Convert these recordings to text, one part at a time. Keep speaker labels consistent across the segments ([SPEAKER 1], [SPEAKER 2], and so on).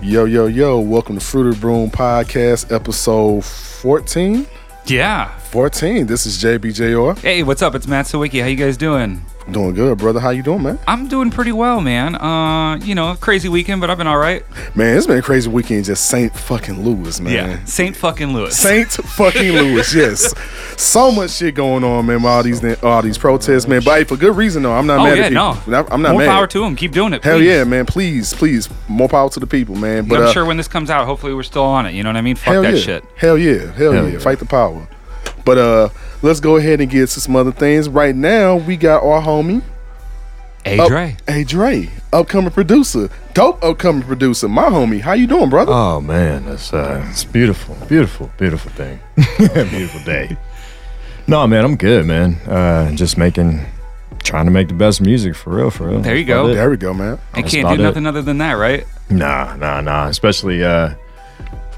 [SPEAKER 1] Yo, yo, yo, welcome to Fruiter Broom Podcast, episode 14.
[SPEAKER 2] Yeah.
[SPEAKER 1] 14. This is JBJR.
[SPEAKER 2] Hey, what's up? It's Matt Sawicki. How you guys doing?
[SPEAKER 1] Doing good, brother. How you doing, man?
[SPEAKER 2] I'm doing pretty well, man. Uh, you know, crazy weekend, but I've been all right.
[SPEAKER 1] Man, it's been a crazy weekend. Just St. fucking Louis, man.
[SPEAKER 2] St. fucking Louis.
[SPEAKER 1] Saint fucking Louis, yes. So much shit going on, man. with All these all these protests, man. But hey, for good reason though. I'm not
[SPEAKER 2] oh
[SPEAKER 1] mad
[SPEAKER 2] yeah,
[SPEAKER 1] at people.
[SPEAKER 2] no.
[SPEAKER 1] I'm not
[SPEAKER 2] More
[SPEAKER 1] mad.
[SPEAKER 2] power to him. Keep doing it.
[SPEAKER 1] Hell
[SPEAKER 2] please.
[SPEAKER 1] yeah, man. Please, please, more power to the people, man. But
[SPEAKER 2] I'm
[SPEAKER 1] uh,
[SPEAKER 2] sure when this comes out, hopefully we're still on it. You know what I mean? Fuck
[SPEAKER 1] hell
[SPEAKER 2] that
[SPEAKER 1] yeah.
[SPEAKER 2] shit.
[SPEAKER 1] Hell yeah. Hell, yeah.
[SPEAKER 2] yeah.
[SPEAKER 1] Fight the power. But uh, let's go ahead and get to some other things. Right now, we got our homie
[SPEAKER 2] Hey,
[SPEAKER 1] Up-
[SPEAKER 2] Dre.
[SPEAKER 1] Hey Dre, upcoming producer, dope upcoming producer, my homie. How you doing,
[SPEAKER 2] Uh,
[SPEAKER 1] brother?
[SPEAKER 3] Oh man, that's uh, it's beautiful, beautiful, beautiful thing, beautiful day. No man, I'm good, man. Uh, just making, trying to make the best music for real, for real.
[SPEAKER 2] There you
[SPEAKER 3] That's about
[SPEAKER 2] go.
[SPEAKER 3] it.
[SPEAKER 1] there we go, man.
[SPEAKER 2] I
[SPEAKER 3] that's
[SPEAKER 2] can't
[SPEAKER 3] about
[SPEAKER 2] do
[SPEAKER 3] it.
[SPEAKER 2] nothing other than that, right?
[SPEAKER 3] Nah, nah, nah. Especially uh,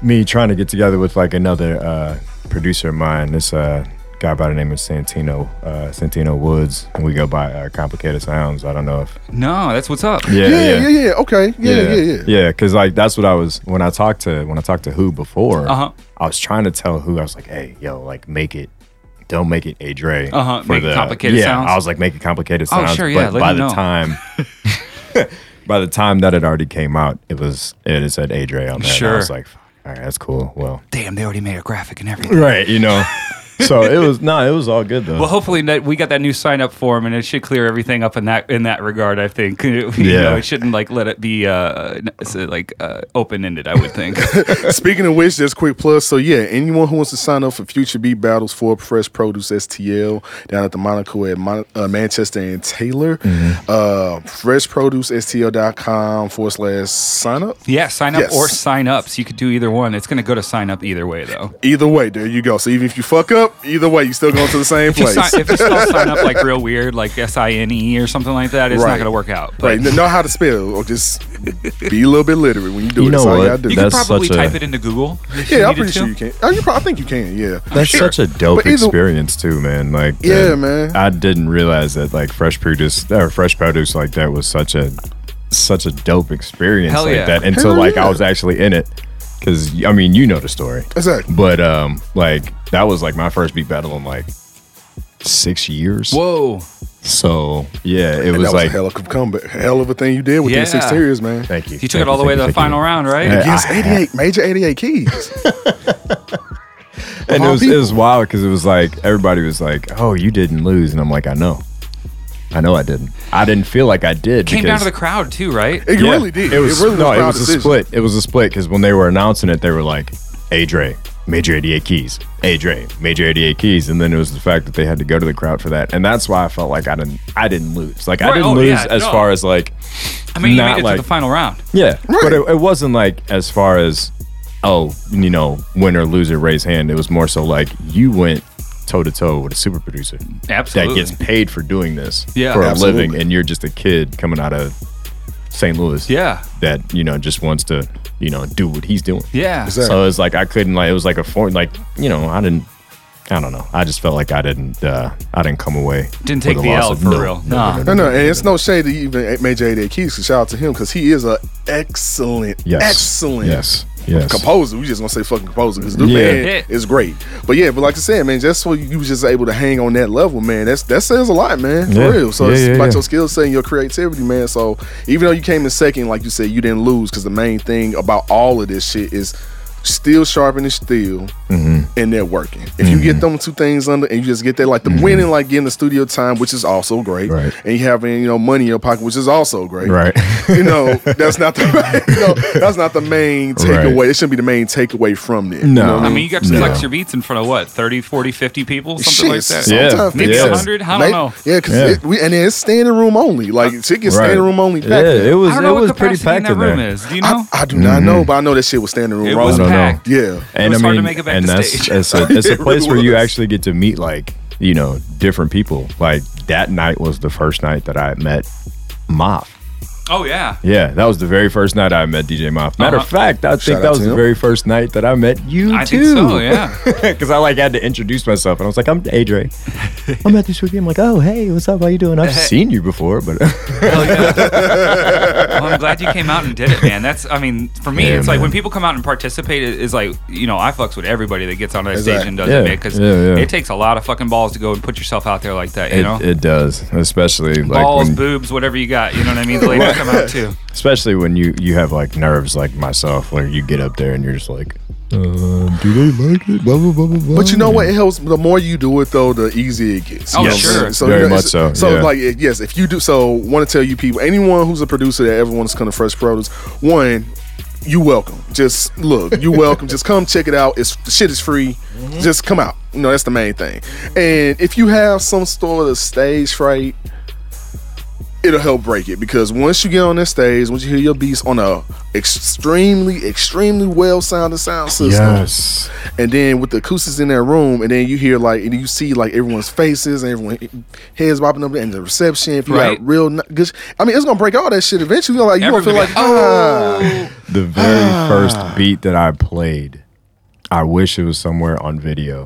[SPEAKER 3] me trying to get together with like another uh, producer of mine. This uh, guy by the name of Santino, uh, Santino Woods, and we go by uh, Complicated Sounds. I don't know if
[SPEAKER 2] No, that's what's up.
[SPEAKER 1] Yeah, yeah, yeah. Okay, yeah, yeah, yeah.
[SPEAKER 3] yeah. Because like that's what I was when I talked to when I talked to who before.
[SPEAKER 2] Uh-huh.
[SPEAKER 3] I was trying to tell who I was like, hey, yo, like make it. Don't make it a Dre.
[SPEAKER 2] Uh-huh,
[SPEAKER 3] for
[SPEAKER 2] make it complicated
[SPEAKER 3] yeah,
[SPEAKER 2] sounds.
[SPEAKER 3] I was like, make it complicated
[SPEAKER 2] Oh,
[SPEAKER 3] sounds.
[SPEAKER 2] sure, yeah,
[SPEAKER 3] But
[SPEAKER 2] let
[SPEAKER 3] by
[SPEAKER 2] me
[SPEAKER 3] the
[SPEAKER 2] know.
[SPEAKER 3] time, by the time that it already came out, it was it had said a Dre on there. and
[SPEAKER 2] Sure.
[SPEAKER 3] I was like, fuck, all right, that's cool. Well,
[SPEAKER 2] Damn, they already made a graphic and everything.
[SPEAKER 3] right, you know. so it was no, it was all good though.
[SPEAKER 2] Well, hopefully that we got that new sign up form, and it should clear everything up in that in that regard. I think. You
[SPEAKER 3] Yeah.
[SPEAKER 2] know, it shouldn't like let it be uh, n- so, like uh, open ended. I would think.
[SPEAKER 1] Speaking of which, just quick plus. So yeah, anyone who wants to sign up for future beat battles for Fresh Produce STL down at the Monaco at Mon- uh, Manchester and Taylor,
[SPEAKER 2] Mm-hmm.
[SPEAKER 1] uh, freshproducestl.com forward slash sign up.
[SPEAKER 2] yeah, sign up
[SPEAKER 1] Yes.
[SPEAKER 2] or sign ups. You could do either one. It's going to go to sign up either way, though.
[SPEAKER 1] Either way, there you go. So even if you fuck up, either way, you still going to the same
[SPEAKER 2] If you,
[SPEAKER 1] place.
[SPEAKER 2] sign, if you spell sign up like real weird, like S I N E or something like that, it's
[SPEAKER 1] Right.
[SPEAKER 2] not going to work out. But
[SPEAKER 1] Right, kn- know how to spell, or just be a little bit literate when you do
[SPEAKER 3] You
[SPEAKER 1] it. That's
[SPEAKER 3] know
[SPEAKER 1] all you
[SPEAKER 3] what?
[SPEAKER 1] gotta do.
[SPEAKER 2] you could
[SPEAKER 3] That's
[SPEAKER 2] probably
[SPEAKER 3] such a-
[SPEAKER 2] type it into Google. if you
[SPEAKER 1] Yeah, I'm
[SPEAKER 2] needed
[SPEAKER 1] pretty sure
[SPEAKER 2] to.
[SPEAKER 1] you can. Oh, you probably, I think you can. Yeah.
[SPEAKER 3] That's
[SPEAKER 2] Sure.
[SPEAKER 3] such a dope
[SPEAKER 1] But either-
[SPEAKER 3] experience too, man. Like,
[SPEAKER 1] Yeah,
[SPEAKER 3] that-
[SPEAKER 1] man.
[SPEAKER 3] I didn't realize that like fresh produce or fresh produce like that was such a such a dope experience
[SPEAKER 2] Hell
[SPEAKER 3] like
[SPEAKER 2] yeah.
[SPEAKER 3] that until
[SPEAKER 1] Hell
[SPEAKER 3] like
[SPEAKER 1] yeah.
[SPEAKER 3] I was actually in it. Cause I mean, you know the story,
[SPEAKER 1] Exactly.
[SPEAKER 3] but um, like that was like my first beat battle in like six years.
[SPEAKER 2] Whoa.
[SPEAKER 3] So yeah, it
[SPEAKER 1] And
[SPEAKER 3] was
[SPEAKER 1] that was a
[SPEAKER 3] like
[SPEAKER 1] hell of a comeback, hell of a thing you did with these six
[SPEAKER 2] Yeah.
[SPEAKER 1] series, man.
[SPEAKER 3] thank you.
[SPEAKER 2] You took
[SPEAKER 3] thank
[SPEAKER 2] it all the
[SPEAKER 3] thank
[SPEAKER 2] way to the
[SPEAKER 3] thank you.
[SPEAKER 2] final round, right?
[SPEAKER 3] Yeah.
[SPEAKER 1] Against
[SPEAKER 3] I-
[SPEAKER 1] 88, major 88 keys.
[SPEAKER 3] And
[SPEAKER 1] all
[SPEAKER 3] it was
[SPEAKER 1] people.
[SPEAKER 3] it was wild because it was like everybody was like, "Oh, you didn't lose," and I'm like, "I know, I know, I didn't. I didn't feel like I did."
[SPEAKER 2] Came down
[SPEAKER 3] because-
[SPEAKER 2] to the crowd too, right?
[SPEAKER 1] It
[SPEAKER 3] Yeah,
[SPEAKER 1] really did.
[SPEAKER 3] It was
[SPEAKER 1] really
[SPEAKER 3] no, it
[SPEAKER 1] proud
[SPEAKER 3] was a
[SPEAKER 1] decision.
[SPEAKER 3] split. It was a split because when they were announcing it, they were like, "Hey Dre, major 88 keys. Hey Dre, major 88 keys." And then it was the fact that they had to go to the crowd for that, and that's why I felt like I didn't, I didn't lose. Like I
[SPEAKER 2] Right,
[SPEAKER 3] didn't
[SPEAKER 2] oh,
[SPEAKER 3] lose
[SPEAKER 2] yeah,
[SPEAKER 3] as
[SPEAKER 2] no.
[SPEAKER 3] far as like,
[SPEAKER 2] I mean, you
[SPEAKER 3] not
[SPEAKER 2] made it
[SPEAKER 3] like-
[SPEAKER 2] to the final round.
[SPEAKER 3] yeah, but it, it wasn't like as far as, oh, you know, winner loser raise hand. It was more so like you went toe to toe with a super producer that
[SPEAKER 2] Absolutely.
[SPEAKER 3] gets paid for doing this
[SPEAKER 2] Yeah.
[SPEAKER 3] for
[SPEAKER 1] Absolutely.
[SPEAKER 3] a living, and you're just a kid coming out of St. Louis
[SPEAKER 2] yeah.
[SPEAKER 3] that you know just wants to you know do what he's doing.
[SPEAKER 2] Yeah.
[SPEAKER 1] Exactly.
[SPEAKER 3] So it's like I couldn't like it was like a form like you know I didn't I don't know I just felt like I didn't uh I didn't come away
[SPEAKER 2] Didn't
[SPEAKER 3] with
[SPEAKER 2] take
[SPEAKER 3] a
[SPEAKER 2] the
[SPEAKER 3] loss
[SPEAKER 2] L
[SPEAKER 3] of-
[SPEAKER 2] for
[SPEAKER 3] no,
[SPEAKER 2] real.
[SPEAKER 3] no,
[SPEAKER 2] Nah.
[SPEAKER 3] no, no,
[SPEAKER 1] No,
[SPEAKER 3] no.
[SPEAKER 1] no, and it's no shade to even Major 88 Keys. 'cause Shout out to him because he is an excellent,
[SPEAKER 3] Yes.
[SPEAKER 1] excellent
[SPEAKER 3] Yes. Yes.
[SPEAKER 1] composer. We just gonna say fucking composer because the
[SPEAKER 3] Yeah.
[SPEAKER 1] man is great. But yeah, but like I said, man, just so you was just able to hang on that level, man. That's that says a lot, man. For
[SPEAKER 3] Yeah.
[SPEAKER 1] real. So
[SPEAKER 3] Yeah,
[SPEAKER 1] it's
[SPEAKER 3] yeah,
[SPEAKER 1] about
[SPEAKER 3] yeah.
[SPEAKER 1] your skill set and your creativity, man. So even though you came in second, like you said, you didn't lose because the main thing about all of this shit is still sharpening steel
[SPEAKER 3] Mm-hmm.
[SPEAKER 1] and networking. If you get them two things under and you just get that like the winning, like getting the studio time, which is also great.
[SPEAKER 3] Mm-hmm. Right.
[SPEAKER 1] And you having, you know, money in your pocket, which is also great
[SPEAKER 3] Right.
[SPEAKER 1] you know that's not the you know, that's not the main takeaway.
[SPEAKER 3] Right.
[SPEAKER 1] It shouldn't be the main takeaway from this.
[SPEAKER 3] No.
[SPEAKER 1] you know what
[SPEAKER 2] I mean, you got to
[SPEAKER 3] No.
[SPEAKER 2] flex your beats in front of what, 30, 40, 50 people? Something like
[SPEAKER 1] Shit,
[SPEAKER 2] that.
[SPEAKER 3] Yeah.
[SPEAKER 1] sometimes
[SPEAKER 3] Maybe
[SPEAKER 1] it's-
[SPEAKER 2] 100? I don't know.
[SPEAKER 1] Yeah, because
[SPEAKER 3] Yeah.
[SPEAKER 1] we and then it's standing room only. Like it gets
[SPEAKER 3] Right.
[SPEAKER 1] standing room only.
[SPEAKER 3] Yeah, Mm-hmm.
[SPEAKER 1] Packed.
[SPEAKER 3] it was
[SPEAKER 2] I
[SPEAKER 3] it
[SPEAKER 2] don't know
[SPEAKER 3] was
[SPEAKER 2] what
[SPEAKER 3] pretty
[SPEAKER 2] capacity in
[SPEAKER 3] packed
[SPEAKER 2] that
[SPEAKER 3] in
[SPEAKER 2] room
[SPEAKER 3] there.
[SPEAKER 2] is. Do you know?
[SPEAKER 1] I, I do not know, but I know that shit was standing room
[SPEAKER 2] It was
[SPEAKER 1] only.
[SPEAKER 3] I don't know.
[SPEAKER 2] packed.
[SPEAKER 1] Yeah,
[SPEAKER 3] And
[SPEAKER 2] was
[SPEAKER 3] I mean,
[SPEAKER 2] hard to make it back
[SPEAKER 3] and
[SPEAKER 2] to
[SPEAKER 3] that's
[SPEAKER 2] stage.
[SPEAKER 3] it's a it's a
[SPEAKER 1] It
[SPEAKER 3] place
[SPEAKER 1] really
[SPEAKER 3] where you
[SPEAKER 1] was.
[SPEAKER 3] actually get to meet like you know different people. Like that night was the first night that I met Moff.
[SPEAKER 2] Oh, yeah.
[SPEAKER 3] Yeah, that was the very first night I met DJ Moff.
[SPEAKER 2] Uh-huh.
[SPEAKER 3] Matter of fact, I
[SPEAKER 1] Shout
[SPEAKER 3] think
[SPEAKER 1] out
[SPEAKER 3] that was
[SPEAKER 1] to
[SPEAKER 3] the
[SPEAKER 1] him.
[SPEAKER 3] very first night that I met you
[SPEAKER 2] I
[SPEAKER 3] too.
[SPEAKER 2] think so, yeah.
[SPEAKER 3] because I like had to introduce myself, and I was like, "I'm Adre. I'm at this weekend. I'm like, oh hey, what's up? How you doing? I've seen you before, but
[SPEAKER 2] Hell yeah. Well, I'm glad you came out and did it, man. That's, I mean, for me,
[SPEAKER 3] Yeah,
[SPEAKER 2] it's like
[SPEAKER 3] man.
[SPEAKER 2] when people come out and participate, it- it's like, you know, I fucks with everybody that gets on that stage
[SPEAKER 1] Exactly.
[SPEAKER 2] and does
[SPEAKER 3] Yeah,
[SPEAKER 2] it, man, because
[SPEAKER 3] yeah, yeah.
[SPEAKER 2] it takes a lot of fucking balls to go and put yourself out there like that, you
[SPEAKER 3] It,
[SPEAKER 2] know?
[SPEAKER 3] it does, especially like
[SPEAKER 2] balls,
[SPEAKER 3] when,
[SPEAKER 2] boobs, whatever you got, you know what I mean? The ladies come out too.
[SPEAKER 3] especially when you you have like nerves like myself, where you get up there and you're just like, um, do they like it? Blah blah blah blah. blah.
[SPEAKER 1] But you know what? It helps. The more you do it, though, the easier it gets. You
[SPEAKER 2] Oh,
[SPEAKER 1] know what I'm
[SPEAKER 2] sure.
[SPEAKER 1] saying?
[SPEAKER 3] Very
[SPEAKER 1] you know,
[SPEAKER 3] much
[SPEAKER 1] it's-
[SPEAKER 3] so,
[SPEAKER 1] So,
[SPEAKER 3] yeah.
[SPEAKER 1] like, it- yes, if you do, so want to tell you people, anyone who's a producer that ever wants to come to Fresh Produce, one, you welcome. Just look, you welcome. Just come check it out. It's the shit is free.
[SPEAKER 3] Mm-hmm.
[SPEAKER 1] Just come out. You know that's the main thing. And if you have some sort of stage fright, it'll help break it because once you get on this stage, once you hear your beats on a extremely, extremely well sounded sound system,
[SPEAKER 3] Yes.
[SPEAKER 1] and then with the acoustics in that room, and then you hear like, and you see like everyone's faces and everyone heads bopping up, and the reception. If you
[SPEAKER 2] Right.
[SPEAKER 1] got real n- good, sh- I mean, it's gonna break all that shit eventually. You're like, you gonna feel like,
[SPEAKER 2] Everybody- Oh.
[SPEAKER 1] ah,
[SPEAKER 3] The very first beat that I played, I wish it was somewhere on video.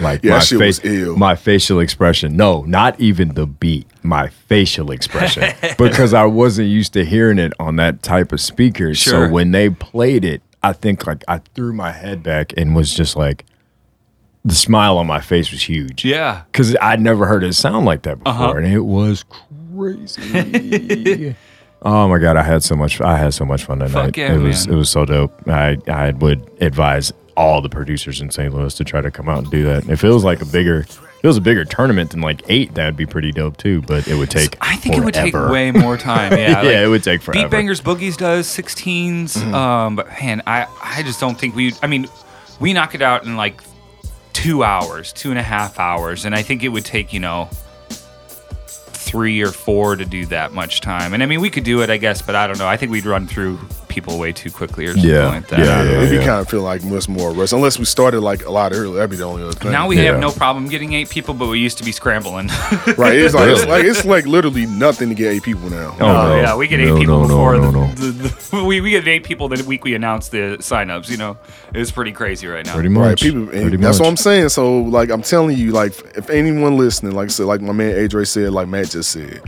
[SPEAKER 3] Like
[SPEAKER 1] Yeah,
[SPEAKER 3] my
[SPEAKER 1] that shit was
[SPEAKER 3] face,
[SPEAKER 1] ill.
[SPEAKER 3] my facial expression. No, not even the beat. My facial expression, because I wasn't used to hearing it on that type of speaker.
[SPEAKER 2] Sure.
[SPEAKER 3] So when they played it, I think like I threw my head back and was just like, the smile on my face was huge.
[SPEAKER 2] Yeah.
[SPEAKER 3] because I'd never heard it sound like that before,
[SPEAKER 2] Uh-huh.
[SPEAKER 3] and it was crazy. oh my god, I had so much. I had so much fun that
[SPEAKER 2] Fuck
[SPEAKER 3] night.
[SPEAKER 2] yeah,
[SPEAKER 3] it was
[SPEAKER 2] man.
[SPEAKER 3] it was so dope. I I would advise all the producers in St. Louis to try to come out and do that. If it was like a bigger, if it was a bigger tournament than like eight, that'd be pretty dope too. But it would take.
[SPEAKER 2] I think it would take
[SPEAKER 3] forever.
[SPEAKER 2] way more time. Yeah.
[SPEAKER 3] Yeah, it would take forever. Mm-hmm.
[SPEAKER 2] Beat Bangers Boogies does 16s. Um, but man, I, I just don't think we, I mean, we knock it out in like two hours, two and a half hours. And I think it would take, you know, three or four to do that much time. And I mean, we could do it, I guess, but I don't know. I think we'd run through people way too quickly or something
[SPEAKER 3] Yeah,
[SPEAKER 2] like that.
[SPEAKER 3] yeah, yeah.
[SPEAKER 1] it'd be kind of feel like much more rush. Unless we started like a lot earlier, that'd be the only other thing.
[SPEAKER 2] Now we
[SPEAKER 3] Yeah.
[SPEAKER 2] have no problem getting eight people, but we used to be scrambling.
[SPEAKER 1] right? It's like, it's like it's like literally nothing to get eight people now.
[SPEAKER 3] Oh,
[SPEAKER 2] Oh,
[SPEAKER 3] no.
[SPEAKER 2] yeah, we get eight
[SPEAKER 3] No,
[SPEAKER 2] people
[SPEAKER 3] no, no,
[SPEAKER 2] before
[SPEAKER 3] no,
[SPEAKER 2] the,
[SPEAKER 3] no.
[SPEAKER 2] the- the- we, we get eight people the week we announce the signups. You know, it's pretty crazy right now.
[SPEAKER 3] Pretty much.
[SPEAKER 1] Right, people. and
[SPEAKER 3] pretty
[SPEAKER 1] that's
[SPEAKER 3] much.
[SPEAKER 1] what I'm saying. So, like, I'm telling you, like, if anyone listening, like I said, like my man Adre said, like Matt just said,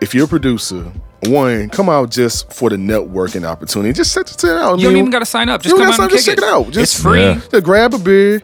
[SPEAKER 1] if you're a producer, one, come out just for the networking opportunity. Just set set it out. I
[SPEAKER 2] You don't
[SPEAKER 1] mean,
[SPEAKER 2] even got to sign up. Just
[SPEAKER 1] you
[SPEAKER 2] come
[SPEAKER 1] don't
[SPEAKER 2] out
[SPEAKER 1] gotta
[SPEAKER 2] and
[SPEAKER 1] sign-
[SPEAKER 2] kick
[SPEAKER 1] just check it out. Just-
[SPEAKER 2] it's free.
[SPEAKER 3] Yeah.
[SPEAKER 1] to grab a beer.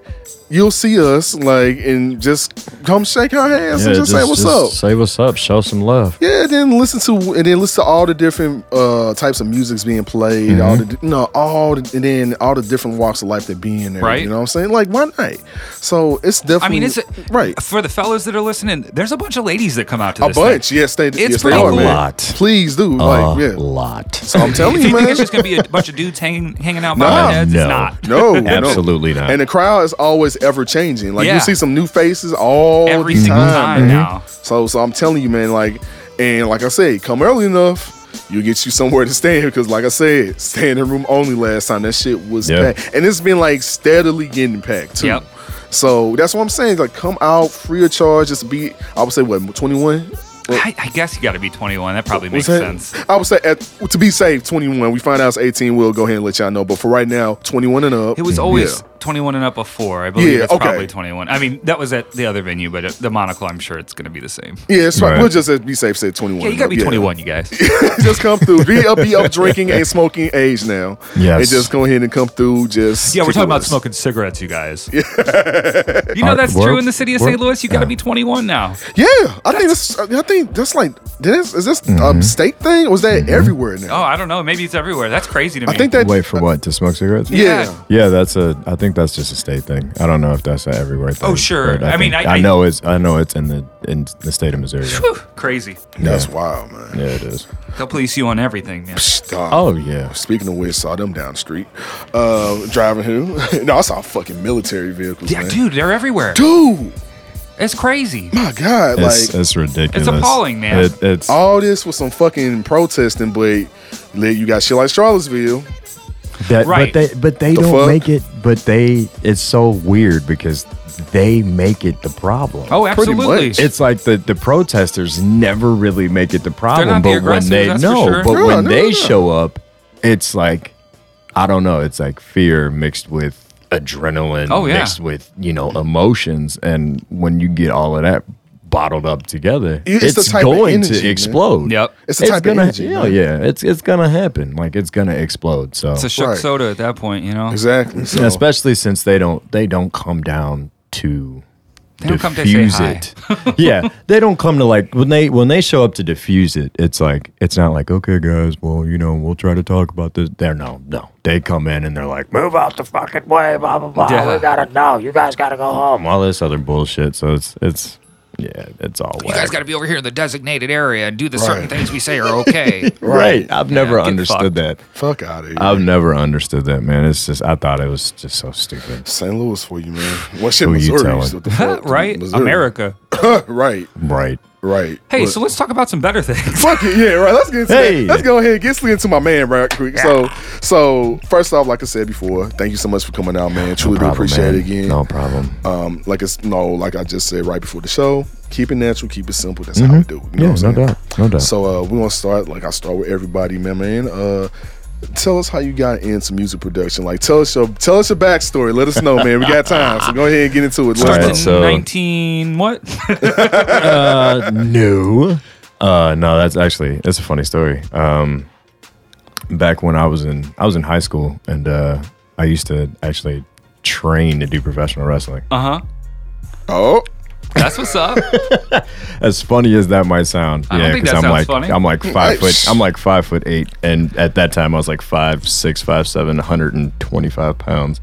[SPEAKER 1] You'll see us, like, and just come shake our hands and just, say what's up.
[SPEAKER 3] Say what's up. Show some love.
[SPEAKER 1] Yeah, then listen to and then listen to all the different uh types of musics being played, all the di-
[SPEAKER 2] Mm-hmm.
[SPEAKER 1] no, all the, and then all the different walks of life that be in there.
[SPEAKER 2] Right.
[SPEAKER 1] You know what I'm saying? Like why not? So it's definitely
[SPEAKER 2] I mean, it's
[SPEAKER 1] right.
[SPEAKER 2] for the fellas that are listening. There's a bunch of ladies that come out to
[SPEAKER 1] A
[SPEAKER 2] this
[SPEAKER 1] bunch,
[SPEAKER 2] Thing.
[SPEAKER 1] yes, they it's yes, they
[SPEAKER 2] pretty
[SPEAKER 1] are,
[SPEAKER 2] cool.
[SPEAKER 1] man.
[SPEAKER 3] Lot.
[SPEAKER 1] Please do. like, yeah.
[SPEAKER 3] lot.
[SPEAKER 1] So I'm telling
[SPEAKER 2] If
[SPEAKER 1] you,
[SPEAKER 2] you think
[SPEAKER 1] man.
[SPEAKER 2] it's just gonna be a bunch of dudes hanging hanging out
[SPEAKER 1] Nah.
[SPEAKER 2] by their heads,
[SPEAKER 3] No.
[SPEAKER 2] it's not.
[SPEAKER 1] no, no.
[SPEAKER 3] Absolutely not.
[SPEAKER 1] And the crowd is always ever changing. Like
[SPEAKER 2] Yeah.
[SPEAKER 1] you see some new faces all
[SPEAKER 2] Every
[SPEAKER 1] the
[SPEAKER 2] single time
[SPEAKER 1] man.
[SPEAKER 2] now.
[SPEAKER 1] So so I'm telling you, man, like and like I said, come early enough. You'll get you somewhere to stand because, like I said, standing room only last time. That shit was
[SPEAKER 3] Yeah.
[SPEAKER 1] packed, and it's been like steadily getting packed too.
[SPEAKER 2] Yep.
[SPEAKER 1] So that's what I'm saying. Like, come out free of charge. Just be, I would say, what 21.
[SPEAKER 2] I, I guess you got to be 21. That probably makes
[SPEAKER 1] Mm-hmm. What's that?
[SPEAKER 2] sense.
[SPEAKER 1] I would say at, to be safe, 21. We find out it's 18. We'll go ahead and let y'all know. But for right now, 21 and up.
[SPEAKER 2] It was always
[SPEAKER 1] Yeah.
[SPEAKER 2] 21 and up before. I believe
[SPEAKER 1] Yeah,
[SPEAKER 2] it's
[SPEAKER 1] okay.
[SPEAKER 2] probably 21. I mean, that was at the other venue, but at the Monocle, I'm sure it's going to be the same.
[SPEAKER 1] Yeah, it's right.
[SPEAKER 3] Right.
[SPEAKER 1] We'll just uh, be safe. Say twenty one.
[SPEAKER 2] Yeah, you got to be 21, you guys.
[SPEAKER 1] just come through. Be up, be up, drinking and smoking age now.
[SPEAKER 3] Yes.
[SPEAKER 1] and just go ahead and come through. Just
[SPEAKER 4] Yeah, we're
[SPEAKER 1] kick
[SPEAKER 4] talking
[SPEAKER 1] it
[SPEAKER 4] about
[SPEAKER 1] with.
[SPEAKER 4] smoking cigarettes, you guys.
[SPEAKER 2] You know
[SPEAKER 3] Are-
[SPEAKER 2] that's
[SPEAKER 3] we're-
[SPEAKER 2] true in the city of
[SPEAKER 3] we're-
[SPEAKER 2] St. Louis. You got to
[SPEAKER 3] yeah.
[SPEAKER 2] be 21 now.
[SPEAKER 1] Yeah, I think that's. I think that's like. This, is this
[SPEAKER 3] Mm-hmm.
[SPEAKER 1] a state thing? Or is that everywhere now?
[SPEAKER 2] Oh, I don't know. Maybe it's everywhere. That's
[SPEAKER 4] Oh,
[SPEAKER 2] crazy to me.
[SPEAKER 1] I think that.
[SPEAKER 3] Wait for what? To smoke cigarettes?
[SPEAKER 1] Yeah.
[SPEAKER 2] Yeah.
[SPEAKER 3] Yeah, that's a. I think that's just a state thing. I don't know if that's a everywhere thing.
[SPEAKER 2] Oh, sure.
[SPEAKER 3] but
[SPEAKER 2] I mean,
[SPEAKER 3] think-
[SPEAKER 2] I- I-
[SPEAKER 3] know it's. I know it's in the in the state of Missouri.
[SPEAKER 2] Whew, crazy.
[SPEAKER 1] that's wild, man.
[SPEAKER 3] yeah, it is.
[SPEAKER 2] They'll police you on everything. Man.
[SPEAKER 1] Psh, dog.
[SPEAKER 3] Oh yeah.
[SPEAKER 1] Speaking of which, saw them down the street, uh, driving who? no, I saw fucking military vehicles.
[SPEAKER 2] Yeah,
[SPEAKER 1] man.
[SPEAKER 2] dude, they're everywhere.
[SPEAKER 1] dude,
[SPEAKER 2] It's crazy.
[SPEAKER 1] my god,
[SPEAKER 3] It's,
[SPEAKER 1] like
[SPEAKER 3] it's ridiculous.
[SPEAKER 2] appalling, man.
[SPEAKER 3] It, it's
[SPEAKER 1] all this was some fucking protesting, but like, you got shit like Charlottesville.
[SPEAKER 3] that,
[SPEAKER 2] right.
[SPEAKER 3] But they but they
[SPEAKER 1] The
[SPEAKER 3] don't
[SPEAKER 1] fuck?
[SPEAKER 3] make it. But they it's so weird because they make it the problem.
[SPEAKER 2] Oh,
[SPEAKER 1] Pretty much.
[SPEAKER 2] absolutely.
[SPEAKER 3] It's like the, the protesters never really make it the problem,
[SPEAKER 2] not the
[SPEAKER 3] but when
[SPEAKER 2] aggressors,
[SPEAKER 3] they
[SPEAKER 2] that's for
[SPEAKER 3] no,
[SPEAKER 2] sure.
[SPEAKER 3] but
[SPEAKER 1] No,
[SPEAKER 3] when
[SPEAKER 1] no,
[SPEAKER 3] they
[SPEAKER 1] no.
[SPEAKER 3] show up, it's like I don't know, it's like fear mixed with adrenaline,
[SPEAKER 2] Oh, yeah.
[SPEAKER 3] mixed with you know emotions, and when you get all of that bottled up together,
[SPEAKER 1] It- it's
[SPEAKER 3] it's,
[SPEAKER 1] the type of
[SPEAKER 3] going
[SPEAKER 1] energy,
[SPEAKER 3] to
[SPEAKER 1] man.
[SPEAKER 3] explode.
[SPEAKER 2] Yep.
[SPEAKER 1] It's the type of
[SPEAKER 3] gonna,
[SPEAKER 1] energy,
[SPEAKER 3] Hell
[SPEAKER 1] man.
[SPEAKER 3] yeah, it's it's gonna happen. Like it's gonna explode. So
[SPEAKER 2] It's a shook
[SPEAKER 1] Right.
[SPEAKER 2] soda at that point, you know.
[SPEAKER 1] Exactly. So,
[SPEAKER 3] And especially since they don't they don't come down to
[SPEAKER 2] They don't come to say
[SPEAKER 3] diffuse
[SPEAKER 2] hi.
[SPEAKER 3] it. yeah, they don't come to like when they when they show up to diffuse it. It's like it's not like okay guys, well you know we'll try to talk about this. They're no no. They come in and they're like move out the fucking way, blah blah blah.
[SPEAKER 2] Yeah.
[SPEAKER 3] We gotta no, you guys gotta go home. All this other bullshit. So it's it's yeah, it's all
[SPEAKER 2] You guys
[SPEAKER 3] whack.
[SPEAKER 2] got to be over here in the designated area and do the certain
[SPEAKER 1] Right.
[SPEAKER 2] things we say are okay.
[SPEAKER 3] right. I've never
[SPEAKER 2] get fucked.
[SPEAKER 3] understood that.
[SPEAKER 1] fuck out of here.
[SPEAKER 3] I've never understood that, man. It's just I thought it was just so stupid.
[SPEAKER 1] St. Louis for you, man. What shit,
[SPEAKER 3] Who you
[SPEAKER 1] Missouri?
[SPEAKER 3] telling?
[SPEAKER 1] What the fuck?
[SPEAKER 2] right?
[SPEAKER 1] Missouri.
[SPEAKER 2] America.
[SPEAKER 1] right,
[SPEAKER 3] Right.
[SPEAKER 1] right.
[SPEAKER 2] Hey,
[SPEAKER 1] But-
[SPEAKER 2] so let's talk about some better things.
[SPEAKER 1] Fuck it, yeah, right. Let's get into
[SPEAKER 3] Hey.
[SPEAKER 1] that. Let's go ahead and get slid into my man right quick. So, so first off, like I said before, thank you so much for coming out, man. Truly do
[SPEAKER 3] Problem,
[SPEAKER 1] appreciate
[SPEAKER 3] man.
[SPEAKER 1] it again.
[SPEAKER 3] No problem.
[SPEAKER 1] Um, like it's no, like I just said right before the show, keep it natural, keep it simple. That's how we do. it. You know
[SPEAKER 3] Mm-hmm. Yeah,
[SPEAKER 1] what
[SPEAKER 3] no
[SPEAKER 1] I'm saying?
[SPEAKER 3] doubt. No doubt.
[SPEAKER 1] So uh, we want to start like I start with everybody, man. Man, uh, tell us how you got into music production. Like, tell us your tell us your backstory. Let us know, man. We got time, so go ahead and get into it.
[SPEAKER 3] All
[SPEAKER 2] Starts
[SPEAKER 1] Let's
[SPEAKER 3] right,
[SPEAKER 2] in
[SPEAKER 1] go.
[SPEAKER 2] 19
[SPEAKER 3] so-
[SPEAKER 2] what?
[SPEAKER 3] Uh, no. Uh, no, that's actually that's a funny story. Um, back when I was in I was in high school, and uh, I used to actually train to do professional wrestling.
[SPEAKER 2] Uh-huh.
[SPEAKER 1] Oh,
[SPEAKER 2] That's what's up.
[SPEAKER 3] As funny as that might sound,
[SPEAKER 2] I don't think that
[SPEAKER 3] I'm
[SPEAKER 2] sounds
[SPEAKER 3] like
[SPEAKER 2] funny.
[SPEAKER 3] I'm like five foot
[SPEAKER 1] Nice.
[SPEAKER 3] I'm like five foot eight, and at that time I was like five six five seven, 125 pounds.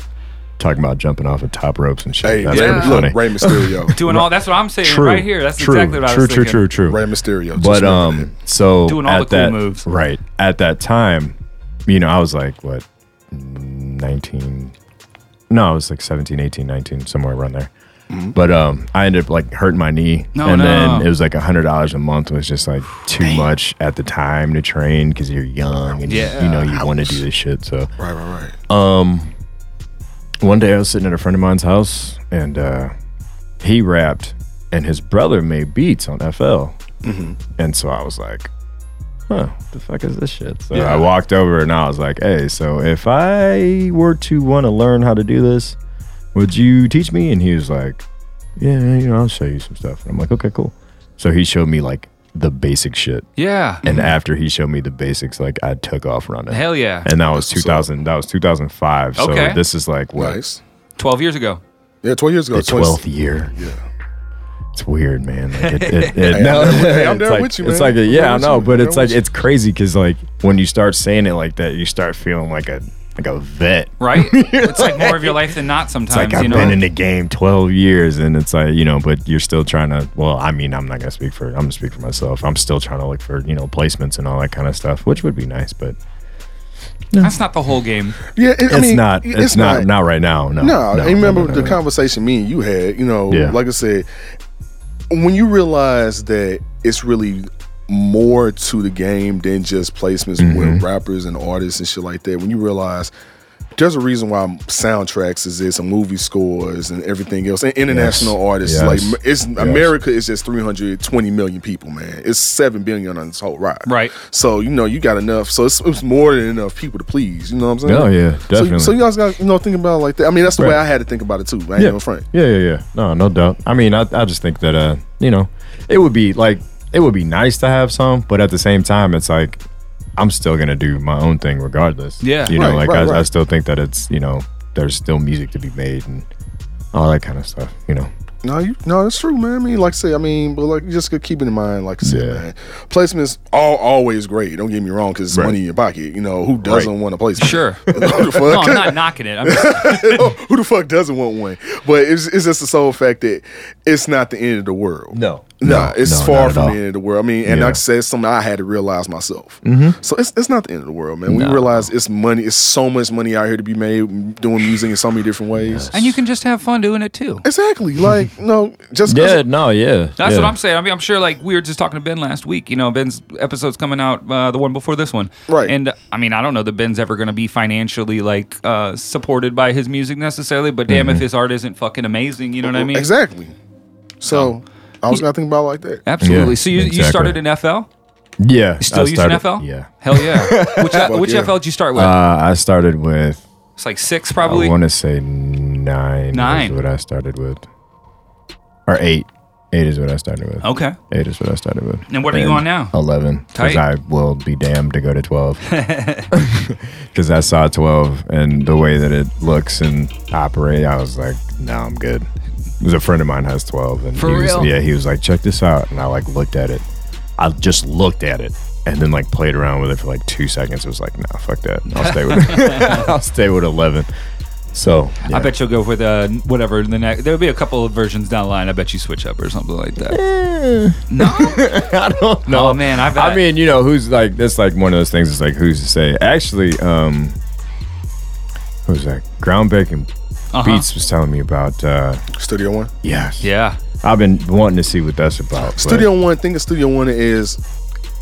[SPEAKER 3] Talking about jumping off of top ropes and shit.
[SPEAKER 1] hey,
[SPEAKER 3] that's
[SPEAKER 1] Ray,
[SPEAKER 2] yeah.
[SPEAKER 3] pretty
[SPEAKER 1] look,
[SPEAKER 3] funny.
[SPEAKER 1] Ray Mysterio,
[SPEAKER 2] Doing all that's what I'm saying
[SPEAKER 3] True.
[SPEAKER 2] right here. That's
[SPEAKER 3] true,
[SPEAKER 2] exactly what I
[SPEAKER 3] true,
[SPEAKER 2] was thinking.
[SPEAKER 3] True, true, true.
[SPEAKER 1] Ray Mysterio. Just
[SPEAKER 3] but
[SPEAKER 1] remember
[SPEAKER 3] um so
[SPEAKER 2] Doing all
[SPEAKER 3] at
[SPEAKER 2] the cool
[SPEAKER 3] that,
[SPEAKER 2] moves.
[SPEAKER 3] right at that time you know i was like what 19 no i was like 17 18 19 somewhere around there but um i ended up like hurting my knee
[SPEAKER 2] No,
[SPEAKER 3] and
[SPEAKER 2] no.
[SPEAKER 3] then it was like a hundred dollars a month was just like too much at the time to train because you're young and
[SPEAKER 2] Yeah.
[SPEAKER 3] you, you know you want to do this shit so
[SPEAKER 1] that. right, right, right.
[SPEAKER 3] one day I was sitting at a friend of mine's house and uh, he rapped and his brother made beats on FL.
[SPEAKER 2] Mm-hmm.
[SPEAKER 3] And so I was like, huh, the fuck is this shit? So
[SPEAKER 2] Yeah.
[SPEAKER 3] I walked over and I was like, hey, so if I were to want to learn how to do this, would you teach me? And he was like, yeah, you know, I'll show you some stuff. And I'm like, okay, cool. So he showed me like the basic shit.
[SPEAKER 2] Yeah.
[SPEAKER 3] And after he showed me the basics, like I took off running.
[SPEAKER 2] Mm-hmm. Hell yeah.
[SPEAKER 3] and that was 2000 that was 2005
[SPEAKER 2] Okay.
[SPEAKER 3] so this is like what
[SPEAKER 1] Nice.
[SPEAKER 2] 12 years ago.
[SPEAKER 1] Yeah, twelve years ago.
[SPEAKER 3] the
[SPEAKER 1] 20
[SPEAKER 3] twelfth year.
[SPEAKER 1] Yeah.
[SPEAKER 3] It's weird, man. Like it, it, it,
[SPEAKER 1] I'm there
[SPEAKER 3] no,
[SPEAKER 1] with- hey, I'm
[SPEAKER 3] it's
[SPEAKER 1] there
[SPEAKER 3] like-
[SPEAKER 1] with you,
[SPEAKER 3] It's
[SPEAKER 1] man.
[SPEAKER 3] like a,
[SPEAKER 1] I'm there
[SPEAKER 3] yeah, I
[SPEAKER 1] with
[SPEAKER 3] know,
[SPEAKER 1] you.
[SPEAKER 3] but
[SPEAKER 1] I'm
[SPEAKER 3] it's
[SPEAKER 1] there
[SPEAKER 3] like
[SPEAKER 1] with
[SPEAKER 3] it's crazy because like when you start saying it like that, you start feeling like a like a vet.
[SPEAKER 2] Right? it's like more of your life than not
[SPEAKER 3] It's
[SPEAKER 2] sometimes,
[SPEAKER 3] like I've
[SPEAKER 2] you know.
[SPEAKER 3] been in the game twelve years, and it's like you know, but you're still trying to. Well, I mean, I'm not gonna speak for. I'm gonna speak for myself. I'm still trying to look for you know placements and all that kind of stuff, which would be nice, but
[SPEAKER 2] That's not the whole game.
[SPEAKER 1] Yeah, it, I
[SPEAKER 3] it's
[SPEAKER 1] mean,
[SPEAKER 3] not. It's, not, not. right now. No.
[SPEAKER 1] No, I remember
[SPEAKER 3] no, no,
[SPEAKER 1] the
[SPEAKER 3] no.
[SPEAKER 1] conversation me and you had. You know,
[SPEAKER 3] Yeah.
[SPEAKER 1] like I said, when you realize that it's really more to the game than just placements with
[SPEAKER 3] Mm-hmm.
[SPEAKER 1] rappers and artists and shit like that. When you realize there's a reason why soundtracks exist and movie scores and everything else and international artists
[SPEAKER 3] Yes.
[SPEAKER 1] like it's America is just 320 million people, man. It's seven billion on this whole ride,
[SPEAKER 2] Right.
[SPEAKER 1] So you know you got enough. So it's, it's more than enough people to please. You know what I'm saying?
[SPEAKER 3] Oh, yeah, definitely.
[SPEAKER 1] So, so you guys got you know think about it like that. I mean that's the way
[SPEAKER 3] Right.
[SPEAKER 1] I had to think about it too. I ain't
[SPEAKER 3] yeah.
[SPEAKER 1] no front.
[SPEAKER 3] Yeah, yeah, yeah. No, no doubt. I mean, I, I just think that uh, you know, it would be like it would be nice to have some, but at the same time, it's like I'm still gonna do my own thing regardless.
[SPEAKER 2] Yeah.
[SPEAKER 3] you know,
[SPEAKER 1] Right,
[SPEAKER 3] like
[SPEAKER 1] right,
[SPEAKER 3] I, I
[SPEAKER 1] right.
[SPEAKER 3] still think that it's you know there's still music to be made and all that kind of stuff. You know,
[SPEAKER 1] No, you no, it's true, man. I mean, like I say, I mean, but like you just keep it in mind, like I said,
[SPEAKER 3] Yeah.
[SPEAKER 1] man. Placements all always great. Don't get me wrong, because it's
[SPEAKER 3] Right.
[SPEAKER 1] money in your pocket. You know who doesn't
[SPEAKER 3] Right.
[SPEAKER 1] want a placement?
[SPEAKER 2] Sure.
[SPEAKER 1] who the fuck?
[SPEAKER 2] No, I'm not knocking it. I'm just,
[SPEAKER 1] who the fuck doesn't want one? But it's, it's just the sole fact that it's not the end of the world.
[SPEAKER 3] No.
[SPEAKER 1] Nah,
[SPEAKER 3] No,
[SPEAKER 1] it's
[SPEAKER 3] no, not
[SPEAKER 1] far
[SPEAKER 3] at
[SPEAKER 1] from
[SPEAKER 3] all.
[SPEAKER 1] the end of the world. I mean, and
[SPEAKER 3] Yeah.
[SPEAKER 1] like I said, it's something I had to realize myself. Mm-hmm. So it's, it's not the end of the world, man. We
[SPEAKER 3] No.
[SPEAKER 1] realize it's money. It's so much money out here to be made doing music in so many different ways.
[SPEAKER 2] and you can just have fun doing it too.
[SPEAKER 1] Exactly. Like, no, just 'cause-
[SPEAKER 3] yeah, no, yeah.
[SPEAKER 2] That's
[SPEAKER 3] yeah.
[SPEAKER 2] what I'm saying. I mean, I'm sure like we were just talking to Ben last week. You know, Ben's episode's coming out uh, the one before this one.
[SPEAKER 1] Right.
[SPEAKER 2] And uh, I mean, I don't know that Ben's ever going to be financially like uh, supported by his music necessarily, but damn if his art isn't fucking amazing. You know what I mean?
[SPEAKER 1] Mm-hmm. Exactly. So I was gonna think about it like that.
[SPEAKER 2] Absolutely.
[SPEAKER 3] Yeah,
[SPEAKER 2] so you, you
[SPEAKER 3] exactly.
[SPEAKER 2] started in FL?
[SPEAKER 3] Yeah,
[SPEAKER 2] Still
[SPEAKER 3] I
[SPEAKER 2] using
[SPEAKER 3] started-
[SPEAKER 2] FL?
[SPEAKER 3] Yeah,
[SPEAKER 2] Hell yeah. Which, uh, which
[SPEAKER 1] yeah.
[SPEAKER 2] FL did you start with?
[SPEAKER 3] uh, I started with
[SPEAKER 2] it's like six
[SPEAKER 3] I
[SPEAKER 2] probably.
[SPEAKER 3] want to say nine.
[SPEAKER 2] Nine.
[SPEAKER 3] is what I started with, or eight. Eight is what I started with.
[SPEAKER 2] Okay.
[SPEAKER 3] Eight is what I started with.
[SPEAKER 2] And what are you on now?
[SPEAKER 3] Eleven. Because
[SPEAKER 2] Tight.
[SPEAKER 3] I will be damned to go to twelve. Because I saw twelve and the way that it looks and operate, I was like, no, I'm good. Because a friend of mine has twelve, and
[SPEAKER 4] For
[SPEAKER 3] he was,
[SPEAKER 4] real?
[SPEAKER 3] yeah, he was like, check this out, and I like looked at it. I just looked at it. And then like played around with it for like two seconds. It was like, nah, fuck that. I'll stay with I'll stay with eleven. So yeah.
[SPEAKER 2] I bet you'll go with uh, whatever the next. There'll be a couple of versions down the line. I bet you switch up or something like that. no,
[SPEAKER 3] I don't know.
[SPEAKER 2] no, man. I've
[SPEAKER 3] I mean, you know, who's like that's like one of those things. It's like who's to say? Actually, um, who's that? Ground Bacon
[SPEAKER 2] uh
[SPEAKER 3] Beats was telling me about. uh
[SPEAKER 1] Studio One.
[SPEAKER 3] Uh-huh. Yes,
[SPEAKER 2] Yeah,
[SPEAKER 3] I've been wanting to see what that's about. but-
[SPEAKER 1] Studio One. Think of Studio One is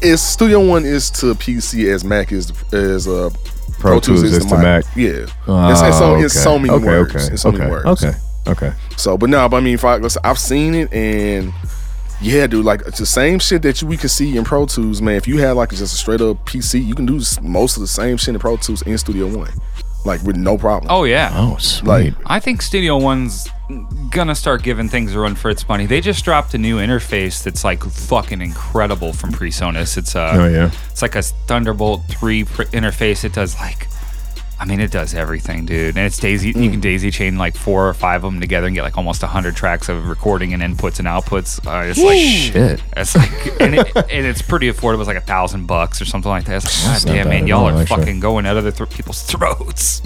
[SPEAKER 1] is Studio One is to PC as Mac is as uh,
[SPEAKER 3] Pro Tools is to Mac.
[SPEAKER 1] Yeah,
[SPEAKER 3] Oh,
[SPEAKER 1] it's, it's so,
[SPEAKER 3] okay.
[SPEAKER 1] it's so many
[SPEAKER 3] okay,
[SPEAKER 1] words.
[SPEAKER 3] Okay,
[SPEAKER 1] It's so
[SPEAKER 3] okay,
[SPEAKER 1] many words.
[SPEAKER 3] Okay, okay.
[SPEAKER 1] So, but no, but I mean, if I, listen, I've seen it and yeah, dude, like it's the same shit that you, we can see in Pro Tools, man. If you had like just a straight up PC, you can do s- most of the same shit in Pro Tools in Studio One, like with no problem.
[SPEAKER 2] Oh yeah.
[SPEAKER 3] Oh, sweet.
[SPEAKER 1] Like-
[SPEAKER 2] I think Studio One's gonna start giving things a run for its money. They just dropped a new interface that's like fucking incredible from PreSonus. It's a
[SPEAKER 3] oh yeah.
[SPEAKER 2] it's like a Thunderbolt three pr- interface. It does like. I mean, it does everything, dude. And it's daisy. You can
[SPEAKER 3] Mm.
[SPEAKER 2] daisy chain like four or five of them together and get like almost hundred tracks of recording and inputs and outputs. Uh, it's like
[SPEAKER 3] Shit.
[SPEAKER 2] It's like, and, it, and it's pretty affordable. It's like a thousand bucks or something like that. It's like,
[SPEAKER 3] That's
[SPEAKER 2] God
[SPEAKER 3] not
[SPEAKER 2] damn,
[SPEAKER 3] bad
[SPEAKER 2] man,
[SPEAKER 3] at
[SPEAKER 2] y'all
[SPEAKER 3] all,
[SPEAKER 2] are
[SPEAKER 3] actually.
[SPEAKER 2] fucking going out of other th- people's throats.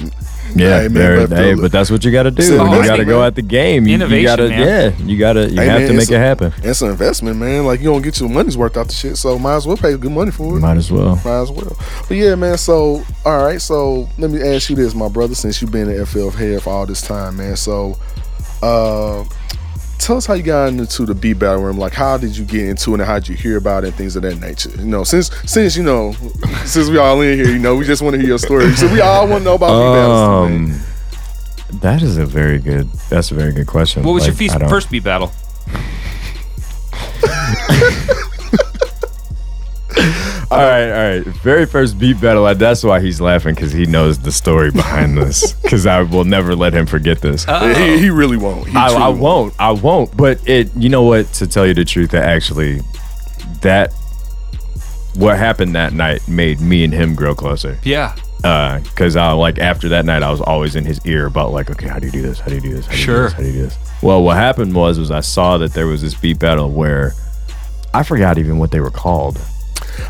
[SPEAKER 3] Yeah,
[SPEAKER 1] Hey, man,
[SPEAKER 3] there-
[SPEAKER 1] but
[SPEAKER 3] hey,
[SPEAKER 1] the-
[SPEAKER 3] but that's what you got to do.
[SPEAKER 1] Still
[SPEAKER 3] you
[SPEAKER 2] amazing,
[SPEAKER 3] got to go
[SPEAKER 1] man.
[SPEAKER 3] at the game. You, you
[SPEAKER 2] Innovation,
[SPEAKER 3] gotta,
[SPEAKER 2] man.
[SPEAKER 3] Yeah, you got to. You
[SPEAKER 1] Hey,
[SPEAKER 3] have
[SPEAKER 1] man,
[SPEAKER 3] to make
[SPEAKER 1] it's-
[SPEAKER 3] it happen.
[SPEAKER 1] It's an investment, man. Like you don't get your money's worth out the shit, so might as well pay good money for it.
[SPEAKER 3] Might as well.
[SPEAKER 1] Might as well. But yeah, man. So, all right. So, let me ask you this, my brother. Since you've been at FL Head for all this time, man. So, uh, tell us how you got into the beat battle room. Like, how did you get into it, and how did you hear about it, and things of that nature. You know, since since you know, since we all in here, you know, we just want to hear your story. So we all want to know about beat battles. man.
[SPEAKER 3] Um, that is a very good. That's a very good question.
[SPEAKER 2] What was your
[SPEAKER 3] Like,
[SPEAKER 2] feast,
[SPEAKER 3] I don't-
[SPEAKER 2] first beat battle?
[SPEAKER 3] All right, all right. Very first beat battle. I, that's why he's laughing because he knows the story behind this. Because I will never let him forget this.
[SPEAKER 1] Yeah, he, he really won't. He
[SPEAKER 3] I,
[SPEAKER 1] truly
[SPEAKER 3] I won't. I won't. But it. You know what? To tell you the truth, that actually, that what happened that night made me and him grow closer.
[SPEAKER 2] Yeah,
[SPEAKER 3] because I like after that night, I was always in his ear about like, okay, how do you do this? How do you do this? How do you
[SPEAKER 2] Sure.
[SPEAKER 3] Do this? How do you do this? Well, what happened was, was I saw that there was this beat battle where I forgot even what they were called.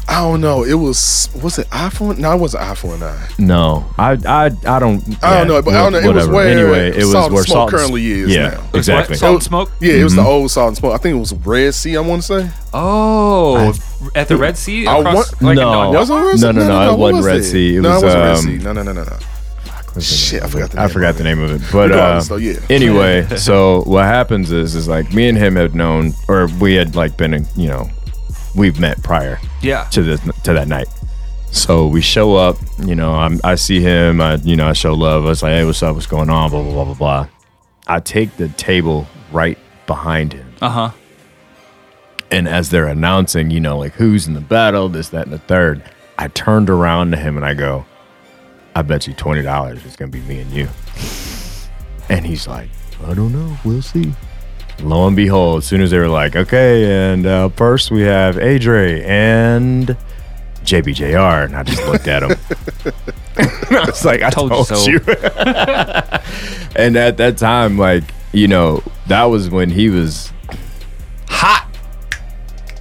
[SPEAKER 1] I don't know. It was was it iPhone? No, it wasn't iPhone nine.
[SPEAKER 3] No, I, I, I don't.
[SPEAKER 1] I
[SPEAKER 3] yeah,
[SPEAKER 1] don't know, but I don't know. It was
[SPEAKER 3] whatever.
[SPEAKER 1] where
[SPEAKER 3] anyway, it was
[SPEAKER 1] Salt and
[SPEAKER 3] where
[SPEAKER 1] Smoke
[SPEAKER 3] Salt and-
[SPEAKER 1] currently is
[SPEAKER 3] Yeah,
[SPEAKER 1] now.
[SPEAKER 2] It was what?
[SPEAKER 3] exactly.
[SPEAKER 2] Salt and Smoke.
[SPEAKER 1] Yeah, it was
[SPEAKER 3] Mm-hmm.
[SPEAKER 1] the old Salt and Smoke. I think it was Red Sea. I want to say.
[SPEAKER 2] Oh, at the Red Sea.
[SPEAKER 1] I
[SPEAKER 2] Across,
[SPEAKER 1] want-
[SPEAKER 2] like,
[SPEAKER 3] No.
[SPEAKER 2] no,
[SPEAKER 1] Was it Red Sea?
[SPEAKER 3] Oh, No, no, no, it
[SPEAKER 1] what
[SPEAKER 3] wasn't
[SPEAKER 1] was
[SPEAKER 3] Red Sea. It
[SPEAKER 1] no,
[SPEAKER 3] was,
[SPEAKER 1] it wasn't Red
[SPEAKER 3] um,
[SPEAKER 1] Sea. No, no, no, no, no. Oh, Shit, I forgot the
[SPEAKER 3] I
[SPEAKER 1] name
[SPEAKER 3] forgot
[SPEAKER 1] of
[SPEAKER 3] the name of it. But uh,
[SPEAKER 1] Regardless, though, yeah.
[SPEAKER 3] anyway, so what happens is, is like me and him had known, or we had like been, in, you know, we've met prior.
[SPEAKER 2] yeah.
[SPEAKER 3] to this to that night. So we show up, you know, I'm, I see him, I you know, I show love. I was like, hey, what's up? What's going on? Blah blah blah blah blah. I take the table right behind him,
[SPEAKER 2] Uh huh.
[SPEAKER 3] and as they're announcing, you know, like who's in the battle, this, that, and the third, I turned around to him and I go, I bet you twenty dollars it's gonna be me and you. And he's like, I don't know, we'll see. Lo and behold, as soon as they were like, okay, and uh, first we have Adre and JBJR, and I just looked at him. and I was like, I told,
[SPEAKER 2] Told you so.
[SPEAKER 3] you. and at that time, like, you know, that was when he was hot.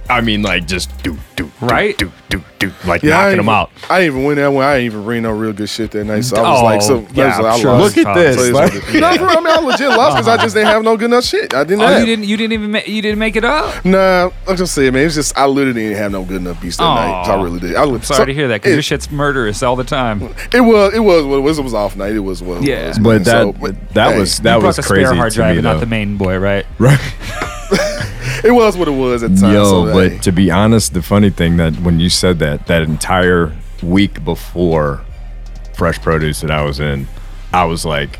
[SPEAKER 3] I mean, like, just do, do, do,
[SPEAKER 2] Right?
[SPEAKER 3] do, do, do, like
[SPEAKER 1] Yeah, I
[SPEAKER 3] knocking
[SPEAKER 1] ain't
[SPEAKER 3] him
[SPEAKER 1] even-
[SPEAKER 3] out.
[SPEAKER 1] I didn't even win that one. I didn't even bring no real good shit that night. So I was like,
[SPEAKER 2] Oh,
[SPEAKER 1] so
[SPEAKER 2] yeah,
[SPEAKER 1] I was like, I
[SPEAKER 2] sure.
[SPEAKER 1] lost.
[SPEAKER 3] Look at
[SPEAKER 1] So
[SPEAKER 3] this.
[SPEAKER 1] it's
[SPEAKER 3] like-
[SPEAKER 1] like- no, for real, I mean, I legit lost because I just didn't have no good enough shit. I didn't.
[SPEAKER 2] Oh,
[SPEAKER 1] have.
[SPEAKER 2] you didn't. You didn't even. Ma- you didn't make it up.
[SPEAKER 1] Nah, I'm just saying, man. It's just I literally didn't have no good enough beats that night. So I
[SPEAKER 2] Aw.
[SPEAKER 1] really did. I am
[SPEAKER 2] Sorry to hear that because your shit's murderous all the time.
[SPEAKER 1] It was. It was. what It was. It was off night. It was. What it
[SPEAKER 2] Yeah.
[SPEAKER 1] was, man.
[SPEAKER 3] But that
[SPEAKER 1] So, but,
[SPEAKER 3] that
[SPEAKER 1] hey,
[SPEAKER 3] was that
[SPEAKER 2] you brought
[SPEAKER 3] was
[SPEAKER 2] the
[SPEAKER 3] crazy
[SPEAKER 2] spare hard
[SPEAKER 3] to
[SPEAKER 2] drive,
[SPEAKER 3] me
[SPEAKER 2] and not
[SPEAKER 3] though.
[SPEAKER 2] the main boy, right?
[SPEAKER 3] Right.
[SPEAKER 1] it was what it was at the time.
[SPEAKER 3] Yo,
[SPEAKER 1] so, hey.
[SPEAKER 3] but to be honest, the funny thing that when you said that, that entire week before Fresh Produce that I was in, I was like,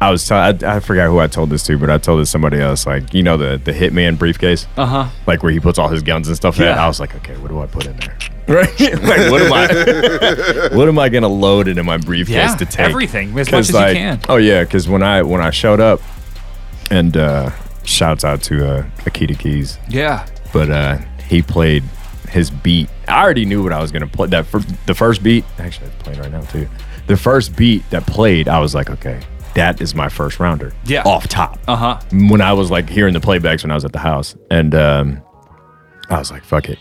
[SPEAKER 3] I was telling, I forgot who I told this to, but I told this to somebody else, like, you know, the, the Hitman briefcase,
[SPEAKER 2] Uh huh.
[SPEAKER 3] like where he puts all his guns and stuff in.
[SPEAKER 2] Yeah.
[SPEAKER 3] I was like, okay, what do I put in there? Right? like, what am I, what am I going to load into my briefcase
[SPEAKER 2] Yeah.
[SPEAKER 3] to take?
[SPEAKER 2] Everything as much as
[SPEAKER 3] like,
[SPEAKER 2] you can.
[SPEAKER 3] Oh yeah, because when I when I showed up, and uh, shouts out to uh, Akita Keys.
[SPEAKER 2] Yeah.
[SPEAKER 3] but uh, he played his beat. I already knew what I was gonna play. That fir- the first beat, actually, it's playing right now too. The first beat that played, I was like, okay, that is my first rounder.
[SPEAKER 2] Yeah.
[SPEAKER 3] off top.
[SPEAKER 2] Uh huh.
[SPEAKER 3] When I was like hearing the playbacks when I was at the house, and um, I was like, fuck it,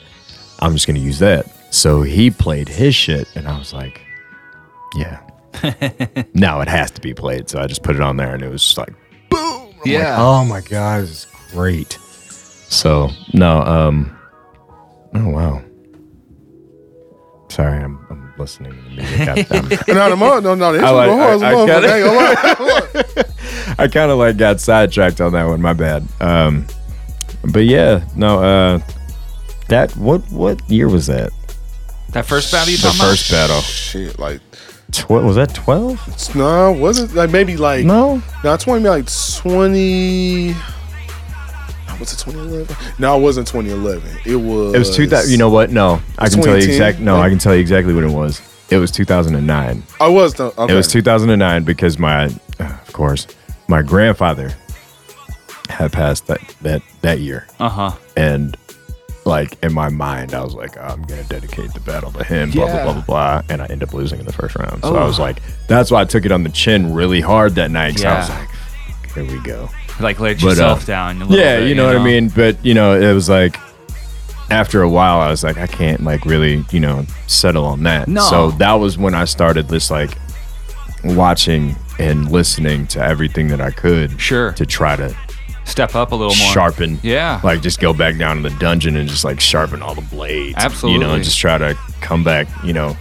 [SPEAKER 3] I'm just gonna use that. So he played his shit, and I was like, yeah. now it has to be played. So I just put it on there, and it was just like
[SPEAKER 2] Yeah.
[SPEAKER 3] oh my god, this is great. So no, um, oh wow. Sorry, I'm, I'm listening to the music. I,
[SPEAKER 1] No, the mo- no, no, this
[SPEAKER 3] I
[SPEAKER 1] was
[SPEAKER 3] like-
[SPEAKER 1] hard as a
[SPEAKER 3] I- I got
[SPEAKER 1] motherfucker.
[SPEAKER 3] it.
[SPEAKER 1] I ain't gonna lie.
[SPEAKER 3] I'm- I kind of like got sidetracked on that one. My bad. Um, but yeah, no. Uh, that what what year was that?
[SPEAKER 2] That first battle you
[SPEAKER 3] The
[SPEAKER 2] talking
[SPEAKER 3] first battle.
[SPEAKER 1] Shit, like,
[SPEAKER 3] Tw- was that twelve?
[SPEAKER 1] it's- no, was it like maybe like
[SPEAKER 3] No.
[SPEAKER 1] No, twenty like twenty. Was it twenty eleven? No, it wasn't twenty eleven. It was.
[SPEAKER 3] It was two thousand. You know what? No, I can tell you
[SPEAKER 1] 2010?
[SPEAKER 3] exact. No, I can tell you exactly what it was. It was two thousand and nine.
[SPEAKER 1] I was. The, okay.
[SPEAKER 3] It was 2009 because my, of course, my grandfather had passed that that that year,
[SPEAKER 2] about? Uh huh.
[SPEAKER 3] and like in my mind, I was like, I'm gonna dedicate the battle to him, blah blah
[SPEAKER 2] Yeah.
[SPEAKER 3] blah blah blah, and I end up losing in the first round. So I
[SPEAKER 2] Oh.
[SPEAKER 3] was like, that's why I took it on the chin really hard that night. 'cause I was
[SPEAKER 2] Yeah.
[SPEAKER 3] like, here we go.
[SPEAKER 2] Like let
[SPEAKER 3] But, uh,
[SPEAKER 2] yourself down. A little
[SPEAKER 3] Yeah,
[SPEAKER 2] bit,
[SPEAKER 3] you know what I mean. But you know, it was like after a while, I was like, I can't like really, you know, settle on that.
[SPEAKER 2] No.
[SPEAKER 3] So that was when I started this like watching and listening to everything that I could,
[SPEAKER 2] Sure.
[SPEAKER 3] to try to
[SPEAKER 2] Step up a little more.
[SPEAKER 3] sharpen.
[SPEAKER 2] Yeah.
[SPEAKER 3] Like just go back down to the dungeon and just like sharpen all the blades. You know,
[SPEAKER 2] Absolutely.
[SPEAKER 3] and just try to come back, you know,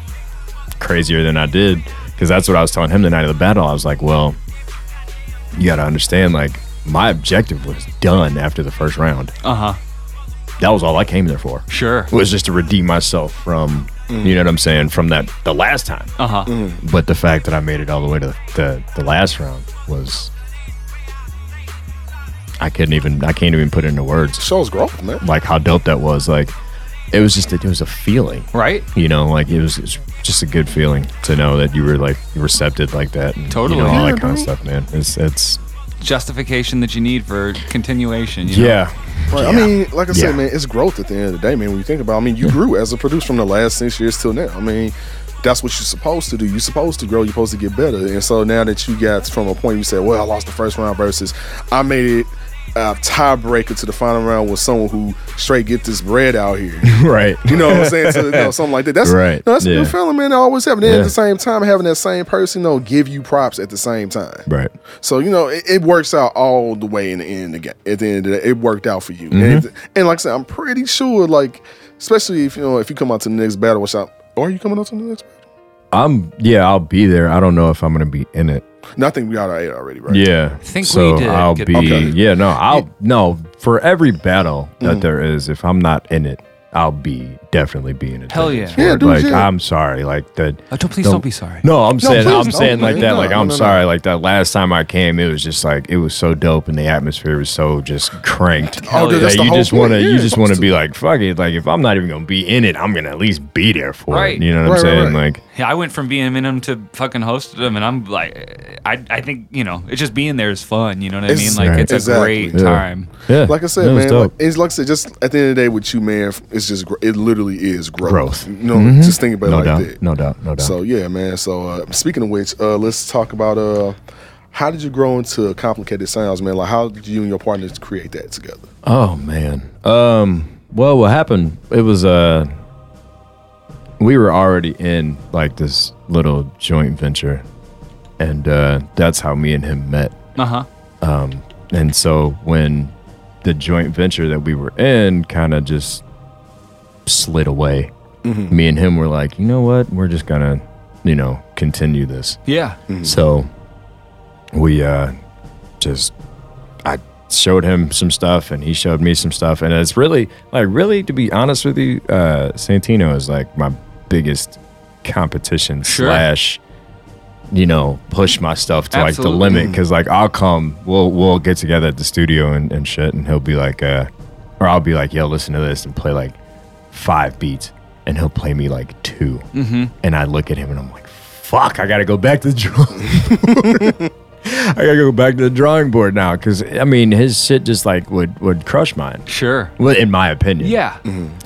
[SPEAKER 3] crazier than I did. Cause that's what I was telling him the night of the battle. I was like, well, you gotta understand, like, my objective was done after the first round.
[SPEAKER 2] Uh huh.
[SPEAKER 3] That was all I came there for.
[SPEAKER 2] Sure.
[SPEAKER 3] Was just to redeem myself from you know what I'm saying, from that the last time.
[SPEAKER 2] Uh huh.
[SPEAKER 3] But the fact that I made it all the way to the, the last round was I couldn't even I can't even put it into words
[SPEAKER 1] shows growth, man.
[SPEAKER 3] like how dope that was. Like it was just it was a feeling,
[SPEAKER 2] Right.
[SPEAKER 3] you know. Like it was, it was just a good feeling to know that you were like receptive like that. And,
[SPEAKER 2] Totally.
[SPEAKER 3] you know, all
[SPEAKER 1] Yeah,
[SPEAKER 3] that kind
[SPEAKER 1] dude.
[SPEAKER 3] of stuff, man. It's it's
[SPEAKER 2] Justification that you need for continuation. You know?
[SPEAKER 3] yeah.
[SPEAKER 1] Right. I
[SPEAKER 3] Yeah.
[SPEAKER 1] mean, like I said,
[SPEAKER 3] Yeah.
[SPEAKER 1] man, it's growth at the end of the day, man. When you think about, it, I mean, you grew as a producer from the last six years till now. I mean, that's what you're supposed to do. You're supposed to grow. You're supposed to get better. And so now that you got from a point you said, "Well, I lost the first round," versus I made it a tiebreaker to the final round with someone who straight get this bread out here.
[SPEAKER 3] right.
[SPEAKER 1] You know what I'm saying? So, you know, something like that. That's
[SPEAKER 3] Right.
[SPEAKER 1] no, that's a
[SPEAKER 3] Yeah.
[SPEAKER 1] good feeling, man. I always have. And then
[SPEAKER 3] Yeah.
[SPEAKER 1] at the same time, having that same person, you know, give you props at the same time.
[SPEAKER 3] Right.
[SPEAKER 1] So you know, it, it works out all the way in the end. Again, at the end of the day, it worked out for you.
[SPEAKER 3] Mm-hmm.
[SPEAKER 1] And, it- and like I said, I'm pretty sure, like especially if you know if you come out to the next battle, which I or are you coming out to the next? battle?
[SPEAKER 3] I'm yeah. I'll be there. I don't know if I'm gonna be in it.
[SPEAKER 1] No, I think we got our eight already, right?
[SPEAKER 3] Yeah.
[SPEAKER 2] think
[SPEAKER 3] so
[SPEAKER 2] we did
[SPEAKER 3] I'll
[SPEAKER 2] get-
[SPEAKER 3] be
[SPEAKER 2] Okay.
[SPEAKER 3] yeah. No. I'll no for every battle that there is. If I'm not in it. I'll be definitely be in it.
[SPEAKER 2] Hell yeah.
[SPEAKER 1] Yeah, dude,
[SPEAKER 3] Like
[SPEAKER 1] yeah.
[SPEAKER 3] I'm sorry, like that.
[SPEAKER 2] Oh, don't, please
[SPEAKER 3] No.
[SPEAKER 2] don't be sorry.
[SPEAKER 3] No, I'm saying
[SPEAKER 1] please
[SPEAKER 3] I'm
[SPEAKER 1] don't,
[SPEAKER 3] saying like
[SPEAKER 1] man.
[SPEAKER 3] that.
[SPEAKER 1] No,
[SPEAKER 3] like
[SPEAKER 1] no,
[SPEAKER 3] I'm
[SPEAKER 1] no, no.
[SPEAKER 3] sorry. Like that last time I came, it was just like it was so dope and the atmosphere was so just cranked.
[SPEAKER 1] Oh, dude,
[SPEAKER 3] that
[SPEAKER 1] that's the
[SPEAKER 3] you
[SPEAKER 1] whole
[SPEAKER 3] just wanna
[SPEAKER 1] point. Yeah,
[SPEAKER 3] you just
[SPEAKER 1] it's
[SPEAKER 3] wanna
[SPEAKER 1] supposed
[SPEAKER 3] be like, fuck it. Like if I'm not even gonna be in it, I'm gonna at least be there for
[SPEAKER 2] Right.
[SPEAKER 3] it. You know what
[SPEAKER 1] Right,
[SPEAKER 3] I'm
[SPEAKER 1] right,
[SPEAKER 3] saying?
[SPEAKER 1] right.
[SPEAKER 3] Like
[SPEAKER 2] Yeah, I went from being in them to fucking hosting them, and I'm like, I, I think you know, it's just being there is fun. You know what I
[SPEAKER 1] It's-
[SPEAKER 2] mean? Like
[SPEAKER 3] Right.
[SPEAKER 2] it's
[SPEAKER 1] Exactly.
[SPEAKER 2] a great
[SPEAKER 3] Yeah.
[SPEAKER 2] time.
[SPEAKER 3] yeah.
[SPEAKER 1] Like I said,
[SPEAKER 3] no,
[SPEAKER 1] man,
[SPEAKER 3] it's
[SPEAKER 1] like,
[SPEAKER 3] dope.
[SPEAKER 1] it's like I said, just at the end of the day with you, man, it's just gr- it literally is growth.
[SPEAKER 3] Growth. Mm-hmm.
[SPEAKER 1] You know, just think about it
[SPEAKER 3] no
[SPEAKER 1] like
[SPEAKER 3] doubt.
[SPEAKER 1] that.
[SPEAKER 3] No doubt. No doubt.
[SPEAKER 1] So yeah, man. So uh, speaking of which, uh, let's talk about uh, how did you grow into complicated sounds, man? Like how did you and your partners create that together?
[SPEAKER 3] Oh man. Um. Well, what happened? It was uh. We were already in like this little joint venture, and uh, that's how me and him met.
[SPEAKER 2] Uh huh.
[SPEAKER 3] And so when the joint venture that we were in kind of just slid away, me and him were like, you know what? We're just gonna, you know, continue this.
[SPEAKER 2] Yeah.
[SPEAKER 3] Mm-hmm. So we uh just I showed him some stuff and he showed me some stuff and it's really like really to be honest with you, uh Santino is like my biggest competition
[SPEAKER 2] Sure.
[SPEAKER 3] slash you know, push my stuff to
[SPEAKER 2] Absolutely.
[SPEAKER 3] like the limit because like I'll come, we'll we'll get together at the studio and, and shit, and he'll be like, uh, or I'll be like, yo, listen to this and play like five beats, and he'll play me like 2
[SPEAKER 2] Mm-hmm.
[SPEAKER 3] and I look at him and I'm like, fuck, I gotta go back to the drum. I gotta go back to the drawing board now because I mean his shit just like would would crush mine.
[SPEAKER 2] Sure.
[SPEAKER 3] Well, in my opinion.
[SPEAKER 2] Yeah.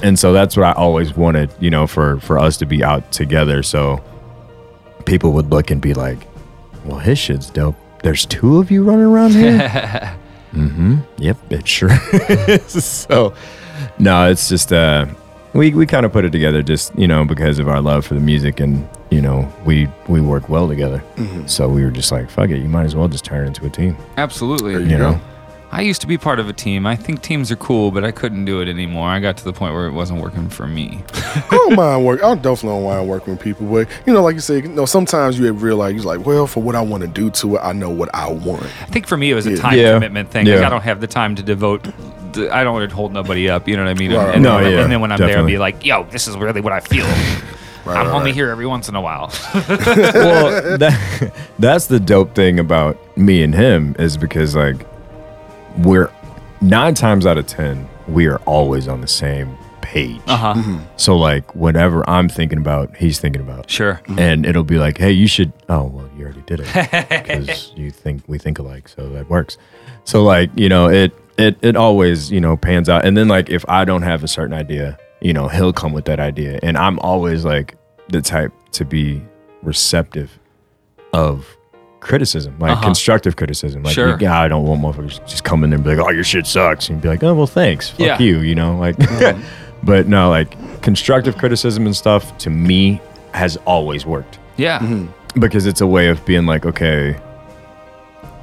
[SPEAKER 3] And so that's what I always wanted, you know, for for us to be out together. So people would look and be like, "Well, his shit's dope." There's two of you running around here. mm-hmm. Yep, it sure is. So, no, it's just uh, we we kind of put it together just you know because of our love for the music and you know we we work well together. So we were just like, "Fuck it, you might as well just turn it into a team,"
[SPEAKER 2] Absolutely.
[SPEAKER 3] you know.
[SPEAKER 2] I used to be part of a team. I think teams are cool, but I couldn't do it anymore. I got to the point where it wasn't working for me.
[SPEAKER 1] I don't mind work. I definitely don't mind working with people, but you know, like you said, you know, sometimes you realize you're like, well, for what I want to do to it, I know what I want.
[SPEAKER 2] I think for me it was a
[SPEAKER 1] Yeah.
[SPEAKER 2] time
[SPEAKER 3] Yeah.
[SPEAKER 2] commitment thing. Like
[SPEAKER 3] Yeah.
[SPEAKER 2] I don't have the time to devote. the- I don't want to hold nobody up. You know what I mean?
[SPEAKER 1] Right.
[SPEAKER 2] And,
[SPEAKER 1] No,
[SPEAKER 2] then,
[SPEAKER 3] yeah,
[SPEAKER 2] and then when I'm there, I'll
[SPEAKER 3] definitely.
[SPEAKER 2] be like, "Yo, this is really what I feel.
[SPEAKER 1] Right,
[SPEAKER 2] I'm
[SPEAKER 1] right,
[SPEAKER 2] only
[SPEAKER 1] right.
[SPEAKER 2] here every once in a while."
[SPEAKER 3] well, that, that's the dope thing about me and him is because like we're nine times out of ten we are always on the same page.
[SPEAKER 2] uh huh.
[SPEAKER 3] So like whatever I'm thinking about, he's thinking about.
[SPEAKER 2] Sure.
[SPEAKER 3] And it'll be like, hey, you should. Oh well, you already did it because you think we think alike, so that works. So like you know it it it always you know pans out. And then like if I don't have a certain idea, you know he'll come with that idea, and I'm always like the type to be receptive of criticism, like
[SPEAKER 2] Uh-huh.
[SPEAKER 3] constructive criticism. Like
[SPEAKER 2] Sure.
[SPEAKER 3] yeah, I don't want motherfuckers just come in there and be like, oh your shit sucks, and be like, oh well thanks, fuck
[SPEAKER 2] Yeah.
[SPEAKER 3] you, you know like. But no, like constructive criticism and stuff to me has always worked
[SPEAKER 2] Yeah.
[SPEAKER 1] Mm-hmm.
[SPEAKER 3] because it's a way of being like, okay,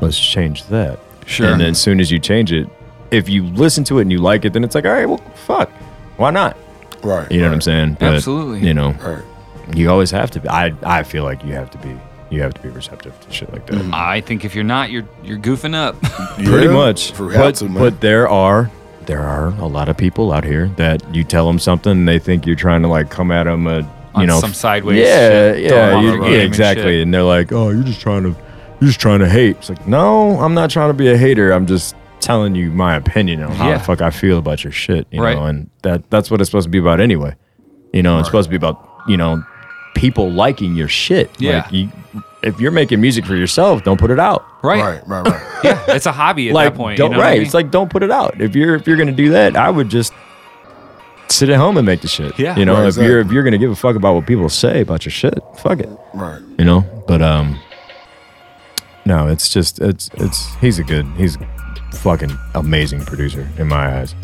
[SPEAKER 3] let's change that.
[SPEAKER 2] Sure.
[SPEAKER 3] And then as soon as you change it, if you listen to it and you like it, then it's like, all right, well, fuck, why not?
[SPEAKER 1] Right.
[SPEAKER 3] You know what I'm saying? But,
[SPEAKER 2] Absolutely.
[SPEAKER 3] You know,
[SPEAKER 1] Right.
[SPEAKER 3] you always have to be. I I feel like you have to be. You have to be receptive to shit like that.
[SPEAKER 2] I think if you're not, you're you're goofing up.
[SPEAKER 1] Yeah,
[SPEAKER 3] Pretty much.
[SPEAKER 1] For how
[SPEAKER 3] but,
[SPEAKER 1] to, man.
[SPEAKER 3] but there are there are a lot of people out here that you tell them something and they think you're trying to like come at them a you
[SPEAKER 2] On
[SPEAKER 3] know
[SPEAKER 2] some sideways
[SPEAKER 3] yeah
[SPEAKER 2] shit,
[SPEAKER 3] yeah,
[SPEAKER 2] throw 'em off
[SPEAKER 3] you-
[SPEAKER 2] their
[SPEAKER 3] yeah,
[SPEAKER 2] game and
[SPEAKER 3] exactly
[SPEAKER 2] shit.
[SPEAKER 3] and they're like oh you're just trying to you're just trying to hate it's like no I'm not trying to be a hater I'm just telling you my opinion on how
[SPEAKER 2] Yeah.
[SPEAKER 3] the fuck I feel about your shit you
[SPEAKER 2] Right.
[SPEAKER 3] know and that that's what it's supposed to be about anyway you know it's supposed to be about you know people liking your shit
[SPEAKER 2] Yeah.
[SPEAKER 3] like you, if you're making music for yourself don't put it out
[SPEAKER 2] right.
[SPEAKER 1] Right. Right. Right.
[SPEAKER 2] Yeah. It's a hobby at
[SPEAKER 3] like
[SPEAKER 2] that point. you
[SPEAKER 3] don't
[SPEAKER 2] know what I
[SPEAKER 3] right.
[SPEAKER 2] mean?
[SPEAKER 3] It's like don't put it out. If you're if you're gonna do that, I would just sit at home and make the shit.
[SPEAKER 2] Yeah.
[SPEAKER 3] you know
[SPEAKER 1] Right,
[SPEAKER 3] if you're if
[SPEAKER 1] exactly.
[SPEAKER 3] you're gonna give a fuck about what people say about your shit, fuck it.
[SPEAKER 1] right.
[SPEAKER 3] You know, but um, no, it's just it's it's he's a good he's a fucking amazing producer in my eyes.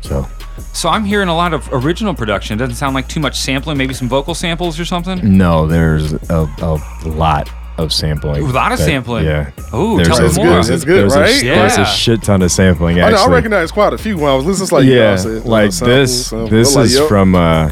[SPEAKER 3] So
[SPEAKER 2] so I'm hearing a lot of original production. It doesn't sound like too much sampling. Maybe some vocal samples or something.
[SPEAKER 3] no, there's a, a lot of sampling.
[SPEAKER 2] A lot of
[SPEAKER 3] that-
[SPEAKER 2] sampling.
[SPEAKER 3] Yeah.
[SPEAKER 2] Oh,
[SPEAKER 3] There's
[SPEAKER 2] tell
[SPEAKER 3] a-
[SPEAKER 2] me
[SPEAKER 1] That's
[SPEAKER 2] more.
[SPEAKER 1] good. That's good,
[SPEAKER 3] there's a-
[SPEAKER 1] right?
[SPEAKER 3] There's
[SPEAKER 2] Yeah.
[SPEAKER 3] a shit ton of sampling.
[SPEAKER 1] I, know, I
[SPEAKER 3] actually.
[SPEAKER 1] recognize quite a few when I was listening. It's like, you know
[SPEAKER 3] yeah,
[SPEAKER 1] what I'm saying?
[SPEAKER 3] like
[SPEAKER 1] Sample,
[SPEAKER 3] this.
[SPEAKER 1] sample.
[SPEAKER 3] This
[SPEAKER 1] Like,
[SPEAKER 3] is
[SPEAKER 1] yup.
[SPEAKER 3] from uh,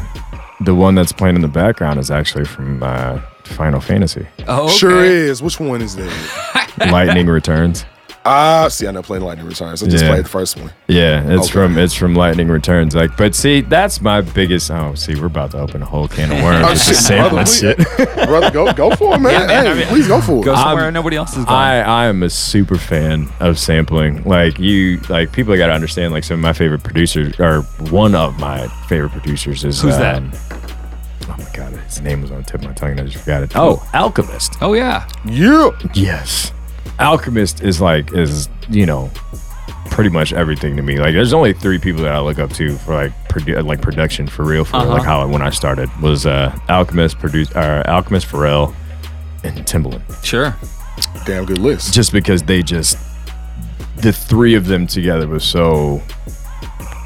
[SPEAKER 3] the one that's playing in the background is actually from uh, Final Fantasy.
[SPEAKER 2] Oh, okay.
[SPEAKER 1] Sure is. Which one is that?
[SPEAKER 3] Lightning Returns.
[SPEAKER 1] Ah, see, I never played Lightning Returns. I just
[SPEAKER 3] Yeah.
[SPEAKER 1] played the first one.
[SPEAKER 3] Yeah, it's
[SPEAKER 1] Okay.
[SPEAKER 3] from it's from Lightning Returns. Like, but see, that's my biggest. Oh, see, we're about to open a whole can of worms.
[SPEAKER 1] Oh,
[SPEAKER 3] It's
[SPEAKER 1] shit,
[SPEAKER 3] just sampling
[SPEAKER 1] brother,
[SPEAKER 3] shit.
[SPEAKER 1] please. Brother, go go for it, man.
[SPEAKER 2] Yeah, man,
[SPEAKER 1] hey,
[SPEAKER 2] I mean-
[SPEAKER 1] please go for it.
[SPEAKER 2] Go somewhere
[SPEAKER 3] I'm-
[SPEAKER 2] nobody else is going.
[SPEAKER 3] Um, I, I am a super fan of sampling. Like you, like people got to understand. Like some of my favorite producers, or one of my favorite producers is um,
[SPEAKER 2] Who's that?
[SPEAKER 3] Oh my god, his name was on the tip of my tongue and I just forgot it. Oh, Alchemist.
[SPEAKER 2] oh yeah.
[SPEAKER 1] Yeah.
[SPEAKER 3] Yes. Alchemist is like is, you know, pretty much everything to me. Like there's only three people that I look up to for like produ- like production for real for real,
[SPEAKER 2] Uh-huh.
[SPEAKER 3] like how when I started was uh Alchemist produced uh, Alchemist Pharrell and Timbaland.
[SPEAKER 2] Sure.
[SPEAKER 1] Damn good list.
[SPEAKER 3] Just because they just the three of them together was so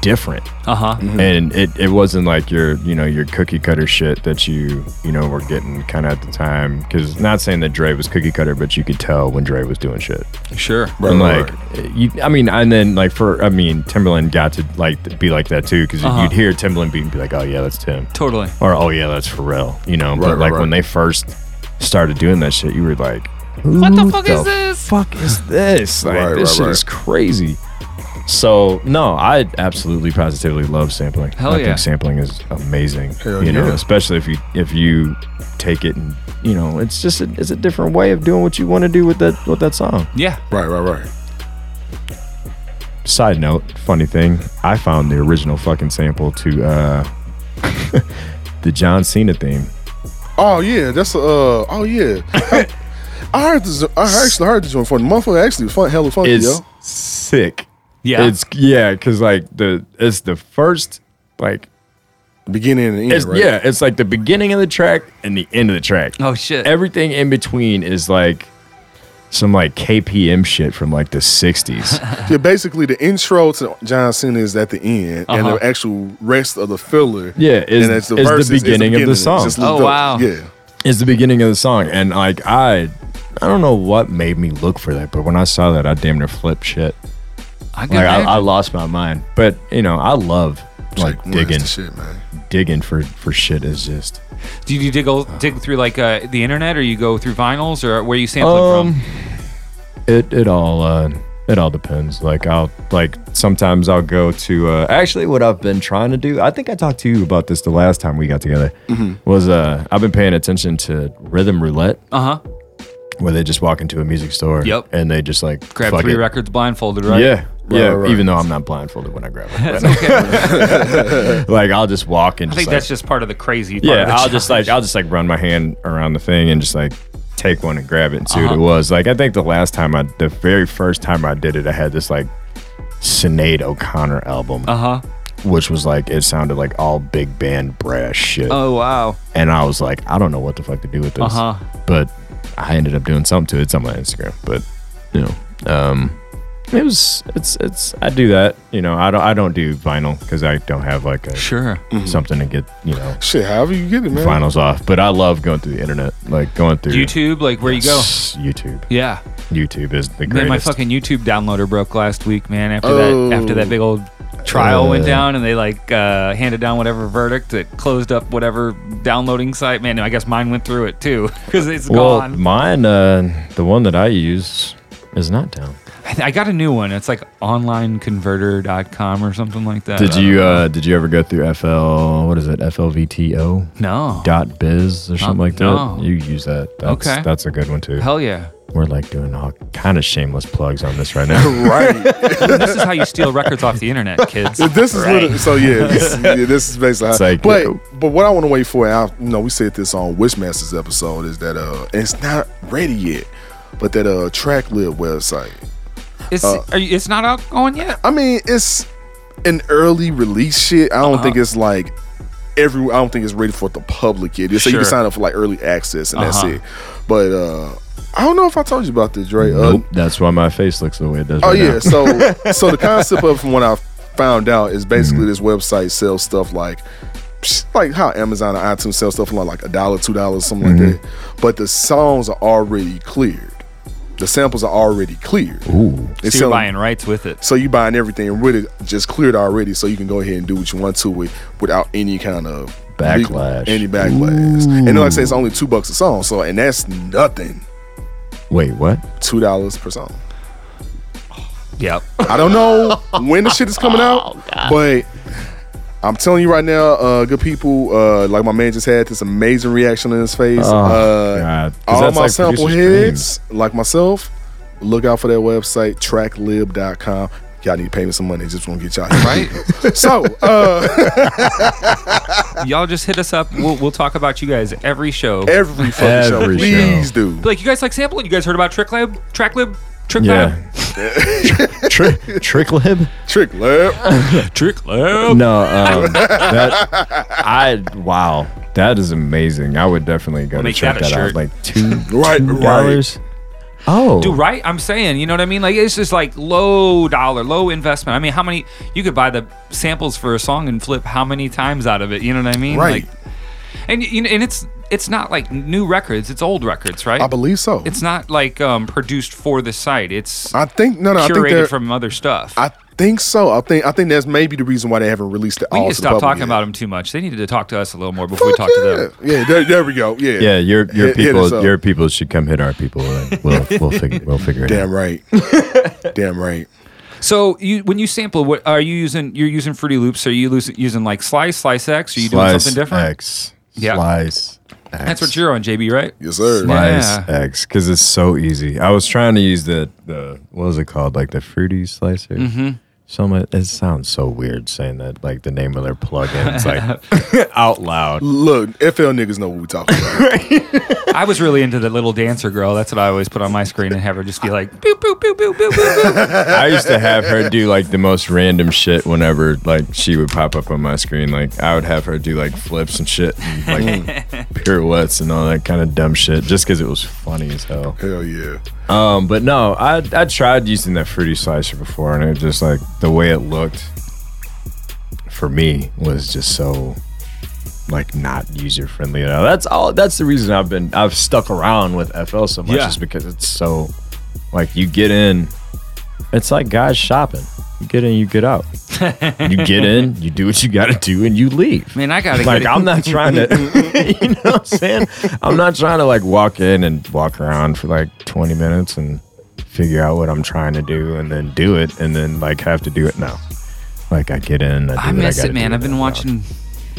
[SPEAKER 3] different
[SPEAKER 2] Uh huh.
[SPEAKER 3] and it, it wasn't like your you know your cookie cutter shit that you you know were getting kind of at the time because not saying that Dre was cookie cutter but you could tell when Dre was doing shit
[SPEAKER 2] Sure.
[SPEAKER 1] Right,
[SPEAKER 3] and
[SPEAKER 1] right,
[SPEAKER 3] like you I mean and then like for I mean Timberland got to like be like that too because
[SPEAKER 2] Uh-huh.
[SPEAKER 3] you'd hear Timberland beat and be like oh yeah that's Tim
[SPEAKER 2] Totally.
[SPEAKER 3] or oh yeah that's Pharrell you know but
[SPEAKER 1] right,
[SPEAKER 3] like
[SPEAKER 1] right.
[SPEAKER 3] when they first started doing that shit you were like
[SPEAKER 2] What the
[SPEAKER 3] "Who
[SPEAKER 2] fuck is this?
[SPEAKER 3] fuck is this? Like,
[SPEAKER 1] Right,
[SPEAKER 3] this
[SPEAKER 1] right,
[SPEAKER 3] shit
[SPEAKER 1] right.
[SPEAKER 3] is crazy. So no, I absolutely positively love sampling.
[SPEAKER 2] Hell
[SPEAKER 3] I
[SPEAKER 2] yeah.
[SPEAKER 3] think sampling is amazing.
[SPEAKER 1] Hell
[SPEAKER 3] you know,
[SPEAKER 1] yeah.
[SPEAKER 3] especially if you if you take it and you know, it's just a, it's a different way of doing what you want to do with that with that song.
[SPEAKER 2] Yeah.
[SPEAKER 1] Right, right, right.
[SPEAKER 3] Side note, funny thing, I found the original fucking sample to uh the John Cena theme.
[SPEAKER 1] Oh yeah, that's a. Uh, oh yeah. I heard this. I actually heard this one for the motherfucker. Actually, was fun, hella funky,
[SPEAKER 3] It's
[SPEAKER 1] yo.
[SPEAKER 3] sick.
[SPEAKER 2] Yeah.
[SPEAKER 3] It's yeah, because like the it's the first like
[SPEAKER 1] Beginning and end,
[SPEAKER 3] it's,
[SPEAKER 1] right?
[SPEAKER 3] yeah, it's like the beginning of the track and the end of the track.
[SPEAKER 2] oh shit.
[SPEAKER 3] Everything in between is like some like KPM shit from like the sixties.
[SPEAKER 1] Yeah, basically the intro to John Cena is at the end, and
[SPEAKER 2] Uh-huh.
[SPEAKER 1] the actual rest of the filler,
[SPEAKER 3] Yeah, is-
[SPEAKER 1] it's
[SPEAKER 3] is the
[SPEAKER 1] verses, it's
[SPEAKER 3] beginning of the song.
[SPEAKER 1] Just
[SPEAKER 2] Oh,
[SPEAKER 1] looped up.
[SPEAKER 2] wow.
[SPEAKER 1] yeah,
[SPEAKER 3] is the beginning of the song, and like I, I don't know what made me look for that, but when I saw that, I damn near flipped shit.
[SPEAKER 2] I can
[SPEAKER 3] Like I,
[SPEAKER 2] imagine.
[SPEAKER 3] I lost my mind. But you know, I love like
[SPEAKER 1] Mm, that's
[SPEAKER 3] digging,
[SPEAKER 1] the shit, man.
[SPEAKER 3] digging for for shit is just.
[SPEAKER 2] Do you dig dig through like uh, the internet, or you go through vinyls, or where you sample it
[SPEAKER 3] Um, it it all uh, it all depends. Like I'll like sometimes I'll go to uh, actually what I've been trying to do. I think I talked to you about this the last time we got together.
[SPEAKER 2] Mm-hmm.
[SPEAKER 3] Was uh I've been paying attention to Rhythm Roulette,
[SPEAKER 2] from? Uh huh.
[SPEAKER 3] where they just walk into a music store.
[SPEAKER 2] Yep.
[SPEAKER 3] and they just like
[SPEAKER 2] Grab
[SPEAKER 3] fuck
[SPEAKER 2] three
[SPEAKER 3] it.
[SPEAKER 2] records blindfolded, right?
[SPEAKER 3] Yeah. yeah,
[SPEAKER 1] right, right.
[SPEAKER 3] even though I'm not blindfolded when I grab it, But- like I'll just walk and
[SPEAKER 2] I
[SPEAKER 3] just
[SPEAKER 2] think
[SPEAKER 3] like,
[SPEAKER 2] that's just part of the crazy. Part
[SPEAKER 3] yeah
[SPEAKER 2] of the
[SPEAKER 3] i'll
[SPEAKER 2] job.
[SPEAKER 3] just like i'll just like run my hand around the thing and just like take one and grab it and see what
[SPEAKER 2] Uh-huh.
[SPEAKER 3] it was like i think the last time i the very first time i did it i had this like Sinead O'Connor album,
[SPEAKER 2] Uh huh.
[SPEAKER 3] which was like it sounded like all big band brass shit,
[SPEAKER 2] Oh wow.
[SPEAKER 3] and I was like, I don't know what the fuck to do with this,
[SPEAKER 2] Uh-huh.
[SPEAKER 3] but I ended up doing something to it. It's on my Instagram, but you know, um, it was it's it's I do that, you know, I don't I don't do vinyl because I don't have like a
[SPEAKER 2] Sure.
[SPEAKER 3] something to get you know
[SPEAKER 1] Shit, however you get it, man.
[SPEAKER 3] finals off. But I love going through the internet, like going through
[SPEAKER 2] YouTube, like where you go.
[SPEAKER 3] S- YouTube.
[SPEAKER 2] Yeah.
[SPEAKER 3] YouTube is the
[SPEAKER 2] Man,
[SPEAKER 3] greatest.
[SPEAKER 2] my fucking YouTube downloader broke last week, man. After
[SPEAKER 1] Oh.
[SPEAKER 2] that, after that big old trial went
[SPEAKER 3] Uh.
[SPEAKER 2] down, and they like uh, handed down whatever verdict that closed up whatever downloading site. Man, I guess mine went through it too because it's
[SPEAKER 3] well,
[SPEAKER 2] gone.
[SPEAKER 3] mine, uh, the one that I use is not down.
[SPEAKER 2] I I got a new one. It's like onlineconverter.com or something like that.
[SPEAKER 3] Did you uh, did you ever go through FL? What is it? FLVTO
[SPEAKER 2] No.
[SPEAKER 3] dot biz or something like that.
[SPEAKER 2] no.
[SPEAKER 3] You use that. That's,
[SPEAKER 2] Okay.
[SPEAKER 3] that's a good one too.
[SPEAKER 2] Hell yeah.
[SPEAKER 3] We're like doing all kind of shameless plugs on this right now.
[SPEAKER 1] Right.
[SPEAKER 2] this is how you steal records off the internet, kids.
[SPEAKER 3] Uh.
[SPEAKER 1] this is what it- so yeah, this, yeah, this is basically how,
[SPEAKER 3] It's like-
[SPEAKER 1] but but what I want to wait for, and I, you know, we said this on Wishmasters episode, is that uh, and it's not ready yet, but that uh, TrackLib website.
[SPEAKER 2] It's, are you, it's not outgoing yet?
[SPEAKER 1] I mean, it's an early release shit. I don't
[SPEAKER 2] Uh-huh.
[SPEAKER 1] think it's like every. I don't think it's ready for the public yet. So you
[SPEAKER 2] Sure.
[SPEAKER 1] can sign up for like early access and
[SPEAKER 2] Uh-huh.
[SPEAKER 1] that's it. But uh I don't know if I told you about this, Dre. Uh,
[SPEAKER 3] nope. That's why my face looks the way it does.
[SPEAKER 1] Oh
[SPEAKER 3] right
[SPEAKER 1] yeah.
[SPEAKER 3] now.
[SPEAKER 1] So so the concept of from what I found out is
[SPEAKER 3] Mm-hmm.
[SPEAKER 1] basically this website sells stuff like psh, like how Amazon or iTunes sells stuff like like a dollar, two dollars, something
[SPEAKER 3] Mm-hmm.
[SPEAKER 1] like that. But the songs are already cleared. The samples are already cleared.
[SPEAKER 3] Ooh.
[SPEAKER 1] They
[SPEAKER 2] So you're
[SPEAKER 1] sell-
[SPEAKER 2] buying rights with it.
[SPEAKER 1] so you buying everything really just cleared already, so you can go ahead and do what you want to it without any kind of legal-
[SPEAKER 3] Backlash.
[SPEAKER 1] any backlash. And then, like I say, it's only two bucks a song, so and that's nothing.
[SPEAKER 3] Wait, what?
[SPEAKER 1] Two dollars per song.
[SPEAKER 2] Yep.
[SPEAKER 1] I don't know when the shit is coming out,
[SPEAKER 2] Oh,
[SPEAKER 1] but I'm telling you right now, uh, good people, uh, like my man just had this amazing reaction on his face.
[SPEAKER 3] Oh,
[SPEAKER 1] uh,
[SPEAKER 3] God. 'Cause
[SPEAKER 1] all
[SPEAKER 3] that's
[SPEAKER 1] my
[SPEAKER 3] like
[SPEAKER 1] sample
[SPEAKER 3] producer's
[SPEAKER 1] heads, like myself, look out for that website, tracklib.com. Y'all need to pay me some money. Just want to get y'all
[SPEAKER 2] Right?
[SPEAKER 1] So, uh,
[SPEAKER 2] Y'all just hit us up. We'll, we'll talk about you guys every show.
[SPEAKER 1] every fucking show,
[SPEAKER 3] Every
[SPEAKER 1] please
[SPEAKER 3] show.
[SPEAKER 1] do.
[SPEAKER 2] Like, you guys like sampling? You guys heard about Trick Lab? Track Lib? Trick
[SPEAKER 3] Yeah. Tri- trick lib.
[SPEAKER 1] Trick Lab.
[SPEAKER 2] Lab? Trick Lab?
[SPEAKER 3] No, um, that I wow, that is amazing. I would definitely go to
[SPEAKER 2] make
[SPEAKER 3] check
[SPEAKER 2] that a
[SPEAKER 3] that, out.
[SPEAKER 2] shirt.
[SPEAKER 3] Like two
[SPEAKER 1] Right,
[SPEAKER 3] two
[SPEAKER 1] right.
[SPEAKER 3] dollars. Oh,
[SPEAKER 2] Dude, right? I'm saying, you know what I mean? Like, it's just like low dollar, low investment. I mean, how many, you could buy the samples for a song and flip how many times out of it? You know what I mean?
[SPEAKER 1] Right.
[SPEAKER 2] Like, and, you know, and it's, it's not like new records, it's old records, right?
[SPEAKER 1] I believe so.
[SPEAKER 2] it's not like um, produced for the site. It's
[SPEAKER 1] I think no, no. I think
[SPEAKER 2] curated
[SPEAKER 1] they're-
[SPEAKER 2] from other stuff.
[SPEAKER 1] I think so. I think I think that's maybe the reason why they haven't released it
[SPEAKER 2] we
[SPEAKER 1] all
[SPEAKER 2] need to
[SPEAKER 1] to the
[SPEAKER 2] stop
[SPEAKER 1] public
[SPEAKER 2] talking
[SPEAKER 1] yet.
[SPEAKER 2] about them too much. They needed to talk to us a little more before we
[SPEAKER 1] Fuck
[SPEAKER 2] talk to them.
[SPEAKER 1] yeah. Yeah, there, there we go. Yeah. uh,
[SPEAKER 3] yeah, your your
[SPEAKER 1] Hit- hit
[SPEAKER 3] people
[SPEAKER 1] us up.
[SPEAKER 3] your people should come hit our people. And we'll we'll figure we'll figure it out.
[SPEAKER 1] Damn right. Damn right.
[SPEAKER 2] So you, when you sample, what are you using? You're using Fruity Loops. Are you lus- using like Slice, Slice X? Are you doing
[SPEAKER 3] Slice
[SPEAKER 2] something different?
[SPEAKER 3] X.
[SPEAKER 2] Yeah.
[SPEAKER 3] Slice. X.
[SPEAKER 2] That's what you're on, JB, right?
[SPEAKER 1] Yes, sir.
[SPEAKER 2] Smart.
[SPEAKER 3] Slice
[SPEAKER 2] Yeah.
[SPEAKER 3] X because
[SPEAKER 2] Mm-hmm.
[SPEAKER 3] it's so easy. I was trying to use the the what was it called like the fruity slicer. Some it sounds so weird saying that like the name of their plugins like out loud.
[SPEAKER 1] Look, FL niggas know what we talking about.
[SPEAKER 2] I was really into the little dancer girl. That's what I always put on my screen and have her just be like, boop, boop, boop, boop, boop, boop, boop.
[SPEAKER 3] I used to have her do like the most random shit whenever like she would pop up on my screen. Like I would have her do like flips and shit, and, like pirouettes and all that kind of dumb shit, just because it was funny as hell.
[SPEAKER 1] Hell yeah.
[SPEAKER 3] Um, but no, I I tried using that fruity slicer before, and it just like the way it looked for me was just so like not user friendly. Now that's all. That's the reason I've been I've stuck around with FL so much
[SPEAKER 2] Yeah.
[SPEAKER 3] is because it's so like you get in, it's like guys shopping. You get in, you get out. you get in, you do what you got to do, and you leave
[SPEAKER 2] Man, I gotta
[SPEAKER 3] like
[SPEAKER 2] get
[SPEAKER 3] I'm not trying to, you know what I'm saying? I'm not trying to like walk in and walk around for like 20 minutes and figure out what I'm trying to do and then do it and then like have to do it now. Like I get in, I do
[SPEAKER 2] I
[SPEAKER 3] what
[SPEAKER 2] miss
[SPEAKER 3] gotta
[SPEAKER 2] it, man.
[SPEAKER 3] do
[SPEAKER 2] I've been
[SPEAKER 3] now.
[SPEAKER 2] watching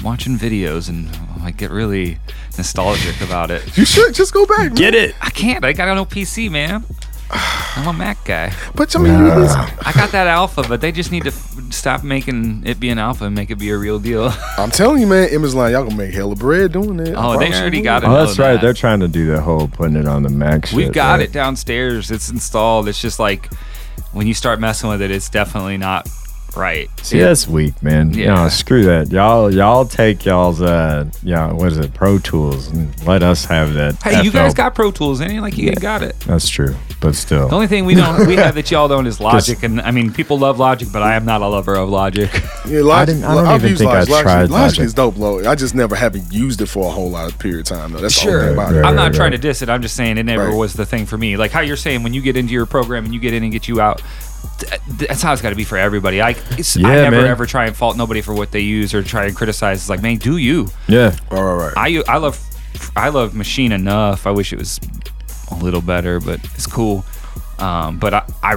[SPEAKER 2] watching videos and I get really nostalgic about it.
[SPEAKER 1] You should just go back.
[SPEAKER 3] Get it?
[SPEAKER 2] I can't. I got no PC, man. I'm a Mac guy.
[SPEAKER 1] But I mean, you was-
[SPEAKER 2] I got that alpha, but they just need to f- stop making it be an alpha and make it be a real deal.
[SPEAKER 1] I'm telling you, man, Invisalign, y'all gonna make hella bread doing that. I
[SPEAKER 2] Oh, they
[SPEAKER 1] promise
[SPEAKER 2] already
[SPEAKER 1] you.
[SPEAKER 2] got it.
[SPEAKER 3] Oh, that's
[SPEAKER 2] know
[SPEAKER 3] right.
[SPEAKER 2] that.
[SPEAKER 3] They're trying to do the whole putting it on the Mac.
[SPEAKER 2] We've
[SPEAKER 3] shit,
[SPEAKER 2] got
[SPEAKER 3] right?
[SPEAKER 2] it downstairs. It's installed. It's just like when you start messing with it, it's definitely not right.
[SPEAKER 3] See, that's weak, man.
[SPEAKER 2] Yeah.
[SPEAKER 3] No, screw that. Y'all, y'all take y'all's uh, yeah, what is it, Pro Tools, and let us have that.
[SPEAKER 2] Hey, you
[SPEAKER 3] FL.
[SPEAKER 2] guys got Pro Tools, ain't it? Like you got it.
[SPEAKER 3] That's true, but still.
[SPEAKER 2] The only thing we don't we have that y'all don't is Logic, and I mean people love Logic, but I am not a lover of Logic.
[SPEAKER 1] Yeah, Logic, I
[SPEAKER 3] didn't- I don't
[SPEAKER 1] have
[SPEAKER 3] even
[SPEAKER 1] used
[SPEAKER 3] think I
[SPEAKER 1] Logic. Logic-
[SPEAKER 3] tried
[SPEAKER 1] Logic.
[SPEAKER 3] Logic.
[SPEAKER 1] is dope, though. I just never haven't used it for a whole lot of period of time, though. That's the
[SPEAKER 2] Sure.
[SPEAKER 1] only thing about
[SPEAKER 3] Right,
[SPEAKER 1] it.
[SPEAKER 2] I'm not
[SPEAKER 3] right,
[SPEAKER 2] trying to
[SPEAKER 3] right.
[SPEAKER 2] diss it. I'm just saying it never
[SPEAKER 1] Right.
[SPEAKER 2] was the thing for me. Like how you're saying when you get into your program and you get in and get you out. th- That's how it's got to be for everybody. I, it's, I
[SPEAKER 3] Yeah,
[SPEAKER 2] never
[SPEAKER 3] man.
[SPEAKER 2] ever try and fault nobody for what they use or try and criticize. It's like, man, do you?
[SPEAKER 3] yeah.
[SPEAKER 1] All right, all right.
[SPEAKER 2] I u- I love I love Machine enough. I wish it was a little better, but it's cool. Um, but I, I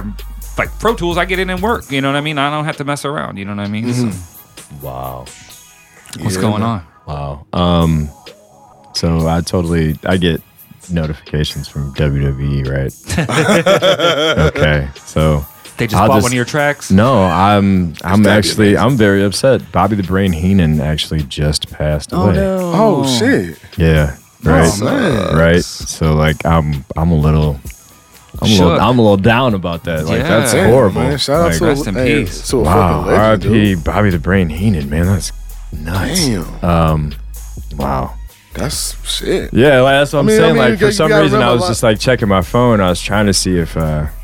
[SPEAKER 2] like Pro Tools. I get in and work. You know what I mean. I don't have to mess around. You know what I mean. So,
[SPEAKER 3] Wow.
[SPEAKER 2] what's
[SPEAKER 1] Yeah,
[SPEAKER 2] going
[SPEAKER 1] man.
[SPEAKER 2] on?
[SPEAKER 3] Wow. Um. So I totally I get notifications from WWE, right? okay. So
[SPEAKER 2] They just
[SPEAKER 3] I'll
[SPEAKER 2] bought
[SPEAKER 3] just-
[SPEAKER 2] one of your tracks.
[SPEAKER 3] no, I'm
[SPEAKER 1] gotta
[SPEAKER 3] I'm
[SPEAKER 1] be
[SPEAKER 3] actually
[SPEAKER 1] amazing.
[SPEAKER 3] I'm very upset. Bobby the Brain Heenan actually just passed away.
[SPEAKER 1] Oh, shit.
[SPEAKER 3] Yeah. Right.
[SPEAKER 1] man.
[SPEAKER 3] right. So like I'm I'm a little. I'm a, little,
[SPEAKER 2] Shook.
[SPEAKER 3] I'm a little down about that. Like
[SPEAKER 2] Yeah.
[SPEAKER 3] that's
[SPEAKER 1] Damn,
[SPEAKER 3] horrible.
[SPEAKER 1] Man. Shout out
[SPEAKER 3] Like,
[SPEAKER 1] to,
[SPEAKER 2] Rest
[SPEAKER 1] a,
[SPEAKER 2] in
[SPEAKER 1] hey,
[SPEAKER 2] peace.
[SPEAKER 1] to a
[SPEAKER 3] wow,
[SPEAKER 1] fucking legend,
[SPEAKER 3] R.I.P.
[SPEAKER 1] dude.
[SPEAKER 3] Bobby the Brain Heenan, man. That's nuts.
[SPEAKER 1] Damn.
[SPEAKER 3] Wow.
[SPEAKER 1] That's shit.
[SPEAKER 3] Yeah, like, that's what I'm
[SPEAKER 1] mean, I
[SPEAKER 3] saying.
[SPEAKER 1] mean, you
[SPEAKER 3] like
[SPEAKER 1] got-
[SPEAKER 3] for
[SPEAKER 1] you
[SPEAKER 3] some
[SPEAKER 1] gotta
[SPEAKER 3] reason, I
[SPEAKER 1] remember
[SPEAKER 3] was
[SPEAKER 1] a lot-
[SPEAKER 3] just like checking my phone. I was trying to see if,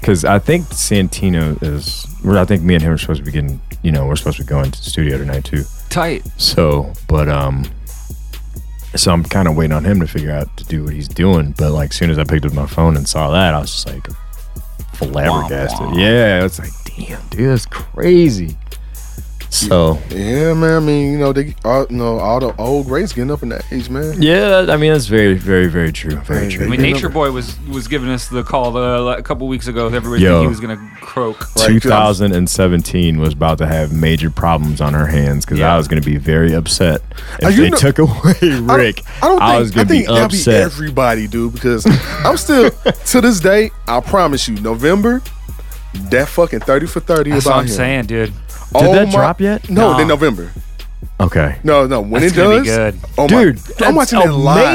[SPEAKER 3] because I think Santino is. Well, I think me and him are supposed to be getting. You know, we're supposed to be going to the studio tonight too.
[SPEAKER 2] Tight.
[SPEAKER 3] So, but um, so I'm kind of waiting on him to figure out to do what he's doing. But like, soon as I picked up my phone and saw that, I was just like flabbergasted.
[SPEAKER 2] wah.
[SPEAKER 3] Yeah, it's like, damn, dude, that's crazy. So
[SPEAKER 1] Yeah, man. I mean, you know, they, all, you know, all the old greats getting up in that age, man.
[SPEAKER 3] yeah, that- I mean, that's very, very, very true. Very
[SPEAKER 1] Hey,
[SPEAKER 3] true.
[SPEAKER 2] I mean,
[SPEAKER 1] Yeah.
[SPEAKER 2] Nature Boy was was giving us the call uh, a couple weeks ago. Everybody think
[SPEAKER 3] Yo.
[SPEAKER 2] he was gonna croak.
[SPEAKER 1] Right.
[SPEAKER 3] 2017 was about to have major problems on her hands because
[SPEAKER 2] Yeah.
[SPEAKER 3] I was going to be very upset
[SPEAKER 1] Are
[SPEAKER 3] if
[SPEAKER 1] you
[SPEAKER 3] they
[SPEAKER 1] kno-
[SPEAKER 3] took away
[SPEAKER 1] I don't-
[SPEAKER 3] Rick.
[SPEAKER 1] I don't think
[SPEAKER 3] was
[SPEAKER 1] I
[SPEAKER 3] going to
[SPEAKER 1] think
[SPEAKER 3] be
[SPEAKER 1] that'll be
[SPEAKER 3] upset.
[SPEAKER 1] everybody, dude, because I'm still to this day, I promise you, November, that fucking 30 for 30
[SPEAKER 2] That's
[SPEAKER 1] about
[SPEAKER 2] what I'm
[SPEAKER 1] him.
[SPEAKER 2] saying, dude.
[SPEAKER 1] Oh
[SPEAKER 3] that
[SPEAKER 1] my-
[SPEAKER 3] drop yet?
[SPEAKER 1] No,
[SPEAKER 2] No.
[SPEAKER 1] in November.
[SPEAKER 3] okay,
[SPEAKER 1] No, no. When
[SPEAKER 2] That's
[SPEAKER 1] it does,
[SPEAKER 2] gonna be good.
[SPEAKER 1] Oh
[SPEAKER 3] Dude,
[SPEAKER 1] I'm
[SPEAKER 3] that's
[SPEAKER 1] watching that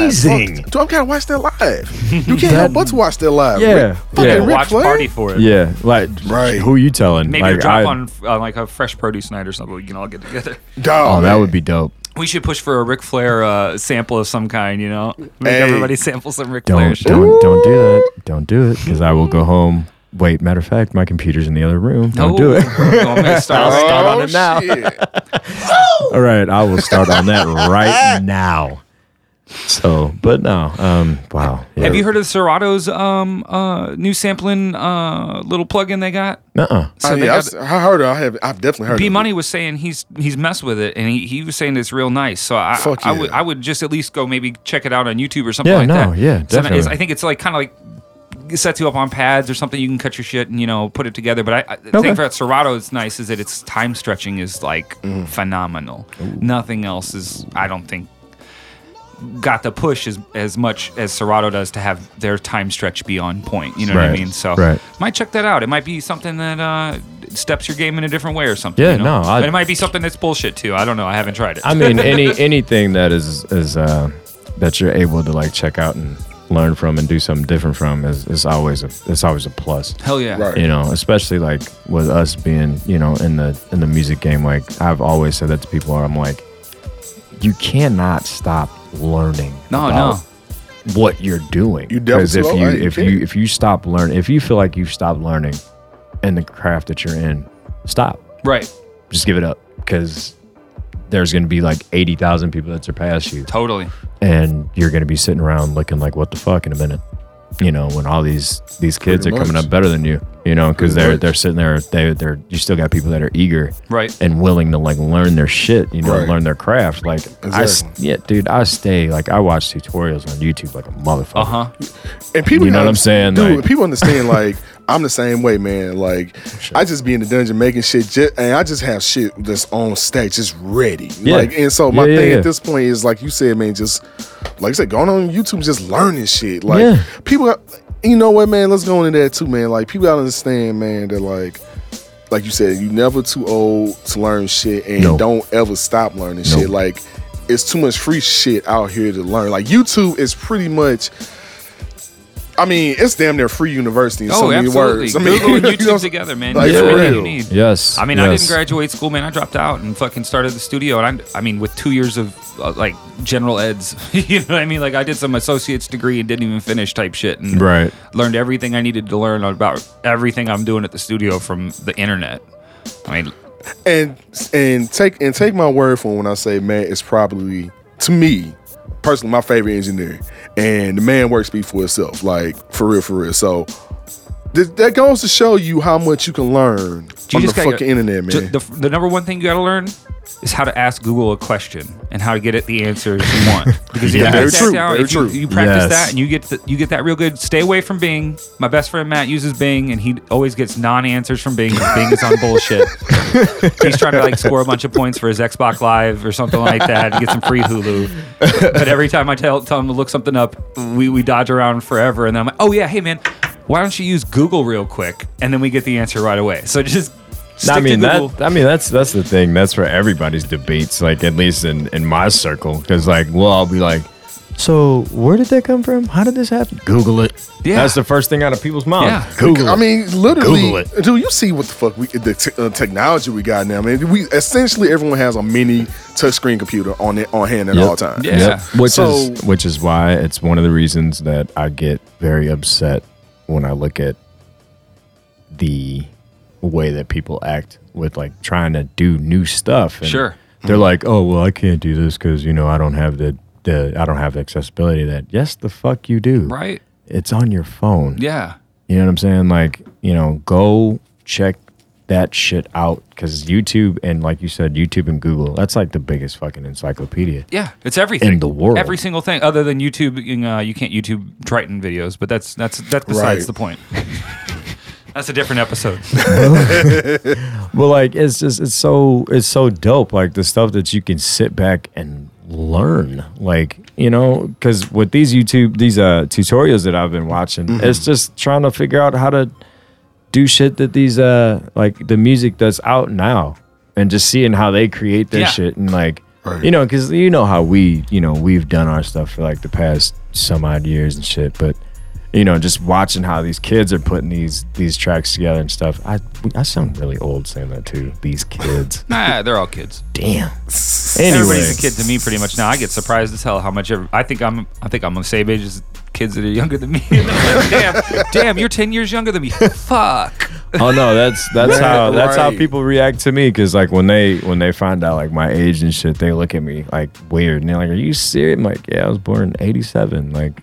[SPEAKER 1] live.
[SPEAKER 3] amazing.
[SPEAKER 1] Fuck, Dude, I'm gotta watch that live. You can't help but to watch that live.
[SPEAKER 3] Yeah,
[SPEAKER 1] Rick, fucking
[SPEAKER 3] yeah.
[SPEAKER 1] Ric
[SPEAKER 2] Watch
[SPEAKER 1] Flair?
[SPEAKER 2] party for it.
[SPEAKER 3] yeah, like
[SPEAKER 1] Right.
[SPEAKER 3] who you telling?
[SPEAKER 2] Maybe
[SPEAKER 3] like,
[SPEAKER 2] a drop
[SPEAKER 3] I-
[SPEAKER 2] on, on like a fresh produce night or something. We can all get together.
[SPEAKER 1] Dog,
[SPEAKER 3] Oh, that
[SPEAKER 1] man.
[SPEAKER 3] would be dope.
[SPEAKER 2] We should push for a Ric Flair uh, sample of some kind, you know? Make
[SPEAKER 1] Hey.
[SPEAKER 2] everybody sample some Ric Flair
[SPEAKER 3] Don't
[SPEAKER 2] shit.
[SPEAKER 3] don't don't do that. Don't do it because I will go home. Wait, matter of fact, my computer's in the other room.
[SPEAKER 2] Oh,
[SPEAKER 3] Don't do it.
[SPEAKER 2] it.
[SPEAKER 1] Oh,
[SPEAKER 2] Start on it now.
[SPEAKER 1] shit.
[SPEAKER 3] All right, I will start on that right now. So, but no, um, wow. yeah.
[SPEAKER 2] Have you heard of Serato's um, uh, new sampling uh, little plugin they got?
[SPEAKER 3] Nuh-uh.
[SPEAKER 1] I,
[SPEAKER 2] they
[SPEAKER 1] yeah, I've, I heard it. I have. I've definitely heard.
[SPEAKER 2] B
[SPEAKER 1] it.
[SPEAKER 2] Money was saying he's he's messed with it, and he, he was saying it's real nice. So I
[SPEAKER 1] Fuck
[SPEAKER 2] I
[SPEAKER 1] yeah.
[SPEAKER 2] would I would just at least go maybe check it out on YouTube or something
[SPEAKER 3] Yeah,
[SPEAKER 2] like
[SPEAKER 3] no,
[SPEAKER 2] that.
[SPEAKER 3] yeah,
[SPEAKER 2] So then it's-
[SPEAKER 3] definitely.
[SPEAKER 2] I think it's like kind of like it sets you up on pads or something. You can cut your shit and you know put it together. But I, I the
[SPEAKER 3] Okay.
[SPEAKER 2] thing about Serato is nice is that its time stretching is like
[SPEAKER 1] Mm.
[SPEAKER 2] phenomenal. Nothing else is I don't think got the push as as much as Serato does to have their time stretch be on point. You know what I
[SPEAKER 3] Right,
[SPEAKER 2] mean? So
[SPEAKER 3] right.
[SPEAKER 2] might check that out. It might be something that uh, steps your game in a different way or something.
[SPEAKER 3] Yeah,
[SPEAKER 2] you know?
[SPEAKER 3] no, I-
[SPEAKER 2] but it might be something that's bullshit too. I don't know. I haven't tried it.
[SPEAKER 3] I mean, any anything that is is uh, that you're able to like check out and learn from and do something different from is, is always a it's always a plus.
[SPEAKER 2] Hell yeah.
[SPEAKER 1] Right.
[SPEAKER 3] You know, especially like with us being you know in the in the music game. Like I've always said that to people. I'm like, you cannot stop learning.
[SPEAKER 2] No,
[SPEAKER 3] about
[SPEAKER 2] no.
[SPEAKER 3] what you're doing.
[SPEAKER 1] You devil
[SPEAKER 3] 'Cause if
[SPEAKER 1] slow,
[SPEAKER 3] you
[SPEAKER 1] I ain't
[SPEAKER 3] if
[SPEAKER 1] kidding.
[SPEAKER 3] you if you stop learning, if you feel like you've stopped learning in the craft that you're in, stop.
[SPEAKER 2] Right.
[SPEAKER 3] Just give it up because there's going to be like 80,000 people that surpass you
[SPEAKER 2] Totally.
[SPEAKER 3] and you're going to be sitting around looking like what the fuck in a minute. You know, when all these these kids
[SPEAKER 1] Pretty
[SPEAKER 3] are coming
[SPEAKER 1] much.
[SPEAKER 3] up better than you, you know,
[SPEAKER 1] Pretty
[SPEAKER 3] because they're
[SPEAKER 1] much.
[SPEAKER 3] they're sitting there, they they're you still got people that are eager
[SPEAKER 2] Right.
[SPEAKER 3] and willing to like learn their shit, you know,
[SPEAKER 1] Right.
[SPEAKER 3] learn their craft. Like I s
[SPEAKER 1] Exactly.
[SPEAKER 3] yeah, dude, I stay like I watch tutorials on YouTube like a motherfucker.
[SPEAKER 2] Uh huh.
[SPEAKER 1] And people,
[SPEAKER 3] You know
[SPEAKER 1] gotta-
[SPEAKER 3] what I'm saying?
[SPEAKER 1] dude.
[SPEAKER 3] Like-
[SPEAKER 1] people understand. Like I'm the same way, man. Like I just be in the dungeon making shit, just, and I just have shit that's on stack, just ready.
[SPEAKER 3] Yeah.
[SPEAKER 1] Like, and so my
[SPEAKER 3] Yeah, yeah,
[SPEAKER 1] thing
[SPEAKER 3] yeah.
[SPEAKER 1] at this point is, like you said, man, just like you said, going on YouTube, just learning shit. Like
[SPEAKER 3] Yeah.
[SPEAKER 1] people, got- you know what, man? Let's go into that too, man. Like people gotta understand, man, that like. Like you said, you never too old to learn shit, and
[SPEAKER 3] No.
[SPEAKER 1] don't ever stop learning
[SPEAKER 3] No.
[SPEAKER 1] shit. Like, it's too much free shit out here to learn. Like, YouTube is pretty much I mean, it's damn near free university in so
[SPEAKER 2] Oh,
[SPEAKER 1] many
[SPEAKER 2] absolutely.
[SPEAKER 1] words. I mean,
[SPEAKER 2] Google and
[SPEAKER 1] you know,
[SPEAKER 2] YouTube together, man.
[SPEAKER 1] like,
[SPEAKER 2] That's
[SPEAKER 3] for
[SPEAKER 2] what you
[SPEAKER 1] real.
[SPEAKER 2] need.
[SPEAKER 3] Yes.
[SPEAKER 2] I mean, I
[SPEAKER 3] yes.
[SPEAKER 2] didn't graduate school, man. I dropped out and fucking started the studio. And I, I mean, with two years of uh, like general eds, you know what I mean? Like, I did some associate's degree and didn't even finish type shit. And
[SPEAKER 3] Right.
[SPEAKER 2] learned everything I needed to learn about everything I'm doing at the studio from the internet. I mean,
[SPEAKER 1] and and take and take my word for it when I say, man, it's probably to me personally my favorite engineer, and the man works speaks for itself, like for real, for real. So. th- That goes to show you how much you can learn on the
[SPEAKER 2] gotta-
[SPEAKER 1] fucking internet, man.
[SPEAKER 2] ju- the, the number one thing you got to learn is how to ask Google a question and how to get it the answers you want. Because
[SPEAKER 1] Yeah,
[SPEAKER 2] if
[SPEAKER 1] very
[SPEAKER 2] you, sit
[SPEAKER 1] true,
[SPEAKER 2] down,
[SPEAKER 1] very
[SPEAKER 2] if you,
[SPEAKER 1] true.
[SPEAKER 2] you practice
[SPEAKER 3] Yes.
[SPEAKER 2] that and you get the, you get that real good. Stay away from Bing. My best friend Matt uses Bing, and he always gets non-answers from Bing. 'cause Bing is on bullshit. He's trying to like score a bunch of points for his Xbox Live or something like that and get some free Hulu. But every time I tell, tell him to look something up, we, we dodge around forever. And then I'm like, oh yeah, hey man, why don't you use Google real quick? And then we get the answer right away. So just stick
[SPEAKER 3] I mean
[SPEAKER 2] to Google.
[SPEAKER 3] that. I mean that's that's the thing. That's where everybody's debates, like at least in in my circle, because like we'll all be like, "So where did that come from? How did this happen?" Google it.
[SPEAKER 2] Yeah.
[SPEAKER 3] that's the first thing out of people's mouth.
[SPEAKER 2] Yeah.
[SPEAKER 3] Google.
[SPEAKER 1] I
[SPEAKER 3] it.
[SPEAKER 1] mean, literally,
[SPEAKER 3] Google it.
[SPEAKER 1] dude. You see what the fuck we the t- uh, technology we got now, man. We essentially everyone has a mini touchscreen computer on it on hand at
[SPEAKER 3] Yep.
[SPEAKER 1] all times.
[SPEAKER 2] Yeah.
[SPEAKER 3] Which
[SPEAKER 1] So-
[SPEAKER 3] is which is why it's one of the reasons that I get very upset when I look at the way that people act with like trying to do new stuff. And
[SPEAKER 2] Sure. Mm-hmm.
[SPEAKER 3] They're like, oh well, I can't do this because you know I don't have the the I don't have the accessibility to that. Yes, the fuck you do.
[SPEAKER 2] Right.
[SPEAKER 3] It's on your phone.
[SPEAKER 2] Yeah.
[SPEAKER 3] You know what I'm saying? Like, you know, go check that shit out because YouTube and like you said, YouTube and Google, that's like the biggest fucking encyclopedia.
[SPEAKER 2] Yeah. It's everything
[SPEAKER 3] In the world.
[SPEAKER 2] Every single thing, other than YouTube. Uh, you can't YouTube Triton videos, but that's that's that's besides
[SPEAKER 1] Right.
[SPEAKER 2] the point. that's a different episode.
[SPEAKER 3] But like, it's just it's so it's so dope. Like the stuff that you can sit back and learn. Like you know, because with these YouTube these uh tutorials that I've been watching, it's just trying to figure out how to do shit that these uh like the music that's out now, and just seeing how they create their
[SPEAKER 2] Yeah.
[SPEAKER 3] shit and like.
[SPEAKER 1] Right.
[SPEAKER 3] You know, because you know how we, you know, we've done our stuff for like the past some odd years and shit. But you know, just watching how these kids are putting these these tracks together and stuff. I I sound really old saying that too. These kids,
[SPEAKER 2] nah, they're all kids.
[SPEAKER 3] damn. Anyway,
[SPEAKER 2] Everybody's a kid to me pretty much now. I get surprised as hell how much every, I think I'm I think I'm the same age as kids that are younger than me. damn, damn, you're ten years younger than me. Fuck.
[SPEAKER 3] oh no, that's that's how that's how
[SPEAKER 1] Right.
[SPEAKER 3] people react to me because like when they when they find out like my age and shit, they look at me like weird and they're like, "Are you serious?" I'm like, "Yeah, I was born in '87." Like.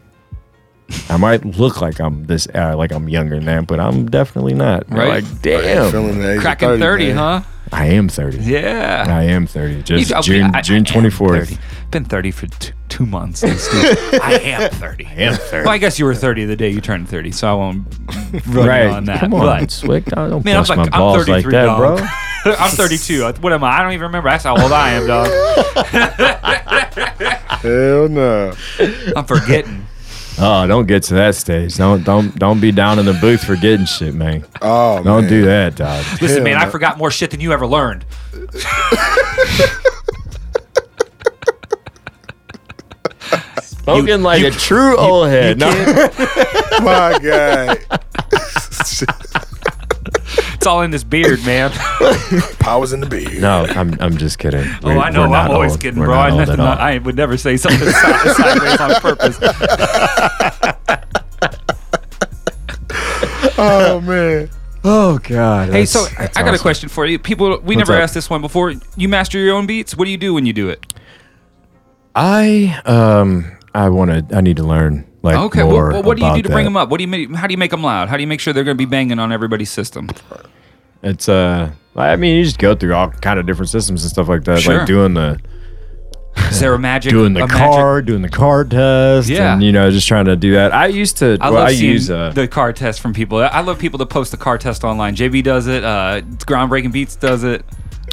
[SPEAKER 3] I might look like I'm this, uh, like I'm younger than that, but I'm definitely not. They're
[SPEAKER 2] Right.
[SPEAKER 3] Like, damn,
[SPEAKER 1] Feeling the age of
[SPEAKER 2] Cracking thirty,
[SPEAKER 1] man.
[SPEAKER 2] huh?
[SPEAKER 3] I am 30.
[SPEAKER 2] Yeah.
[SPEAKER 3] I am 30. Just
[SPEAKER 2] You- okay,
[SPEAKER 3] June,
[SPEAKER 2] I- I
[SPEAKER 3] June
[SPEAKER 2] am
[SPEAKER 3] 24th.
[SPEAKER 2] 30. Been 30 for t- two months. and still- I am 30.
[SPEAKER 3] am 30.
[SPEAKER 2] Well, I guess you were 30 the day you turned 30, so I won't run
[SPEAKER 3] right.
[SPEAKER 2] you on that.
[SPEAKER 3] Come on,
[SPEAKER 2] but-
[SPEAKER 3] Swick. Don't, don't
[SPEAKER 2] man,
[SPEAKER 3] bust
[SPEAKER 2] I'm like,
[SPEAKER 3] my
[SPEAKER 2] I'm
[SPEAKER 3] balls like
[SPEAKER 2] 33,
[SPEAKER 3] that,
[SPEAKER 2] dog.
[SPEAKER 3] bro.
[SPEAKER 2] I'm 32. What am I? I don't even remember. That's how old I am, dog.
[SPEAKER 1] Hell no.
[SPEAKER 2] I'm forgetting.
[SPEAKER 3] Oh, don't get to that stage. Don't don't don't be down in the booth forgetting shit, man.
[SPEAKER 1] Oh,
[SPEAKER 3] Don't
[SPEAKER 1] man.
[SPEAKER 3] do that, dog.
[SPEAKER 2] Listen,
[SPEAKER 1] Hell
[SPEAKER 2] man, I
[SPEAKER 1] no.
[SPEAKER 2] forgot more shit than you ever learned.
[SPEAKER 3] Spoken like a true old head. No.
[SPEAKER 1] Oh, My God.
[SPEAKER 2] It's all in this beard, man.
[SPEAKER 1] Powers in the beard.
[SPEAKER 3] No, I'm I'm just kidding.
[SPEAKER 2] oh, I know. I'm always kidding, bro. I, nothing, I would never say something side- sideways on purpose.
[SPEAKER 1] Oh man.
[SPEAKER 3] oh God.
[SPEAKER 2] Hey, so I, I got a question for you. People, we
[SPEAKER 3] What's
[SPEAKER 2] never
[SPEAKER 3] up?
[SPEAKER 2] asked this one before. You master your own beats. What do you do when you do it?
[SPEAKER 3] I um I want to. I need to learn like
[SPEAKER 2] Okay, well,
[SPEAKER 3] more
[SPEAKER 2] well, what do you do
[SPEAKER 3] about
[SPEAKER 2] to bring
[SPEAKER 3] that.
[SPEAKER 2] them up? What do you make, how do you make them loud? How do you make sure they're going to be banging on everybody's system?
[SPEAKER 3] It's uh, I mean, you just go through all kind of different systems and stuff like that,
[SPEAKER 2] Sure.
[SPEAKER 3] like doing the
[SPEAKER 2] Is there a magic?
[SPEAKER 3] doing the
[SPEAKER 2] a magic-
[SPEAKER 3] car, doing the car test,
[SPEAKER 2] Yeah.
[SPEAKER 3] and you know, just trying to do that. I used to.
[SPEAKER 2] I
[SPEAKER 3] well,
[SPEAKER 2] love
[SPEAKER 3] I
[SPEAKER 2] seeing
[SPEAKER 3] use uh,
[SPEAKER 2] the car test from people. I love people that post the car test online. JB does it. Uh, Groundbreaking Beats does it.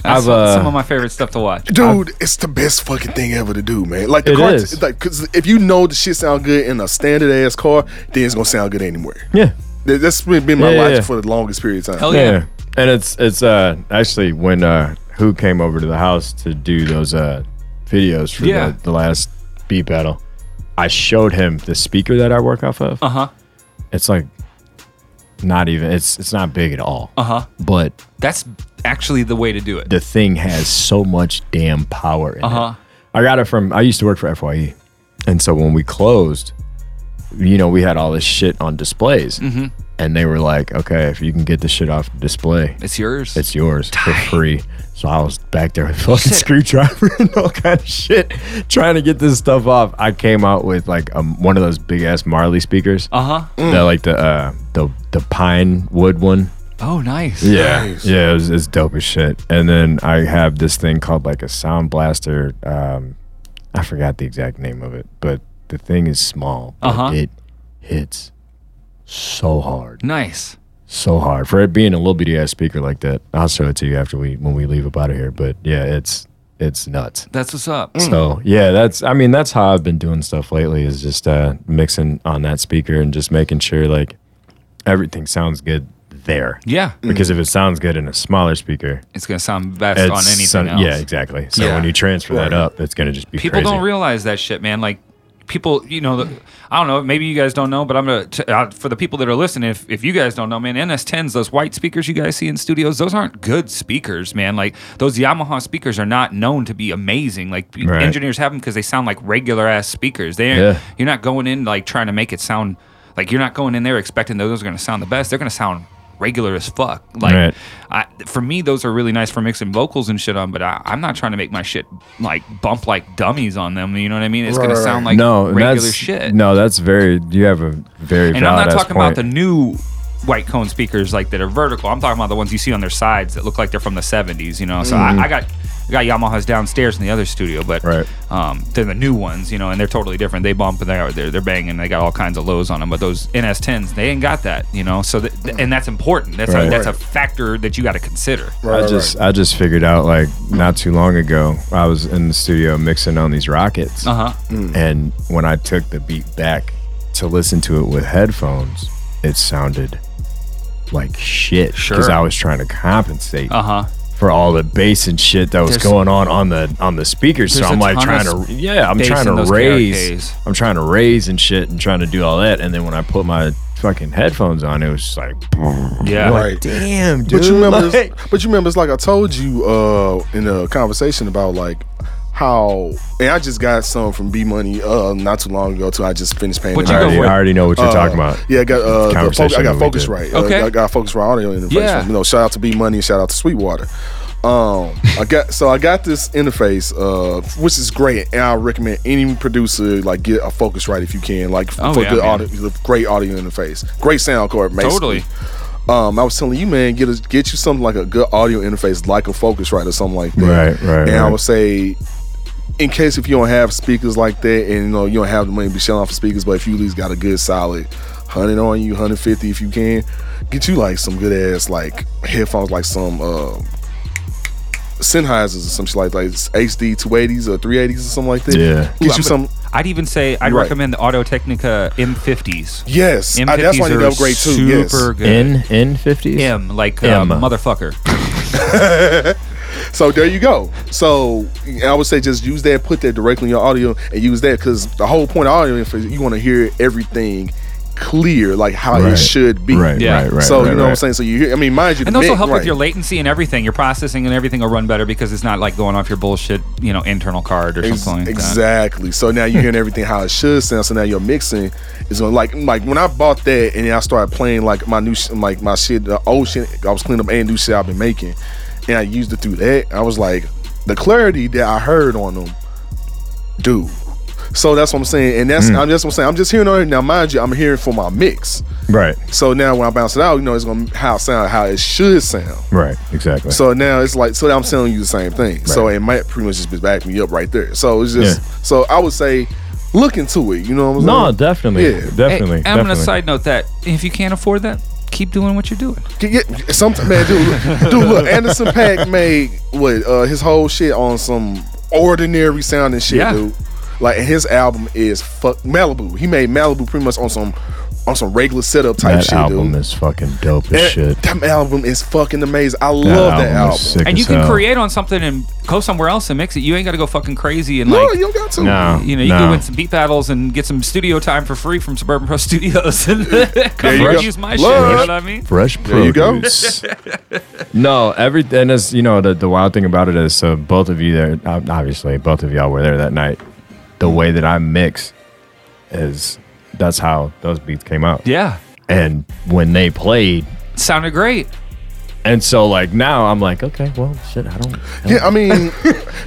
[SPEAKER 2] That's
[SPEAKER 3] I've, uh,
[SPEAKER 2] some of my favorite stuff to watch.
[SPEAKER 1] Dude, it's the best fucking thing ever to do, man. Like the
[SPEAKER 3] It
[SPEAKER 1] car,
[SPEAKER 3] is.
[SPEAKER 1] like because if you know the shit sound good in a standard ass car, then it's gonna sound good anywhere.
[SPEAKER 3] yeah.
[SPEAKER 1] That- That's been been my
[SPEAKER 3] Yeah, yeah,
[SPEAKER 1] logic
[SPEAKER 3] yeah.
[SPEAKER 1] for the longest period of time.
[SPEAKER 2] Hell
[SPEAKER 3] yeah.
[SPEAKER 2] yeah.
[SPEAKER 3] And it's it's uh actually when uh who came over to the house to do those uh videos for
[SPEAKER 2] Yeah.
[SPEAKER 3] the, the last beat battle, I showed him the speaker that I work off of.
[SPEAKER 2] Uh huh.
[SPEAKER 3] It's like not even it's it's not big at all.
[SPEAKER 2] Uh huh.
[SPEAKER 3] But
[SPEAKER 2] That's actually the way to do it.
[SPEAKER 3] the thing has so much damn power in
[SPEAKER 2] Uh-huh.
[SPEAKER 3] it. I got it from I used to work for FYE. And so when we closed, you know, we had all this shit on displays.
[SPEAKER 2] Mm-hmm.
[SPEAKER 3] And they were like, okay, if you can get this shit off the display,
[SPEAKER 2] It's yours.
[SPEAKER 3] it's yours for free. So I was back there with a fucking screwdriver and all kind of shit, trying to get this stuff off. I came out with like um, one of those big ass Marley speakers,
[SPEAKER 2] uh huh.
[SPEAKER 3] that like the uh, the the pine wood one.
[SPEAKER 2] Oh, nice.
[SPEAKER 3] Yeah,
[SPEAKER 1] Nice.
[SPEAKER 3] yeah, it was, it's dope as shit. And then I have this thing called like a sound blaster. Um, I forgot the exact name of it, but the thing is small. but
[SPEAKER 2] Uh-huh.
[SPEAKER 3] It hits so hard
[SPEAKER 2] Nice.
[SPEAKER 3] so hard for it being a little bitty ass speaker like that. I'll show it to you after we when we leave up out of here. But yeah, it's it's nuts.
[SPEAKER 2] That's what's up.
[SPEAKER 3] So yeah, that's I mean that's how I've been doing stuff lately is just uh, mixing on that speaker and just making sure like everything sounds good there.
[SPEAKER 2] Yeah.
[SPEAKER 3] Because if it sounds good in a smaller speaker,
[SPEAKER 2] Mm. It's going to sound best
[SPEAKER 3] it's
[SPEAKER 2] on anything
[SPEAKER 3] some-
[SPEAKER 2] else.
[SPEAKER 3] yeah, exactly. So
[SPEAKER 2] Yeah.
[SPEAKER 3] when you transfer that up, it's gonna just be
[SPEAKER 2] people
[SPEAKER 3] crazy.
[SPEAKER 2] don't realize that shit, man. Like people, you know, the, I don't know. Maybe you guys don't know, but I'm gonna t- uh, for the people that are listening. If if you guys don't know, man, NS10s, those white speakers you guys see in studios, those aren't good speakers, man. Like those Yamaha speakers are not known to be amazing. Like p-
[SPEAKER 3] Right.
[SPEAKER 2] engineers have them because they sound like regular ass speakers. They
[SPEAKER 3] Yeah.
[SPEAKER 2] are you're not going in like trying to make it sound like you're not going in there expecting those are gonna sound the best. They're gonna sound regular as fuck. Like
[SPEAKER 3] Right.
[SPEAKER 2] I, for me, those are really nice for mixing vocals and shit on, but I, I'm not trying to make my shit like bump like dummies on them. You know what I mean? It's
[SPEAKER 1] Right,
[SPEAKER 2] gonna
[SPEAKER 1] right.
[SPEAKER 2] sound like
[SPEAKER 3] no, and
[SPEAKER 2] regular
[SPEAKER 3] that's-
[SPEAKER 2] shit.
[SPEAKER 3] No, that's very. You have a very.
[SPEAKER 2] and I'm not
[SPEAKER 3] valid-ass
[SPEAKER 2] talking
[SPEAKER 3] point.
[SPEAKER 2] about the new white cone speakers like that are vertical. I'm talking about the ones you see on their sides that look like they're from the 70s. You know, so I, I got I got Yamahas downstairs in the other studio, but
[SPEAKER 3] Mm-hmm. Right.
[SPEAKER 2] um, they're the new ones. You know, and they're totally different. They bump and they are they're, they're banging. They got all kinds of lows on them, but those NS10s they ain't got that. You know, so that, and that's important. That's a,
[SPEAKER 3] Right.
[SPEAKER 2] that's a factor that you got to consider.
[SPEAKER 1] Right,
[SPEAKER 3] I
[SPEAKER 1] right,
[SPEAKER 3] just I just figured out like not too long ago I was in the studio mixing on these rockets,
[SPEAKER 2] Uh huh.
[SPEAKER 1] Hmm.
[SPEAKER 3] and when I took the beat back to listen to it with headphones, it sounded like shit because
[SPEAKER 2] Sure.
[SPEAKER 3] I was trying to compensate
[SPEAKER 2] Uh huh.
[SPEAKER 3] for all the bass and shit that was
[SPEAKER 2] There's-
[SPEAKER 3] going on on the on the speakers. So
[SPEAKER 2] there's a
[SPEAKER 3] I'm like
[SPEAKER 2] ton
[SPEAKER 3] trying
[SPEAKER 2] of
[SPEAKER 3] to yeah, I'm
[SPEAKER 2] bass
[SPEAKER 3] trying
[SPEAKER 2] in
[SPEAKER 3] to
[SPEAKER 2] those
[SPEAKER 3] raise,
[SPEAKER 2] KRKs.
[SPEAKER 3] I'm trying to raise and shit, and trying to do all that. And then when I put my fucking headphones on, it was just like,
[SPEAKER 2] Yeah.
[SPEAKER 1] Right.
[SPEAKER 3] damn, dude.
[SPEAKER 1] But you remember,
[SPEAKER 3] like-
[SPEAKER 1] it's, but you remember, it's like I told you uh, in a conversation about like how, and I just got some from B Money uh, not too long ago too. I just finished paying.
[SPEAKER 2] What'd
[SPEAKER 1] it
[SPEAKER 2] you
[SPEAKER 3] I
[SPEAKER 1] back.
[SPEAKER 2] go
[SPEAKER 3] already,
[SPEAKER 2] for it.
[SPEAKER 3] I already know what you're
[SPEAKER 1] Uh,
[SPEAKER 3] talking about.
[SPEAKER 1] Yeah, I got uh, the
[SPEAKER 3] Conversation
[SPEAKER 1] focus, I got
[SPEAKER 3] that we
[SPEAKER 1] focus
[SPEAKER 3] did.
[SPEAKER 1] right.
[SPEAKER 2] Okay.
[SPEAKER 1] Uh, I got focus right audio interface.
[SPEAKER 2] Yeah.
[SPEAKER 1] You know, shout out to B Money and shout out to Sweetwater. Um, I got so I got this interface, uh, which is great, and I recommend any producer like get a focus right if you can, like f-
[SPEAKER 2] Oh,
[SPEAKER 1] for
[SPEAKER 2] yeah,
[SPEAKER 1] good
[SPEAKER 2] man.
[SPEAKER 1] audio, great audio interface, great sound card, basically.
[SPEAKER 2] Totally.
[SPEAKER 1] Um, I was telling you, man, get a, get you something like a good audio interface, like a Focusrite or something like that.
[SPEAKER 3] Right, right,
[SPEAKER 1] And I
[SPEAKER 3] right.
[SPEAKER 1] would say, in case if you don't have speakers like that, and you know you don't have the money to be shelling off for speakers, but if you at least got a good solid hundred on you, hundred fifty if you can, get you like some good ass like headphones, like some uh, Sennheisers or some shit like like HD two eighties or three eighties or something like that.
[SPEAKER 3] Yeah.
[SPEAKER 1] get
[SPEAKER 2] I'm
[SPEAKER 1] you some.
[SPEAKER 2] gonna- I'd even say I'd
[SPEAKER 1] Right.
[SPEAKER 2] recommend the Auto Technica M50s.
[SPEAKER 1] Yes,
[SPEAKER 2] M50s
[SPEAKER 1] I, that's why I need
[SPEAKER 2] are
[SPEAKER 1] to upgrade too.
[SPEAKER 2] Super
[SPEAKER 1] Yes.
[SPEAKER 2] good.
[SPEAKER 3] N N fifties.
[SPEAKER 2] M like uh,
[SPEAKER 3] M.
[SPEAKER 2] motherfucker.
[SPEAKER 1] So there you go. So I would say just use that, put that directly in your audio, and use that because the whole point of audio is you want to hear everything clear, like how it
[SPEAKER 3] Right.
[SPEAKER 1] should be.
[SPEAKER 3] Right,
[SPEAKER 2] Yeah.
[SPEAKER 3] right, right.
[SPEAKER 1] so you
[SPEAKER 3] right,
[SPEAKER 1] know what I'm
[SPEAKER 3] right.
[SPEAKER 1] saying. So you hear, I mean, mind you,
[SPEAKER 2] And
[SPEAKER 1] the
[SPEAKER 2] those will
[SPEAKER 1] mix,
[SPEAKER 2] help
[SPEAKER 1] right.
[SPEAKER 2] with your latency and everything. Your processing and everything will run better because it's not like going off your bullshit, you know, internal card or
[SPEAKER 1] Ex-
[SPEAKER 2] something like that.
[SPEAKER 1] exactly. So now you're hearing everything how it should sound. So now your mixing is gonna like like when I bought that and then I started playing like my new sh- like my shit the old shit I was cleaning up and new shit I've been making, and I used it through that. I was like the clarity that I heard on them, dude. So that's what I'm saying, and
[SPEAKER 2] Mm.
[SPEAKER 1] that's I'm just what I'm saying. I'm just hearing on it now. Mind you, I'm hearing for my mix.
[SPEAKER 3] Right,
[SPEAKER 1] So now when I bounce it out, you know it's gonna how it sound how it should sound.
[SPEAKER 3] right, exactly.
[SPEAKER 1] So now it's like so I'm telling you the same thing. So it might pretty much just be back me up right there. So it's just
[SPEAKER 3] Yeah.
[SPEAKER 1] so I would say look into it. You know what I'm
[SPEAKER 3] no,
[SPEAKER 1] saying?
[SPEAKER 3] definitely,
[SPEAKER 1] Yeah.
[SPEAKER 2] Hey,
[SPEAKER 3] definitely.
[SPEAKER 2] and I'm going to
[SPEAKER 3] definitely.
[SPEAKER 2] side note that if you can't afford that, keep doing what you're doing.
[SPEAKER 1] Yeah, sometimes man, dude, dude, look, Anderson Pack made what uh, his whole shit on some ordinary sounding shit,
[SPEAKER 2] Yeah.
[SPEAKER 1] dude. Like and his album is fuck Malibu. He made Malibu pretty much on some on some regular setup type
[SPEAKER 3] That
[SPEAKER 1] shit,
[SPEAKER 3] album
[SPEAKER 1] dude.
[SPEAKER 3] is fucking dope
[SPEAKER 1] And
[SPEAKER 3] as shit.
[SPEAKER 1] That album is fucking amazing. I love that album.
[SPEAKER 3] is sick
[SPEAKER 2] And you
[SPEAKER 3] as
[SPEAKER 2] can
[SPEAKER 3] hell.
[SPEAKER 2] create on something and go somewhere else and mix it. You ain't got to go fucking crazy and
[SPEAKER 1] No,
[SPEAKER 2] like.
[SPEAKER 1] you don't got to.
[SPEAKER 3] No,
[SPEAKER 2] You know, you
[SPEAKER 3] Oh, no.
[SPEAKER 2] can win some beat battles and get some studio time for free from Suburban Pro Studios and come
[SPEAKER 1] you
[SPEAKER 2] and
[SPEAKER 1] go.
[SPEAKER 2] use my
[SPEAKER 1] Look.
[SPEAKER 2] shit. You know what I mean?
[SPEAKER 3] fresh
[SPEAKER 1] you go.
[SPEAKER 3] produce. no, everything and is you know the, the wild thing about it is so both of you there ob- obviously both of y'all were there that night. The way that I mix is that's how those beats came out.
[SPEAKER 2] Yeah.
[SPEAKER 3] And when they played,
[SPEAKER 2] Sounded great.
[SPEAKER 3] and so like now I'm like, okay, well, shit, I don't. I don't-
[SPEAKER 1] Yeah, I mean,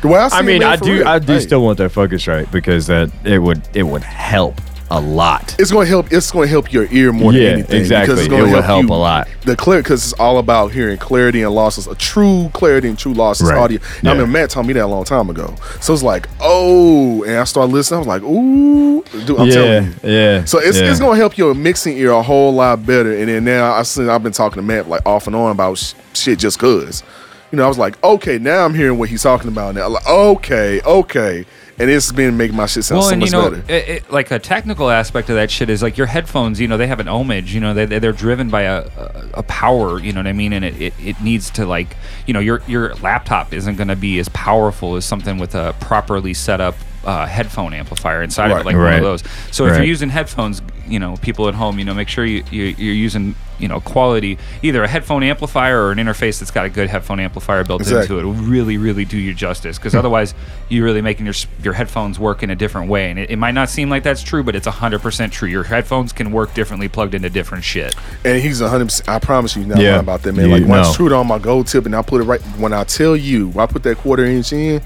[SPEAKER 1] the way I, see
[SPEAKER 3] I
[SPEAKER 1] it,
[SPEAKER 3] mean,
[SPEAKER 1] man,
[SPEAKER 3] I
[SPEAKER 1] for
[SPEAKER 3] do,
[SPEAKER 1] real.
[SPEAKER 3] I do
[SPEAKER 1] Hey.
[SPEAKER 3] still want their focus right because that it would, it would help a lot.
[SPEAKER 1] it's gonna help. It's gonna help your ear more
[SPEAKER 3] Yeah,
[SPEAKER 1] than anything.
[SPEAKER 3] exactly.
[SPEAKER 1] Because it's gonna
[SPEAKER 3] It will
[SPEAKER 1] help,
[SPEAKER 3] help
[SPEAKER 1] you-
[SPEAKER 3] a lot.
[SPEAKER 1] The clear because it's all about hearing clarity and losses. A true clarity and true losses
[SPEAKER 3] Right.
[SPEAKER 1] audio. And I
[SPEAKER 3] Yeah.
[SPEAKER 1] mean, Matt told me that a long time ago. So it's like, oh, and I started listening. I was like, ooh, dude, I'm telling
[SPEAKER 3] yeah,
[SPEAKER 1] you.
[SPEAKER 3] yeah.
[SPEAKER 1] So it's,
[SPEAKER 3] yeah.
[SPEAKER 1] it's gonna help your mixing ear a whole lot better. And then now I seen, I've been talking to Matt like off and on about sh- shit just cause. You know, I was like, okay, now I'm hearing what he's talking about now. Like, okay, okay. And it's been making my shit sound
[SPEAKER 2] well,
[SPEAKER 1] so
[SPEAKER 2] and
[SPEAKER 1] much
[SPEAKER 2] you know,
[SPEAKER 1] better.
[SPEAKER 2] it, it, like a technical aspect of that shit is like your headphones. You know, they have an ohmage. You know, they they- they're driven by a a, a power. You know what I mean? And it, it, it needs to like you know your your laptop isn't going to be as powerful as something with a properly set up uh, headphone amplifier inside of
[SPEAKER 1] Right.
[SPEAKER 2] it, like one
[SPEAKER 3] Right.
[SPEAKER 2] of those. So if
[SPEAKER 3] Right.
[SPEAKER 2] you're using headphones, you know, people at home, you know, make sure you you're, you're using you know quality either a headphone amplifier or an interface that's got a good headphone amplifier built into
[SPEAKER 1] Exactly.
[SPEAKER 2] it it will really, really do you justice. Because otherwise, you're really making your s- your headphones work in a different way, and it, it might not seem like that's true, but it's hundred percent true. Your headphones can work differently plugged into different shit.
[SPEAKER 1] And he's hundred percent. I promise you, he's not
[SPEAKER 3] Yeah.
[SPEAKER 1] lying about that, man.
[SPEAKER 3] You
[SPEAKER 1] like when
[SPEAKER 3] know.
[SPEAKER 1] I screwed on my gold tip and I put it right when I tell you, when I put that quarter inch in.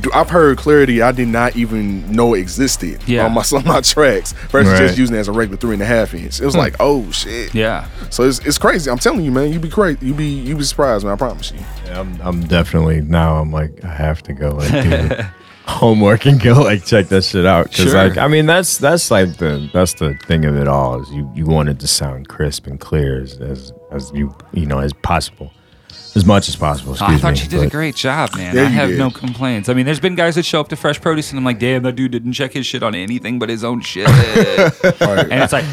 [SPEAKER 1] dude, I've heard clarity I did not even know existed
[SPEAKER 2] Yeah.
[SPEAKER 1] on my some of my tracks versus
[SPEAKER 3] Right. Hmm.
[SPEAKER 1] just using it as a regular three and a half inch. It was like, oh shit.
[SPEAKER 2] Yeah,
[SPEAKER 1] So it's, it's crazy. I'm telling you, man. You be crazy. You be you be surprised, man. I promise you.
[SPEAKER 3] Yeah, I'm, I'm definitely now. I'm like, I have to go like do homework and go like check that shit out because
[SPEAKER 2] Sure.
[SPEAKER 3] like I mean that's that's like the that's the thing of it all is you you want it to sound crisp and clear as as, as you you know as possible as much as possible.
[SPEAKER 2] I
[SPEAKER 1] Oh,
[SPEAKER 3] excuse
[SPEAKER 2] thought
[SPEAKER 3] me,
[SPEAKER 2] you did a
[SPEAKER 3] but-
[SPEAKER 2] great job, man.
[SPEAKER 1] Yeah,
[SPEAKER 2] I
[SPEAKER 1] you
[SPEAKER 2] have
[SPEAKER 1] did.
[SPEAKER 2] no complaints. I mean, there's been guys that show up to Fresh Produce, and I'm like, damn, that dude didn't check his shit on anything but his own shit. and it's like,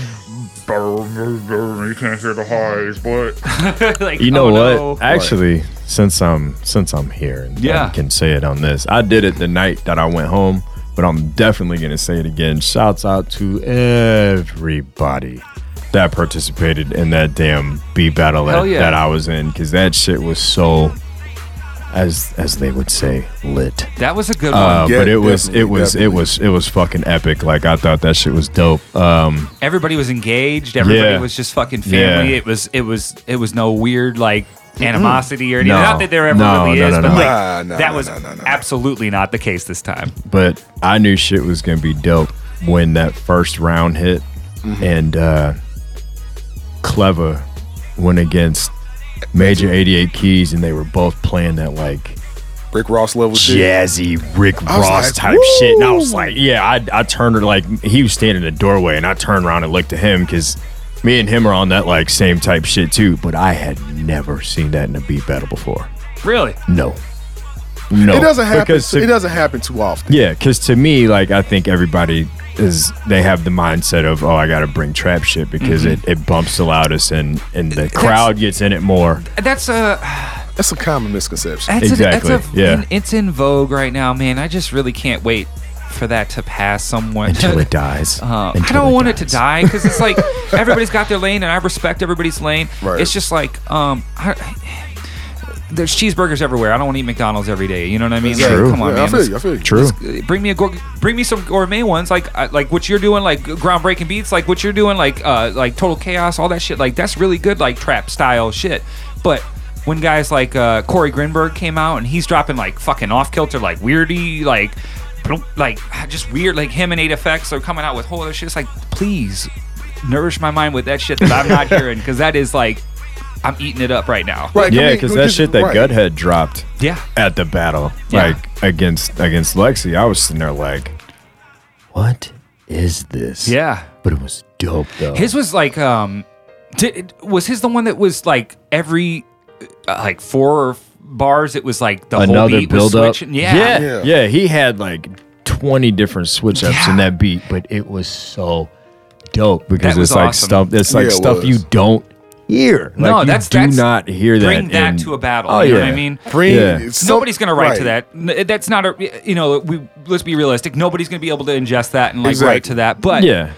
[SPEAKER 4] You can't hear the highs, but
[SPEAKER 2] like,
[SPEAKER 3] You know
[SPEAKER 2] oh,
[SPEAKER 3] what?
[SPEAKER 2] no.
[SPEAKER 3] Actually, since I'm since I'm here and
[SPEAKER 2] Yeah.
[SPEAKER 3] I can say it on this, I did it the night that I went home, but I'm definitely gonna say it again. Shouts out to everybody that participated in that damn beat battle
[SPEAKER 2] Hell
[SPEAKER 3] that,
[SPEAKER 2] yeah.
[SPEAKER 3] that I was in because that shit was so, as as they would say, lit.
[SPEAKER 2] that was a good
[SPEAKER 3] Uh,
[SPEAKER 2] one.
[SPEAKER 1] Yeah,
[SPEAKER 3] but it was it
[SPEAKER 1] definitely,
[SPEAKER 3] was it
[SPEAKER 1] definitely.
[SPEAKER 3] was it was fucking epic. Like I thought that shit was dope. Um,
[SPEAKER 2] Everybody was engaged. Everybody
[SPEAKER 3] Yeah.
[SPEAKER 2] was just fucking family.
[SPEAKER 3] Yeah.
[SPEAKER 2] It was it was it was no weird like animosity or anything.
[SPEAKER 3] No.
[SPEAKER 2] Not that there ever
[SPEAKER 3] No,
[SPEAKER 2] really
[SPEAKER 3] no,
[SPEAKER 2] is,
[SPEAKER 3] no,
[SPEAKER 2] but
[SPEAKER 3] no.
[SPEAKER 2] like
[SPEAKER 1] Nah, nah,
[SPEAKER 2] that
[SPEAKER 1] nah,
[SPEAKER 2] was
[SPEAKER 1] nah, nah, nah.
[SPEAKER 2] absolutely not the case this time.
[SPEAKER 3] but I knew shit was gonna be dope when that first round hit,
[SPEAKER 1] Mm-hmm.
[SPEAKER 3] and uh, clever went against Major 88 Keys, and they were both playing that like
[SPEAKER 1] Rick Ross level shit.
[SPEAKER 3] jazzy Rick
[SPEAKER 1] I was
[SPEAKER 3] Ross
[SPEAKER 1] like,
[SPEAKER 3] type shit, and I was like, yeah, I, I turned her like he was standing in the doorway, and I turned around and looked at him because. Me and him are on that like same type shit too, but I had never seen that in a beat battle before.
[SPEAKER 2] Really?
[SPEAKER 3] No. No,
[SPEAKER 1] it doesn't happen.
[SPEAKER 3] because to-
[SPEAKER 1] it doesn't happen too often.
[SPEAKER 3] Yeah, because to me, like I think everybody is they have the mindset of oh I gotta bring trap shit because it, it bumps the loudest and and the crowd gets in it more.
[SPEAKER 2] That's uh, a
[SPEAKER 1] That's a common misconception.
[SPEAKER 2] that's A, that's a,
[SPEAKER 3] Exactly, yeah.
[SPEAKER 2] in- it's in vogue right now, man. I just really can't wait for that to pass somewhere
[SPEAKER 3] Until it dies.
[SPEAKER 2] Uh, I
[SPEAKER 3] Until
[SPEAKER 2] don't
[SPEAKER 3] it
[SPEAKER 2] want it to
[SPEAKER 3] dies.
[SPEAKER 2] die because it's like everybody's got their lane, and I respect everybody's lane.
[SPEAKER 1] Right.
[SPEAKER 2] It's just like um, I, there's cheeseburgers everywhere. I don't want to eat McDonald's every day. You know what I mean? Like,
[SPEAKER 3] True.
[SPEAKER 2] Come on,
[SPEAKER 1] Yeah,
[SPEAKER 2] man.
[SPEAKER 1] I feel
[SPEAKER 2] Let's-
[SPEAKER 1] you. I feel you.
[SPEAKER 3] True.
[SPEAKER 2] uh, bring me a gour- bring me some gourmet ones like uh, like what you're doing like groundbreaking beats like what you're doing like uh like total chaos all that shit like that's really good like trap style shit but when guys like uh corey grinberg came out and he's dropping like fucking off kilter like weirdy like bloop, like ah, just weird like him and eight effects are coming out with whole other shit it's like please nourish my mind with that shit that i'm not hearing because that is like i'm eating it up right now
[SPEAKER 1] Right. I
[SPEAKER 3] Yeah,
[SPEAKER 1] mean,
[SPEAKER 3] because that shit that
[SPEAKER 1] right.
[SPEAKER 3] Guthead dropped
[SPEAKER 2] yeah
[SPEAKER 3] at the battle,
[SPEAKER 2] Yeah.
[SPEAKER 3] like against against Lexi, I was sitting there like, what is this?
[SPEAKER 2] yeah
[SPEAKER 3] but it was dope though.
[SPEAKER 2] His was like, um, did, was his the one that was like every uh, like four or f- bars? It was like the whole
[SPEAKER 3] another
[SPEAKER 2] beat
[SPEAKER 3] build
[SPEAKER 2] was
[SPEAKER 3] up.
[SPEAKER 2] switching. Yeah.
[SPEAKER 3] yeah, yeah. He had like twenty different switch ups in
[SPEAKER 2] Yeah.
[SPEAKER 3] that beat, but it was so dope because
[SPEAKER 2] That was
[SPEAKER 3] it's like
[SPEAKER 2] awesome.
[SPEAKER 3] stuff. It's like
[SPEAKER 1] Yeah, it
[SPEAKER 3] stuff
[SPEAKER 1] was.
[SPEAKER 3] you don't hear.
[SPEAKER 2] No,
[SPEAKER 3] Like, you
[SPEAKER 2] that's-
[SPEAKER 3] do
[SPEAKER 2] that's-
[SPEAKER 3] not hear that.
[SPEAKER 2] Bring that
[SPEAKER 3] in-
[SPEAKER 2] to a battle.
[SPEAKER 3] Oh
[SPEAKER 2] you
[SPEAKER 3] yeah,
[SPEAKER 2] know what I mean?
[SPEAKER 1] Bring-
[SPEAKER 3] Yeah.
[SPEAKER 1] some-
[SPEAKER 2] nobody's gonna write to
[SPEAKER 1] right.
[SPEAKER 2] that. N- That's not a you know. We let's be realistic. Nobody's gonna be able to ingest that and like write
[SPEAKER 1] Exactly.
[SPEAKER 2] to that. But
[SPEAKER 3] yeah,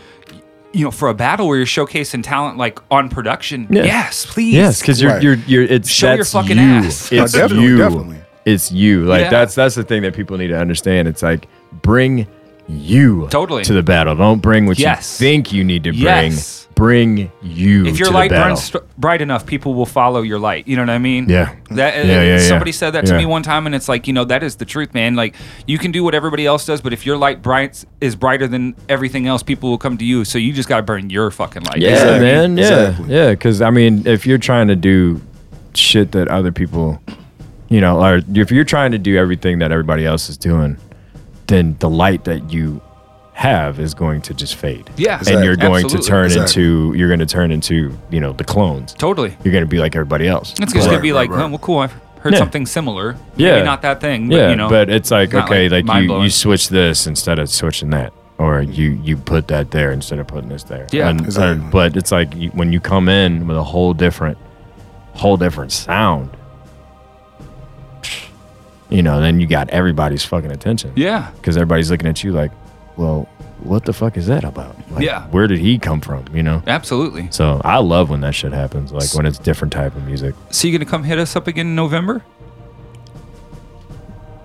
[SPEAKER 2] you know, for a battle where you're showcasing talent like on production,
[SPEAKER 3] Yeah.
[SPEAKER 2] yes, please,
[SPEAKER 3] yes, because you're
[SPEAKER 1] Right.
[SPEAKER 3] you're you're. It's
[SPEAKER 2] Show your
[SPEAKER 3] that's
[SPEAKER 2] fucking
[SPEAKER 3] you.
[SPEAKER 2] ass.
[SPEAKER 1] No,
[SPEAKER 3] It's
[SPEAKER 1] definitely,
[SPEAKER 3] you.
[SPEAKER 1] definitely.
[SPEAKER 3] It's you. Like
[SPEAKER 2] Yeah.
[SPEAKER 3] that's that's the thing that people need to understand. It's like bring you
[SPEAKER 2] Totally.
[SPEAKER 3] to the battle. Don't bring what
[SPEAKER 2] Yes.
[SPEAKER 3] you think you need to bring.
[SPEAKER 2] Yes.
[SPEAKER 3] Bring you.
[SPEAKER 2] if
[SPEAKER 3] to
[SPEAKER 2] your
[SPEAKER 3] the
[SPEAKER 2] light
[SPEAKER 3] battle.
[SPEAKER 2] burns str- bright enough, people will follow your light. You know what I mean?
[SPEAKER 3] Yeah.
[SPEAKER 2] That,
[SPEAKER 3] Yeah, yeah, yeah.
[SPEAKER 2] somebody said that to
[SPEAKER 3] Yeah.
[SPEAKER 2] me one time, and it's like you know that is the truth, man. Like you can do what everybody else does, but if your light bright is brighter than everything else, people will come to you. So you just gotta burn your fucking light.
[SPEAKER 3] Yeah,
[SPEAKER 1] Exactly.
[SPEAKER 3] man. Yeah,
[SPEAKER 1] Exactly.
[SPEAKER 3] yeah. Because I mean, if you're trying to do shit that other people, you know, or if you're trying to do everything that everybody else is doing, then the light that you have is going to just fade.
[SPEAKER 2] Yeah.
[SPEAKER 3] and you're going
[SPEAKER 2] Absolutely.
[SPEAKER 3] to turn
[SPEAKER 1] Exactly.
[SPEAKER 3] into you're going to turn into you know the clones.
[SPEAKER 2] totally.
[SPEAKER 3] You're going to be like everybody else.
[SPEAKER 2] It's just
[SPEAKER 1] Right,
[SPEAKER 2] gonna be
[SPEAKER 1] right,
[SPEAKER 2] like,
[SPEAKER 1] right.
[SPEAKER 2] "Oh, well, cool. I've heard
[SPEAKER 3] Yeah.
[SPEAKER 2] something similar.
[SPEAKER 3] Yeah.
[SPEAKER 2] Maybe not that thing, but
[SPEAKER 3] yeah,
[SPEAKER 2] you know.
[SPEAKER 3] but it's like
[SPEAKER 2] not,
[SPEAKER 3] okay,
[SPEAKER 2] like,
[SPEAKER 3] like, you
[SPEAKER 2] mind-blowing.
[SPEAKER 3] you switch this instead of switching that, or you you put that there instead of putting this there.
[SPEAKER 2] Yeah.
[SPEAKER 3] And- and-
[SPEAKER 1] Exactly.
[SPEAKER 3] but it's like you, when you come in with a whole different, whole different sound, you know, then you got everybody's fucking attention.
[SPEAKER 2] yeah,
[SPEAKER 3] because everybody's looking at you like, well, what the fuck is that about? Like,
[SPEAKER 2] Yeah.
[SPEAKER 3] where did he come from? You know.
[SPEAKER 2] absolutely.
[SPEAKER 3] So I love when that shit happens, like when it's different type of music.
[SPEAKER 2] So you gonna come hit us up again in November?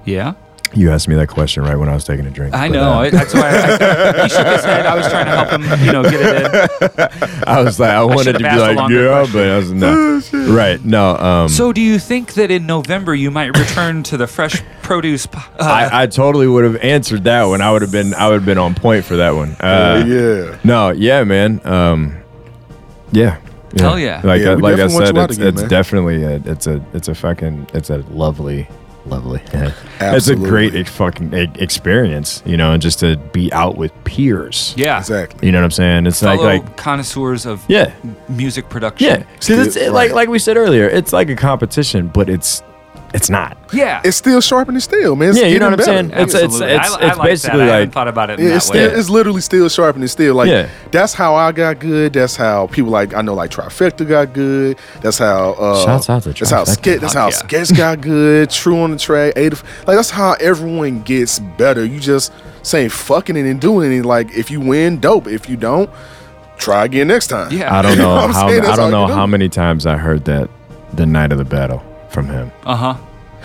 [SPEAKER 2] Yeah.
[SPEAKER 3] You asked me that question right when I was taking a drink.
[SPEAKER 2] I
[SPEAKER 3] but,
[SPEAKER 2] know.
[SPEAKER 3] uh,
[SPEAKER 2] I- that's why I, I, he shook his head. I was trying to help him, you know, get it in.
[SPEAKER 3] I was like, I wanted
[SPEAKER 2] should've
[SPEAKER 3] to be
[SPEAKER 2] asked a
[SPEAKER 3] like,
[SPEAKER 2] longer Oh,
[SPEAKER 3] yeah, but I was no, right? No, um,
[SPEAKER 2] So, do you think that in November you might return to the fresh produce? po- Uh,
[SPEAKER 3] I, I totally would have answered that one. I would have been, I would have been on point for that one. Uh,
[SPEAKER 1] yeah.
[SPEAKER 3] No, yeah, man, um, yeah, yeah.
[SPEAKER 2] Hell yeah.
[SPEAKER 3] Like,
[SPEAKER 1] Yeah,
[SPEAKER 3] I-
[SPEAKER 1] we
[SPEAKER 3] like I
[SPEAKER 1] definitely want
[SPEAKER 3] said,
[SPEAKER 1] you out
[SPEAKER 3] it's,
[SPEAKER 1] again,
[SPEAKER 3] it's
[SPEAKER 1] man.
[SPEAKER 3] definitely a, it's a, it's a fucking, it's a lovely, lovely. it's a
[SPEAKER 1] Absolutely.
[SPEAKER 3] great ex- fucking e- experience, you know, and just to be out with peers.
[SPEAKER 2] yeah,
[SPEAKER 1] Exactly.
[SPEAKER 3] You know what I'm saying? It's
[SPEAKER 2] Fellow
[SPEAKER 3] like, like,
[SPEAKER 2] connoisseurs of
[SPEAKER 3] yeah,
[SPEAKER 2] music production.
[SPEAKER 3] Yeah, because it's
[SPEAKER 1] Skip,
[SPEAKER 3] like
[SPEAKER 1] right.
[SPEAKER 3] like we said earlier, it's like a competition, but it's it's not.
[SPEAKER 2] yeah,
[SPEAKER 1] It's still sharpening steel, man. It's
[SPEAKER 3] Yeah, you know what
[SPEAKER 1] getting
[SPEAKER 3] I'm
[SPEAKER 1] better.
[SPEAKER 3] saying. It's it's
[SPEAKER 2] absolutely.
[SPEAKER 3] it's,
[SPEAKER 2] I, I
[SPEAKER 3] it's
[SPEAKER 2] like
[SPEAKER 3] basically
[SPEAKER 2] that. I haven't
[SPEAKER 3] like
[SPEAKER 2] thought about it in
[SPEAKER 1] Yeah,
[SPEAKER 2] that
[SPEAKER 1] it's,
[SPEAKER 2] way.
[SPEAKER 1] still, it's literally still sharpening steel. Like
[SPEAKER 3] Yeah.
[SPEAKER 1] that's how I got good. That's how people like I know like Trifecta got good. That's how uh,
[SPEAKER 3] Shouts out to
[SPEAKER 1] that's how
[SPEAKER 3] Trifecta.
[SPEAKER 1] sketch that's how
[SPEAKER 2] Fuck yeah.
[SPEAKER 1] sketch got good. True on the track. Eight of, like that's how everyone gets better. You just saying fucking it and doing it. Like if you win, dope. If you don't, try again next time.
[SPEAKER 2] Yeah.
[SPEAKER 3] I don't
[SPEAKER 1] You know
[SPEAKER 3] know
[SPEAKER 1] what I'm
[SPEAKER 3] how
[SPEAKER 1] saying? That's
[SPEAKER 3] I don't
[SPEAKER 1] all
[SPEAKER 3] know
[SPEAKER 1] you
[SPEAKER 3] how
[SPEAKER 1] do.
[SPEAKER 3] many times I heard that the night of the battle from him
[SPEAKER 2] uh huh.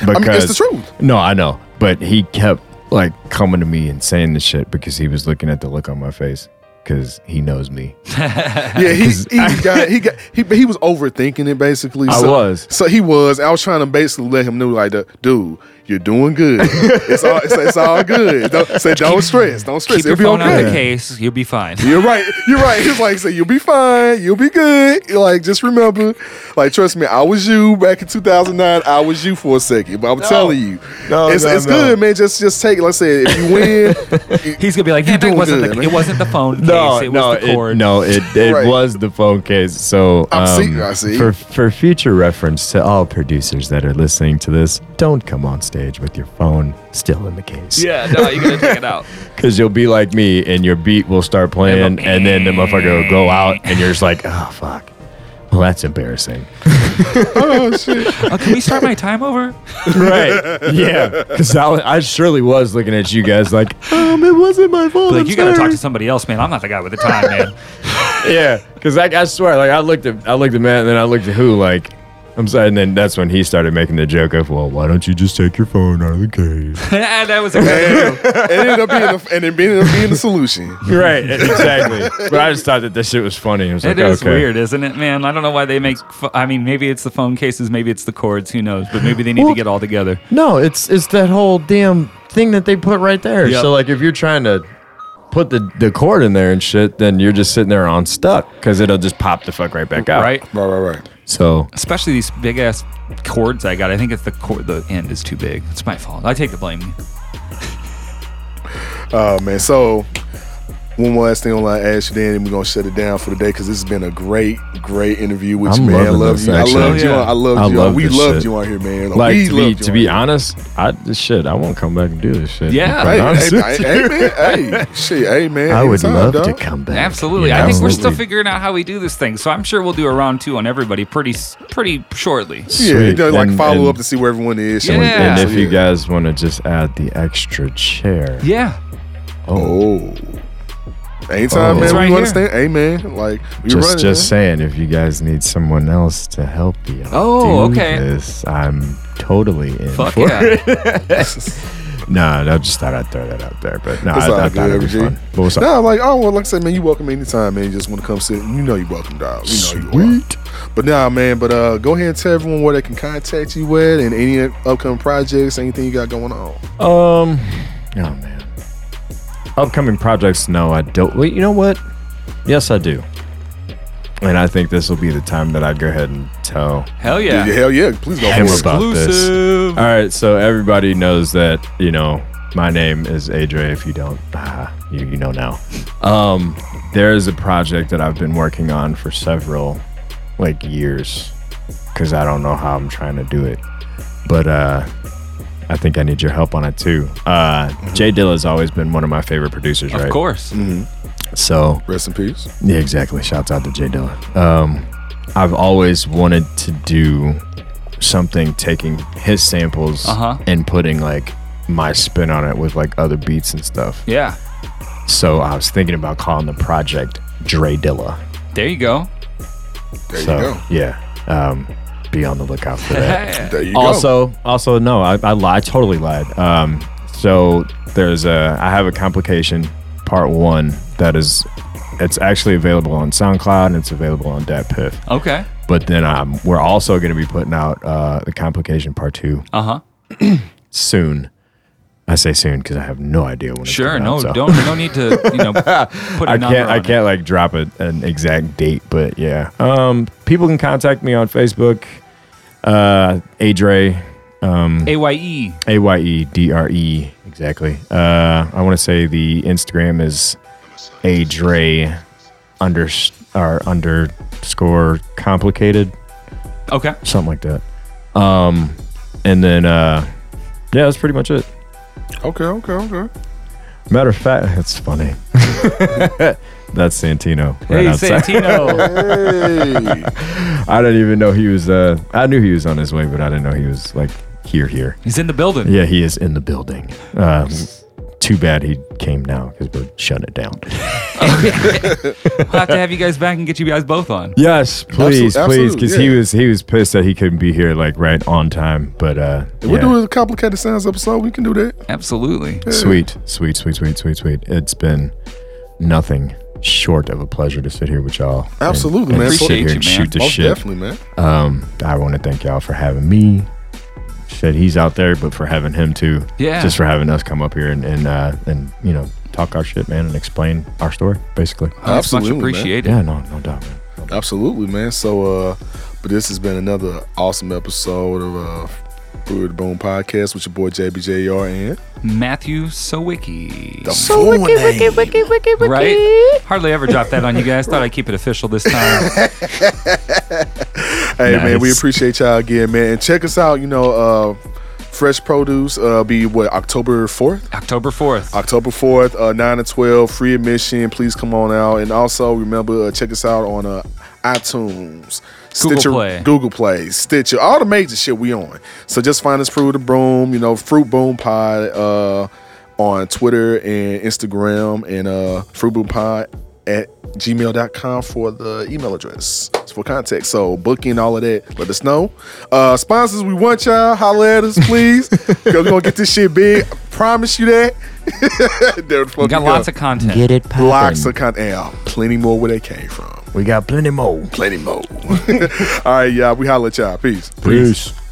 [SPEAKER 3] because
[SPEAKER 1] it's the truth.
[SPEAKER 3] No, I know, but he kept like coming to me and saying this shit because he was looking at the look on my face because he knows me.
[SPEAKER 1] Yeah, he, he got he got he he was overthinking it basically.
[SPEAKER 3] I
[SPEAKER 1] so,
[SPEAKER 3] was.
[SPEAKER 1] So he was. I was trying to basically let him know like, dude, you're doing good. It's all it's, it's all good. Don't, say don't stress. Don't stress.
[SPEAKER 2] Keep your
[SPEAKER 1] It'll be
[SPEAKER 2] phone out of the
[SPEAKER 1] okay.
[SPEAKER 2] case. You'll be fine.
[SPEAKER 1] You're right. You're right. He's like, say you'll be fine. You'll be good. Like just remember, like trust me, I was you back in 2009. I was you for a second, but I'm telling you,
[SPEAKER 3] No,
[SPEAKER 1] it's,
[SPEAKER 3] no,
[SPEAKER 1] it's
[SPEAKER 3] no.
[SPEAKER 1] good, man. Just just take. it. Let's say if you win,
[SPEAKER 2] He's gonna be like, yeah, that
[SPEAKER 1] doing
[SPEAKER 2] wasn't
[SPEAKER 1] good,
[SPEAKER 2] the,
[SPEAKER 1] man.
[SPEAKER 2] it wasn't the phone case. it was the cord.
[SPEAKER 3] It, no, it, it
[SPEAKER 1] Right.
[SPEAKER 3] was the phone case. So
[SPEAKER 1] I see,
[SPEAKER 3] um,
[SPEAKER 1] I see.
[SPEAKER 3] For, for future reference to all producers that are listening to this, don't come on stage with your phone still in the case.
[SPEAKER 2] Yeah, no, you gotta take it out.
[SPEAKER 3] Because you'll be like me and your beat will start playing
[SPEAKER 2] And
[SPEAKER 3] and,
[SPEAKER 2] the-
[SPEAKER 3] then the motherfucker will go out and you're just like, oh, fuck. Well, that's embarrassing.
[SPEAKER 2] Oh, can we start my time over?
[SPEAKER 3] right. Yeah. Because I, I surely was looking at you guys like, um, it wasn't my fault.
[SPEAKER 2] Like
[SPEAKER 3] I'm
[SPEAKER 2] you gotta talk
[SPEAKER 3] sorry."
[SPEAKER 2] to somebody else, man. I'm not the guy with the time, man.
[SPEAKER 3] yeah, because like I swear, like I looked at I looked at Matt, and then I looked at who, like I'm sorry, and then that's when he started making the joke of, well, why don't you just take your phone out of the case?
[SPEAKER 2] And that was a good
[SPEAKER 1] Damn. it ended up being the, and it ended up being the solution.
[SPEAKER 3] right, exactly. But I just thought that this shit was funny. It was
[SPEAKER 2] It
[SPEAKER 3] like,
[SPEAKER 2] is
[SPEAKER 3] okay.
[SPEAKER 2] weird, isn't it, man? I don't know why they make. F- I mean, maybe it's the phone cases, maybe it's the cords. Who knows? But maybe they need
[SPEAKER 3] Well-
[SPEAKER 2] to get all together.
[SPEAKER 3] No, it's it's that whole damn thing that they put right there.
[SPEAKER 2] Yep.
[SPEAKER 3] So like, if you're trying to put the the cord in there and shit, then you're just sitting there on stuck because it'll just pop the fuck right back out.
[SPEAKER 2] Right?
[SPEAKER 1] Right, right, right.
[SPEAKER 3] So
[SPEAKER 2] Especially these big ass cords I got. I think it's the cord. The end is too big. It's my fault. I take the blame.
[SPEAKER 1] Oh man, so one more last thing I want to ask you, then and we're gonna shut it down for the day because this has been a great, great interview with
[SPEAKER 3] I'm
[SPEAKER 1] you, man. I
[SPEAKER 3] loving
[SPEAKER 1] love
[SPEAKER 3] this,
[SPEAKER 1] you.
[SPEAKER 3] actually.
[SPEAKER 1] I loved you.
[SPEAKER 2] Yeah.
[SPEAKER 1] On, I loved
[SPEAKER 3] I
[SPEAKER 1] you. on-
[SPEAKER 3] love
[SPEAKER 1] we
[SPEAKER 3] this
[SPEAKER 1] loved
[SPEAKER 3] shit.
[SPEAKER 1] you on here, man. Like,
[SPEAKER 3] like
[SPEAKER 1] we
[SPEAKER 3] to be
[SPEAKER 1] loved you
[SPEAKER 3] to
[SPEAKER 1] on
[SPEAKER 3] be
[SPEAKER 1] here.
[SPEAKER 3] honest, I this shit I won't come back and do this shit.
[SPEAKER 2] Yeah.
[SPEAKER 3] I'm quite
[SPEAKER 1] Hey,
[SPEAKER 3] honest
[SPEAKER 1] hey,
[SPEAKER 3] with
[SPEAKER 1] hey,
[SPEAKER 3] you.
[SPEAKER 1] hey, man, hey, shit, hey, man.
[SPEAKER 3] I would
[SPEAKER 1] anytime,
[SPEAKER 3] love
[SPEAKER 1] dog.
[SPEAKER 3] to come back.
[SPEAKER 2] Absolutely.
[SPEAKER 3] Yeah,
[SPEAKER 2] I think we're still
[SPEAKER 3] absolutely.
[SPEAKER 2] figuring out how we do this thing. So I'm sure we'll do a round two on everybody pretty s- pretty shortly.
[SPEAKER 1] Yeah, you
[SPEAKER 3] Sweet.
[SPEAKER 1] know, like
[SPEAKER 3] And-
[SPEAKER 1] follow
[SPEAKER 3] and-
[SPEAKER 1] up to see where everyone is. shit like
[SPEAKER 2] Yeah.
[SPEAKER 1] that.
[SPEAKER 3] And
[SPEAKER 1] So,
[SPEAKER 3] if you
[SPEAKER 1] yeah.
[SPEAKER 3] guys want to just add the extra chair,
[SPEAKER 2] Yeah.
[SPEAKER 1] oh. Anytime,
[SPEAKER 3] Oh.
[SPEAKER 1] man.
[SPEAKER 3] It's
[SPEAKER 1] we
[SPEAKER 2] right
[SPEAKER 1] understand. Hey, man. Like we
[SPEAKER 3] just
[SPEAKER 1] running.
[SPEAKER 3] just
[SPEAKER 1] man.
[SPEAKER 3] saying, if you guys need someone else to help you,
[SPEAKER 2] Oh,
[SPEAKER 3] do
[SPEAKER 2] okay.
[SPEAKER 3] this, I'm totally in
[SPEAKER 2] Fuck
[SPEAKER 3] for
[SPEAKER 2] yeah.
[SPEAKER 3] it. Nah, I just thought I'd throw that out there, but no,
[SPEAKER 1] It's all
[SPEAKER 3] I, I thought
[SPEAKER 1] good,
[SPEAKER 3] it'd be
[SPEAKER 1] G.
[SPEAKER 3] fun. But what's up?
[SPEAKER 1] No, like oh well, like I said, man, you welcome anytime, man. You just want to come sit, you know you welcome, dog. You know you
[SPEAKER 3] Sweet.
[SPEAKER 1] are. But nah, man. But uh, go ahead and tell everyone where they can contact you at, and any upcoming projects, anything you got going on.
[SPEAKER 3] Um, oh man, upcoming projects? No, I don't. Wait, you know what? Yes, I do. And I think this will be the time that I go ahead and tell
[SPEAKER 2] Hell yeah.
[SPEAKER 1] hell yeah, please go.
[SPEAKER 3] him
[SPEAKER 1] for it.
[SPEAKER 3] about this.
[SPEAKER 2] Exclusive.
[SPEAKER 3] All right, so everybody knows that you know my name is Adre. If you don't, ah, you you know now. Um, there is a project that I've been working on for several like years because I don't know how I'm trying to do it, but uh, I think I need your help on it too. Uh, Jay Dilla's always been one of my favorite producers,
[SPEAKER 2] Of
[SPEAKER 3] right? Mm.
[SPEAKER 2] course.
[SPEAKER 3] So
[SPEAKER 1] Rest in peace.
[SPEAKER 3] yeah, exactly. Shouts out to Jay Dilla. Um, I've always wanted to do something taking his samples
[SPEAKER 2] Uh-huh.
[SPEAKER 3] and putting like my spin on it with like other beats and stuff.
[SPEAKER 2] Yeah.
[SPEAKER 3] So I was thinking about calling the project Dre Dilla.
[SPEAKER 2] There you go.
[SPEAKER 1] There
[SPEAKER 3] so
[SPEAKER 1] you go.
[SPEAKER 3] yeah, um, be on the lookout for that.
[SPEAKER 1] There you go.
[SPEAKER 3] also, also no, I, I lied. I totally lied. Um, so there's a I have a complication part one that is it's actually available on SoundCloud and it's available on DatPiff.
[SPEAKER 2] okay.
[SPEAKER 3] But then um, we're also going to be putting out uh, the complication part two
[SPEAKER 2] Uh huh.
[SPEAKER 3] soon. I say soon because I have no idea when.
[SPEAKER 2] Sure.
[SPEAKER 3] it's
[SPEAKER 2] No.
[SPEAKER 3] so.
[SPEAKER 2] Don't. No need to. You know. Put a
[SPEAKER 3] I
[SPEAKER 2] number
[SPEAKER 3] can't. I
[SPEAKER 2] on it.
[SPEAKER 3] can't like drop a, an exact date, but yeah. Um, people can contact me on Facebook. Uh, Adre,
[SPEAKER 2] AYE.
[SPEAKER 3] A Y E D R E. Exactly. Uh, I want to say the Instagram is Adre under or underscore complicated.
[SPEAKER 2] Okay.
[SPEAKER 3] something like that. Um, and then uh, yeah, that's pretty much it.
[SPEAKER 1] Okay, okay, okay.
[SPEAKER 3] Matter of fact, that's funny. that's Santino. Right
[SPEAKER 2] Hey,
[SPEAKER 3] outside.
[SPEAKER 2] Santino.
[SPEAKER 1] Hey,
[SPEAKER 3] I didn't even know he was. Uh, I knew he was on his way, but I didn't know he was like here, here.
[SPEAKER 2] He's in the building.
[SPEAKER 3] Yeah, he is in the building. Um, too bad he came now because we're shutting it down.
[SPEAKER 2] We'll have to have you guys back and get you guys both on.
[SPEAKER 3] yes,
[SPEAKER 1] Absolute-
[SPEAKER 3] please, please,
[SPEAKER 1] absolute,
[SPEAKER 3] because he
[SPEAKER 1] yeah.
[SPEAKER 3] was he was pissed that he couldn't be here like right on time. But uh,
[SPEAKER 1] we'll
[SPEAKER 3] yeah.
[SPEAKER 1] do a complicated sounds episode. We can do that.
[SPEAKER 2] Absolutely.
[SPEAKER 3] Sweet, sweet, sweet, sweet, sweet, sweet. It's been nothing short of a pleasure to sit here with y'all. and-
[SPEAKER 1] Absolutely,
[SPEAKER 3] and
[SPEAKER 1] man.
[SPEAKER 3] Sit
[SPEAKER 2] Appreciate
[SPEAKER 3] here
[SPEAKER 2] you,
[SPEAKER 3] and
[SPEAKER 2] man.
[SPEAKER 3] shoot the
[SPEAKER 1] Most
[SPEAKER 3] shit.
[SPEAKER 1] definitely, man.
[SPEAKER 3] Um, I want to thank y'all for having me. Said he's out there, but for having him too.
[SPEAKER 2] Yeah.
[SPEAKER 3] Just for having us come up here and and uh, and you know talk our shit, man, and explain our story, basically.
[SPEAKER 2] Absolutely.
[SPEAKER 1] Absolutely,
[SPEAKER 2] Much
[SPEAKER 1] man.
[SPEAKER 2] appreciated.
[SPEAKER 3] Yeah, no, no doubt, man.
[SPEAKER 1] Absolutely, man. So, uh, but this has been another awesome episode of uh, Brew the Boom podcast with your boy JBJR and
[SPEAKER 2] Matthew Sawicki.
[SPEAKER 1] so wicked, wicked, wicked.
[SPEAKER 2] Right? Hardly ever drop that on you guys. Thought I'd keep it official this time.
[SPEAKER 1] Hey, man, we
[SPEAKER 3] Nice.
[SPEAKER 1] appreciate y'all again, man. And check us out, you know, uh, Fresh Produce. Uh, be what October fourth.
[SPEAKER 2] October 4th.
[SPEAKER 1] October 4th, uh, 9 to 12, free admission. Please come on out. And also remember, uh, check us out on uh, iTunes,
[SPEAKER 2] Google
[SPEAKER 1] Stitcher,
[SPEAKER 2] Play.
[SPEAKER 1] Google Play, Stitcher, all the major shit we on. So just find us through the broom, you know, Fruit Boom Pod uh, on Twitter and Instagram and uh, Fruit Boom Pod at gmail.com for the email address It's for contact so booking all of that let us know uh sponsors we want y'all holler at us please we're gonna get this shit big I promise you that There the fuck
[SPEAKER 2] We got
[SPEAKER 1] we go.
[SPEAKER 2] lots of content.
[SPEAKER 5] Get it poppin'.
[SPEAKER 1] Blocks of content. Yeah, plenty more where they came from.
[SPEAKER 3] We got plenty more.
[SPEAKER 1] Plenty more. All right, y'all. We holla at y'all. Peace.
[SPEAKER 3] Peace.